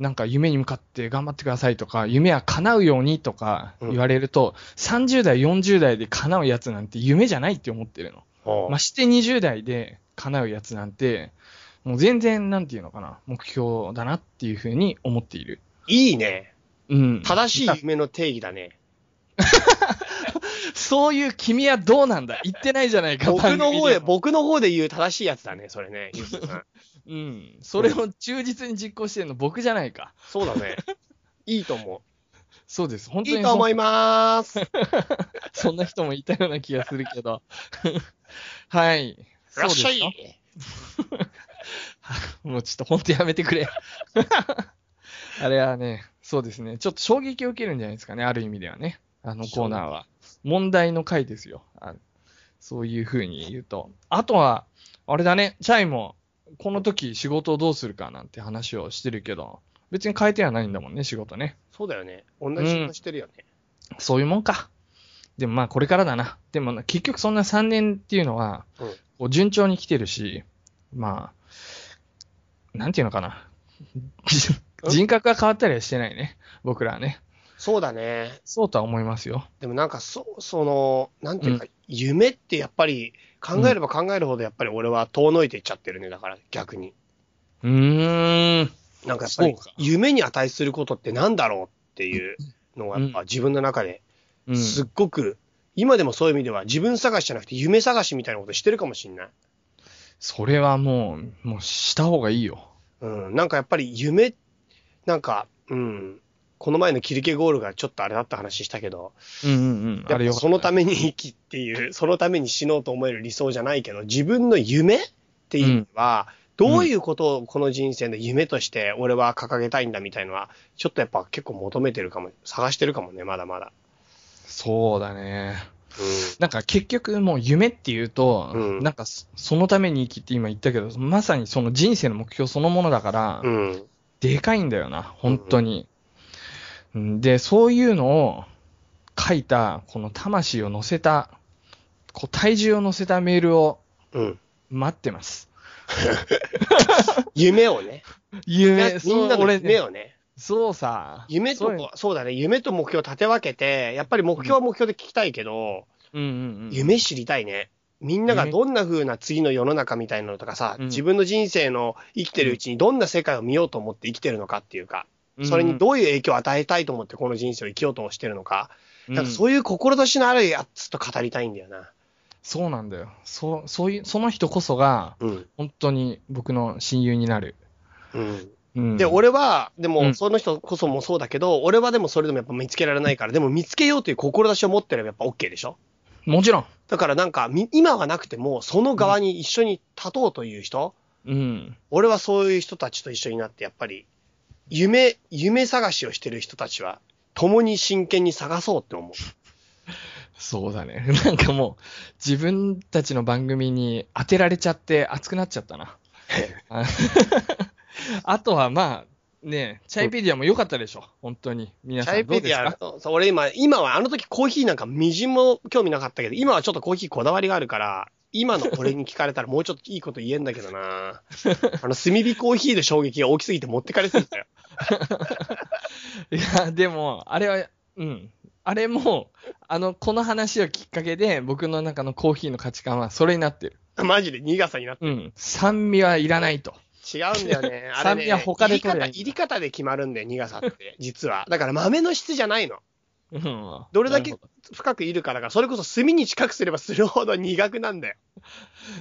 なんか夢に向かって頑張ってくださいとか、夢は叶うようにとか言われると、30代、40代で叶うやつなんて夢じゃないって思ってるの。おうまして20代で叶うやつなんて、もう全然、なんていうのかな、目標だなっていうふうに思っている。いいね。うん。正しい夢の定義 だね。そういう君はどうなんだ言ってないじゃないか、僕番の方組で、も僕の方で言う正しいやつだね、それね。ユースさんうん。それを忠実に実行してるの僕じゃないか。そうだね。いいと思そうです。本う。当にいいと思いま ーす。そんな人もいたような気がするけど。 はい。らっしゃそういですよもうちょっと本当やめてくれ。 あれはね、そうですね。ちょっと衝撃を受けるんじゃないですかね。ある意味ではね。あのコーナーは。問題の回ですよ。あそういう風に言うと。あとは、あれだね。チャイも、この時仕事をどうするかなんて話をしてるけど、別に変えてはないんだもんね、仕事ね。そうだよね。同じ仕事してるよね。そういうもんか。でもまあこれからだな。でもな結局そんな3年っていうのはうん、こう順調に来てるし、まあ、なんていうのかな。人格が変わったりはしてないね。僕らはね。そうだね。そうとは思いますよ。でもなんかそ、その、なんていうか、夢ってやっぱり、考えれば考えるほどやっぱり俺は遠のいていっちゃってるね。だから逆に。うーん。なんかやっぱりそうか、夢に値することってなんだろうっていうのがやっぱ自分の中で、うん、すっごく、今でもそういう意味では自分探しじゃなくて夢探しみたいなことしてるかもしんない。それはもう、もうした方がいいよ。うん、なんかやっぱり夢、なんか、うん、この前のキルケゴールがちょっとあれだった話したけど、うんうんうん。あれやよかっっぱたそのために生きっていう、そのために死のうと思える理想じゃないけど、自分の夢っていうのは、んどういうことをこの人生の夢として俺は掲げたいんだみたいのは、ちょっとやっぱ結構求めてるかも、探してるかもね、まだまだ。そうだね。うなんか結局もう夢っていうと、うんなんかそそのために生きって今言ったけど、まさにその人生の目標そのものだから、ん。うん。でかいんだよな、本当に。うんで、そういうのを書いた、この魂を乗せた、こう体重を乗せたメールをうん。待ってます。夢 をね。夢、みんなそうの俺夢ね、をね。そうさ。夢とそうよこ、そうだね。夢と目標を立て分けて、やっぱり目標は目標で聞きたいけど、うんうんうん。夢知りたいね。みんながどんな風な次の世の中みたいなのとかさ、うん自分の人生の生きてるうちにどんな世界を見ようと思って生きてるのかっていうか、それにどういう影響を与えたいと思ってこの人生を生きようとしてるのか、うん、なんかそうそういう志のあるやつと語りたいんだよな。そうなんだよ。そう、そういう、その人こそが、うん。本当に僕の親友になる。うん。うん、で、、俺は、でうも、んその人こそもそうだけど、俺はでもそれでもやっぱ見つけられないから、でも見つけようという志を持ってればやっぱ OK でしょもちろん。だからなんか、み今はなくても、その側に一緒に立とうという人、うん。俺はそういう人たちと一緒になって、やっぱり、夢、夢探しをしてる人たちは、共に真剣に探そうって思う。そうだね。 なんかもう、自分たちの番組に当てられちゃって熱くなっちゃった な。ああとはまあ、ねえチャイペディアも良かったでしょ。本当に。皆チさャイんどペうでデすィアか、そう俺今、今はあの時コーヒーなんかみじんも興味なかったけど、今はちょっとコーヒーこだわりがあるから、今の俺に聞かれたらもうちょっといいこと言えんだけどなあの、炭火コーヒーで衝撃が大きすぎて持ってかれすぎたよ。いや、でも、あれは、うん。あれも、あの、この話をきっかけで、僕の中のコーヒーの価値観はそれになってる。マジで苦さになっうん。酸味はいらないと。違うんだよね。あれ酸味ね、は他で入り取れ方、ばいいんだ入り方で決まるんだよ、苦さって。実は。だから豆の質じゃないの。うん。どれだけなるほ深くいるからが、それこそ炭に近くすればするほど苦くなんだよ。ど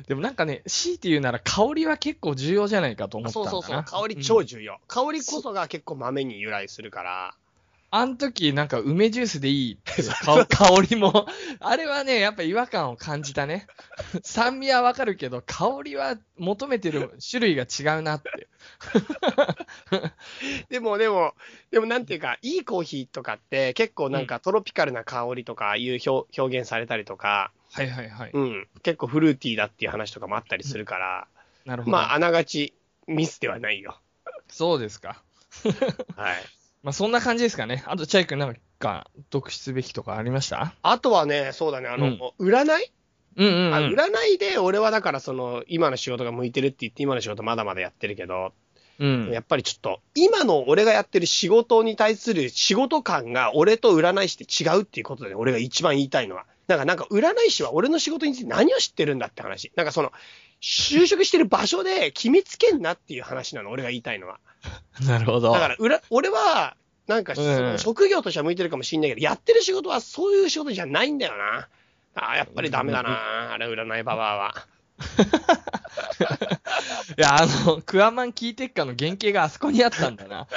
でもなんかね、強いて言うなら香りは結構重要じゃないかと思ったんそうだな。そうそう。香り超ん重要。香りこそが結構豆に由来するから。あの時なんか梅ジュースでいいっ て香香りも。あれはね、やっぱ違和感を感じたね。 酸味はわかるけど、香りは求めてる種類が違うなって。でもでも、でもなんていうか、いいコーヒーとかって結構なんかトロピカルな香りとかいう表表現されたりとか、はいはいはい。うん、結構フルーティーだっていう話とかもあったりするから、なるほど。まああながちミスではないよ。そうですか。はい。まあそんな感じですかね。あと、チャイ君なんか、読出すべきとかありましたあとはね、そうだね、あの、うん占いうんうん、うん。あ占いで俺はだからその、今の仕事が向いてるって言って今の仕事まだまだやってるけど、うん、やっぱりちょっと、今の俺がやってる仕事に対する仕事感が俺と占い師って違うっていうことで、俺が一番言いたいのは。なんか、なんか占い師は俺の仕事について何を知ってるんだって話。なんかその、就職してる場所で決めつけんなっていう話なの、俺が言いたいのは。なるほど。だから、裏俺は、なんか、そうんの職業としては向いてるかもしんないけど、やってる仕事はそういう仕事じゃないんだよな。ああ、やっぱりダメだな。あれ、占いババアは。いや、あの、クワマンキーテッカの原型があそこにあったんだ な。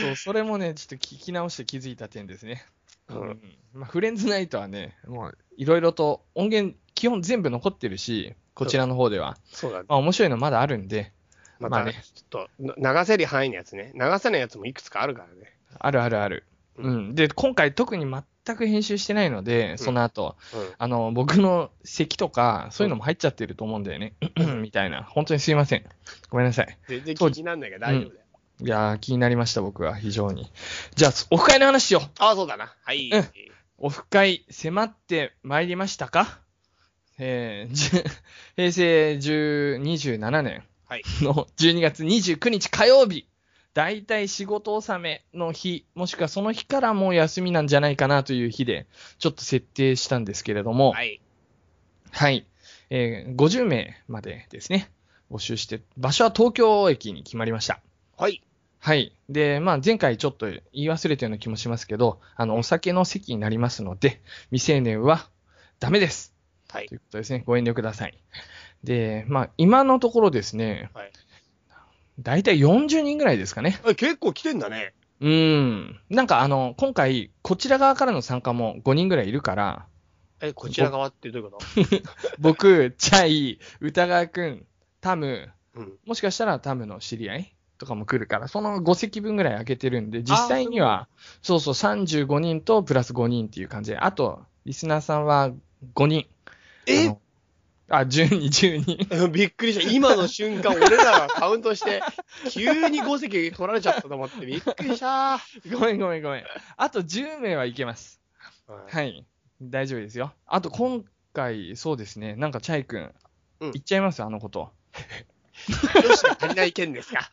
そう、それもね、ちょっと聞き直して気づいた点ですね。う。うんんまあ、フレンズナイトはね、もういろいろと音源、基本全部残ってるし、こちらの方では。そうだね。まあ、面白いのまだあるんで、ままあた、ねね、ちょっと、流せる範囲のやつね。流せないやつもいくつかあるからね。あるあるある。ううん、で、今回特に全く編集してないので、その後、うんあの、僕の咳とか、そういうのも入っちゃってると思うんだよね。 みたいな。本当にすいません。ごめんなさい。全然気になんないから大丈夫だよ。いやー、気になりました、僕は、非常に。じゃあ、オフ会の話しよう。ああ、そうだな。はい。うんオフ会、迫ってまいりましたかえーじゅ 平成10 27年はいの12月29日火曜日、だいたい仕事納めの日、もしくはその日からもう休みなんじゃないかなという日で、ちょっと設定したんですけれども、はい。はい。えー50名までですね、募集して、場所は東京駅に決まりました。はい。はい。で、まあ、前回ちょっと言い忘れたような気もしますけど、あの、お酒の席になりますので、未成年はダメです。はいということですね。ご遠慮ください。で、まあ、今のところですね、はいだいたい40人ぐらいですかね。あ結構来てんだね。うん。なんかあの、今回、こちら側からの参加も5人ぐらいいるから、え、こちら側ってどういうこと僕、チャイ、歌川くん、タム、うん。もしかしたらタムの知り合いとかも来るから、その5席分ぐらい空けてるんで、実際には、そうそう、35人とプラス5人っていう感じで、あと、リスナーさんは5人。あえのあ、10人、10人。 びっくりした。今の瞬間、俺らがカウント して、急に5席取られちゃったと思って、びっくりした。 ごめんごめんごめん。あと10名はいけます。はい。大丈夫ですよ。あと、今回、そうですね、なんかチャイ君、うん言っちゃいますあの こと。女子が足りない件ですか。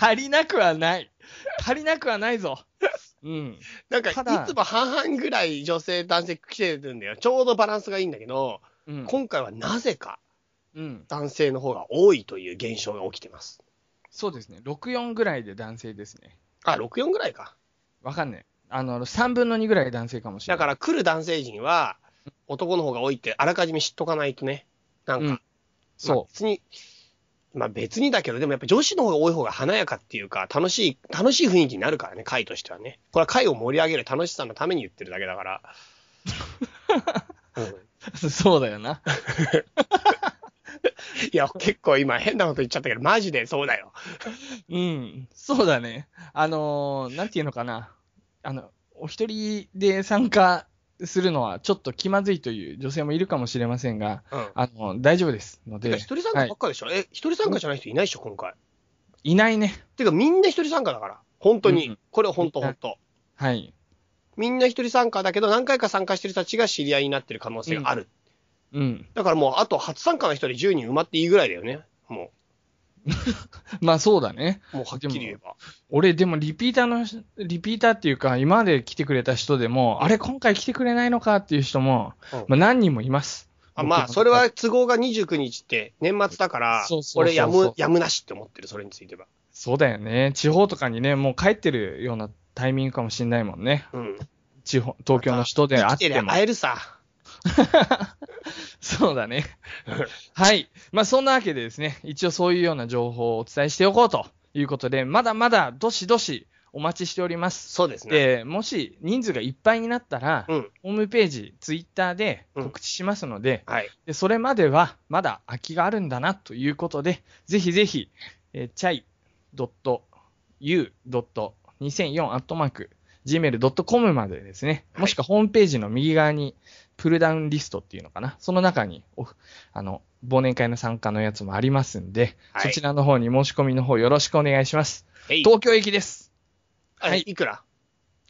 足りなくはない。足りなくはないぞ。うん。なんか、いただつも半々ぐらい女性、男性来てるんだよ。ちょうどバランスがいいんだけど、うん。今回はなぜかうん。男性の方が多いという現象が起きてます。そうですね。64ぐらいで男性ですね。あ、64ぐらいか。わかんない。あの、3分の2ぐらい男性かもしれだない。かだから来る男性陣は、男の方が多いってあらかじめ知っとかないとね。なんか、うんまあそ別に、まあ別にだけど、でもやっぱ女子の方が多い方が華やかっていうか、楽しい、楽しい雰囲気になるからね、会としてはね。これは会を盛り上げる楽しさのために言ってるだけ だから。うん ら、そうだよな。いや、結構今変なこと言っちゃったけど、マジでそうだよ。うん。そうだね。あのーなんていうのかな。あの、お一人で参加するのはちょっと気まずいという女性もいるかもしれませんが、うん。あの、大丈夫ですのてかで一、人参加ばっかでしょ、え、一人参加じゃない人いないでしょ、今回。いないね。てかみんな一人参加だから。本当に。うんこれは本当本当。はい。みんな一人参加だけど、何回か参加してる人たちが知り合いになってる可能性がある。うん。だからもう、あと初参加の人で10人埋まっていいぐらいだよね。もまあそうだね。う、もうはっきり言えば。俺、でもリピーターの人、リピーターっていうか、今まで来てくれた人でも、あれ、今回来てくれないのかっていう人も、うんまあ何人もいます。あまあ、それは都合が29日って年末だからそう、そうそうそう俺やむ、やむなしって思ってる、それについては。そうだよね。地方とかにね、もう帰ってるようなタイミングかもしれないもんね。うん。地方、東京の人で会生っきてりてゃも。会えるさ。そうだね。 はい。まあそんなわけでですね、一応そういうような情報をお伝えしておこうということで、まだまだどしどしお待ちしております。そうですね。で、もし人数がいっぱいになったら、うん。ホームページ、ツイッターで告知しますので、はい。でそれまではまだ空きがあるんだなということで、ぜひぜひ、えー、chai.u.2004-gmail.com までですね、はいもしくはホームページの右側にプルダウンリストっていうのかな、その中におあの忘年会の参加のやつもありますんで、はいそちらの方に申し込みの方よろしくお願いします。えい東京駅です。あはいいくら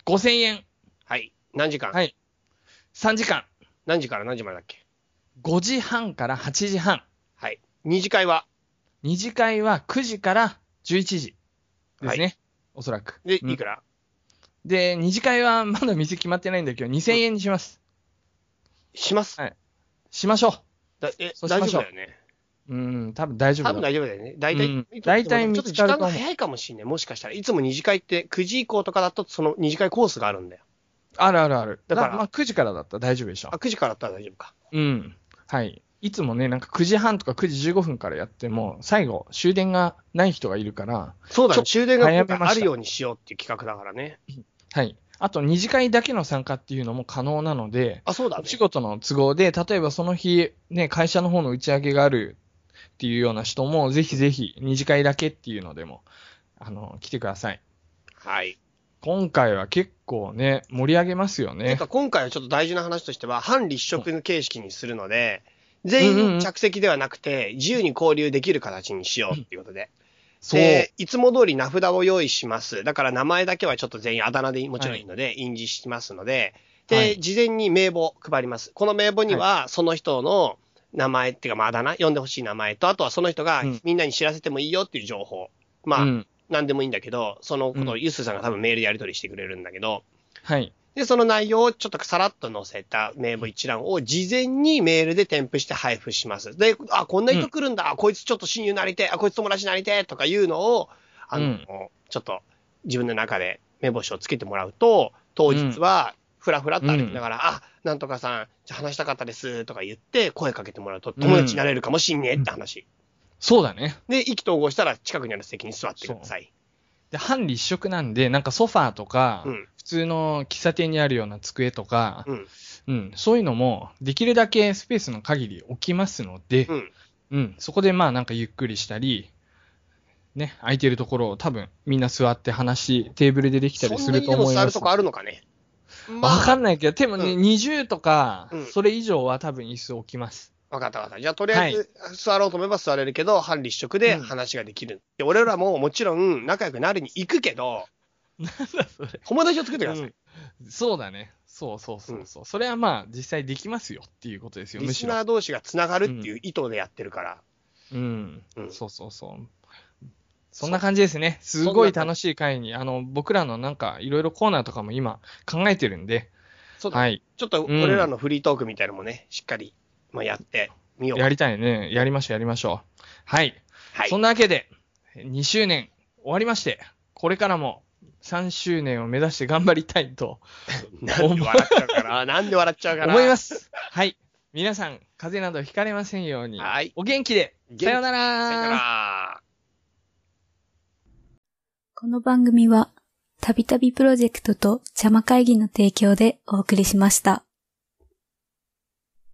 5000円、はい。何時間はい3時間、何時から何時までだっけ5時半から8時半、はい。二次会は二次会は9時から11時ですね。おそらく。で、うんいくら、で、二次会はまだ店決まってないんだけど、2000円にします。します。しましょだえ、そうし大まし丈ょ夫うだよね。う。うん、多分大丈多夫分だ。大丈夫だよね。大体、うんいつも大体でもちょっと見つ時かる間と思がう早いかもしんない。もしかしたら。いつも二次会って9時以降とかだと、その二次会コースがあるんだよ。あるあるある。だだかからら、まあ9時からだったら大丈夫でしょあ、。9時からだったら大丈夫か。うん。はい。いつもね、なんか9時半とか9時15分からやっても、最後、終電がない人がいるから、そうだちょね。っと終電が早今めま回したあるようにしようっていう企画だからね。はい。あと、二次会だけの参加っていうのも可能なので、あ、そうだねお。仕事の都合で、例えばその日、ね、会社の方の打ち上げがあるっていうような人も、ぜひぜひ、二次会だけっていうのでも、あの、来てください。はい。今回は結構ね、盛り上げますよてね。か、今回はちょっと大事な話としては、反立食の形式にするので、全員着席ではなくて、自由に交流できる形にしようっていうことで。そう。で、いつも通り名札を用意します。だから名前だけはちょっと全員あだ名でもちろんいいので、印字しますので、で、はい事前に名簿配ります。この名簿には、その人の名前っていうか、まあ、あだ名、呼んでほしい名前と、あとはその人がうんみんなに知らせてもいいよっていう情報。まあ、うん。何でもいいんだけど、そのことうをんユースさんが多分メールでやり取りしてくれるんだけど、はい。で、その内容をちょっとさらっと載せた名簿一覧を事前にメールで添付して配布します。で、あ、こんな人来るんだ、あ、こいつちょっと親友なりてえ、あ、こいつ友達なりてえとかいうのを、あの、うんちょっと自分の中で目星をつけてもらうと、当日はふらふらっと歩きながら、あ、なんとかさん、じゃあ話したかったですとか言って声かけてもらうと友達になれるかもしんねえって話。そうだね。で、意気投合したら近くにある席に座ってください。で、半立食なんで、なんかソファーとか、うん普通の喫茶店にあるような机とか、ううんん。そういうのも、できるだけスペースの限り置きますので、ううん。ん。そこでまあなんかゆっくりしたり、ね、空いてるところを多分みんな座って話、テーブルでできたりそすんなるにとでも思い座まるす。とこあるのかね。わかんないけど、でもね、う20とかうん、それ以上は多分椅子置きます。わかったわかった。じゃあ、とりあえず、座ろうと思えば座れるけど、反立食で話ができる。で俺らももちろん仲良くなりに行くけど、友達を作ってください。そうだね。そうそうそうそう、それはまあ、実際できますよっていうことですよ、むリスしろナ。ー同士がつながるっていう意図でやってるから。うんう。んそうそうそう。そんな感じですね。すごい楽しい回に、あの、僕らのなんか、いろいろコーナーとかも今、考えてるんで、そうだ、はい。ちょっとうん俺らのフリートークみたいなのもね、しっかり、まあ、やってみよう。やりたいね。やりましょう、やりましょう。はい。はいそん。なわけで、2周年終わりまして、これからも3周年を目指して頑張りたいとなんで笑っちゃ うかななんで笑っちゃうかな思いま。す。はい。皆さん、風邪などひかれませんように。はいお元気で。元気さようなさよなら。ら。この番組は、たびたびプロジェクトと邪魔会議の提供でお送りしました。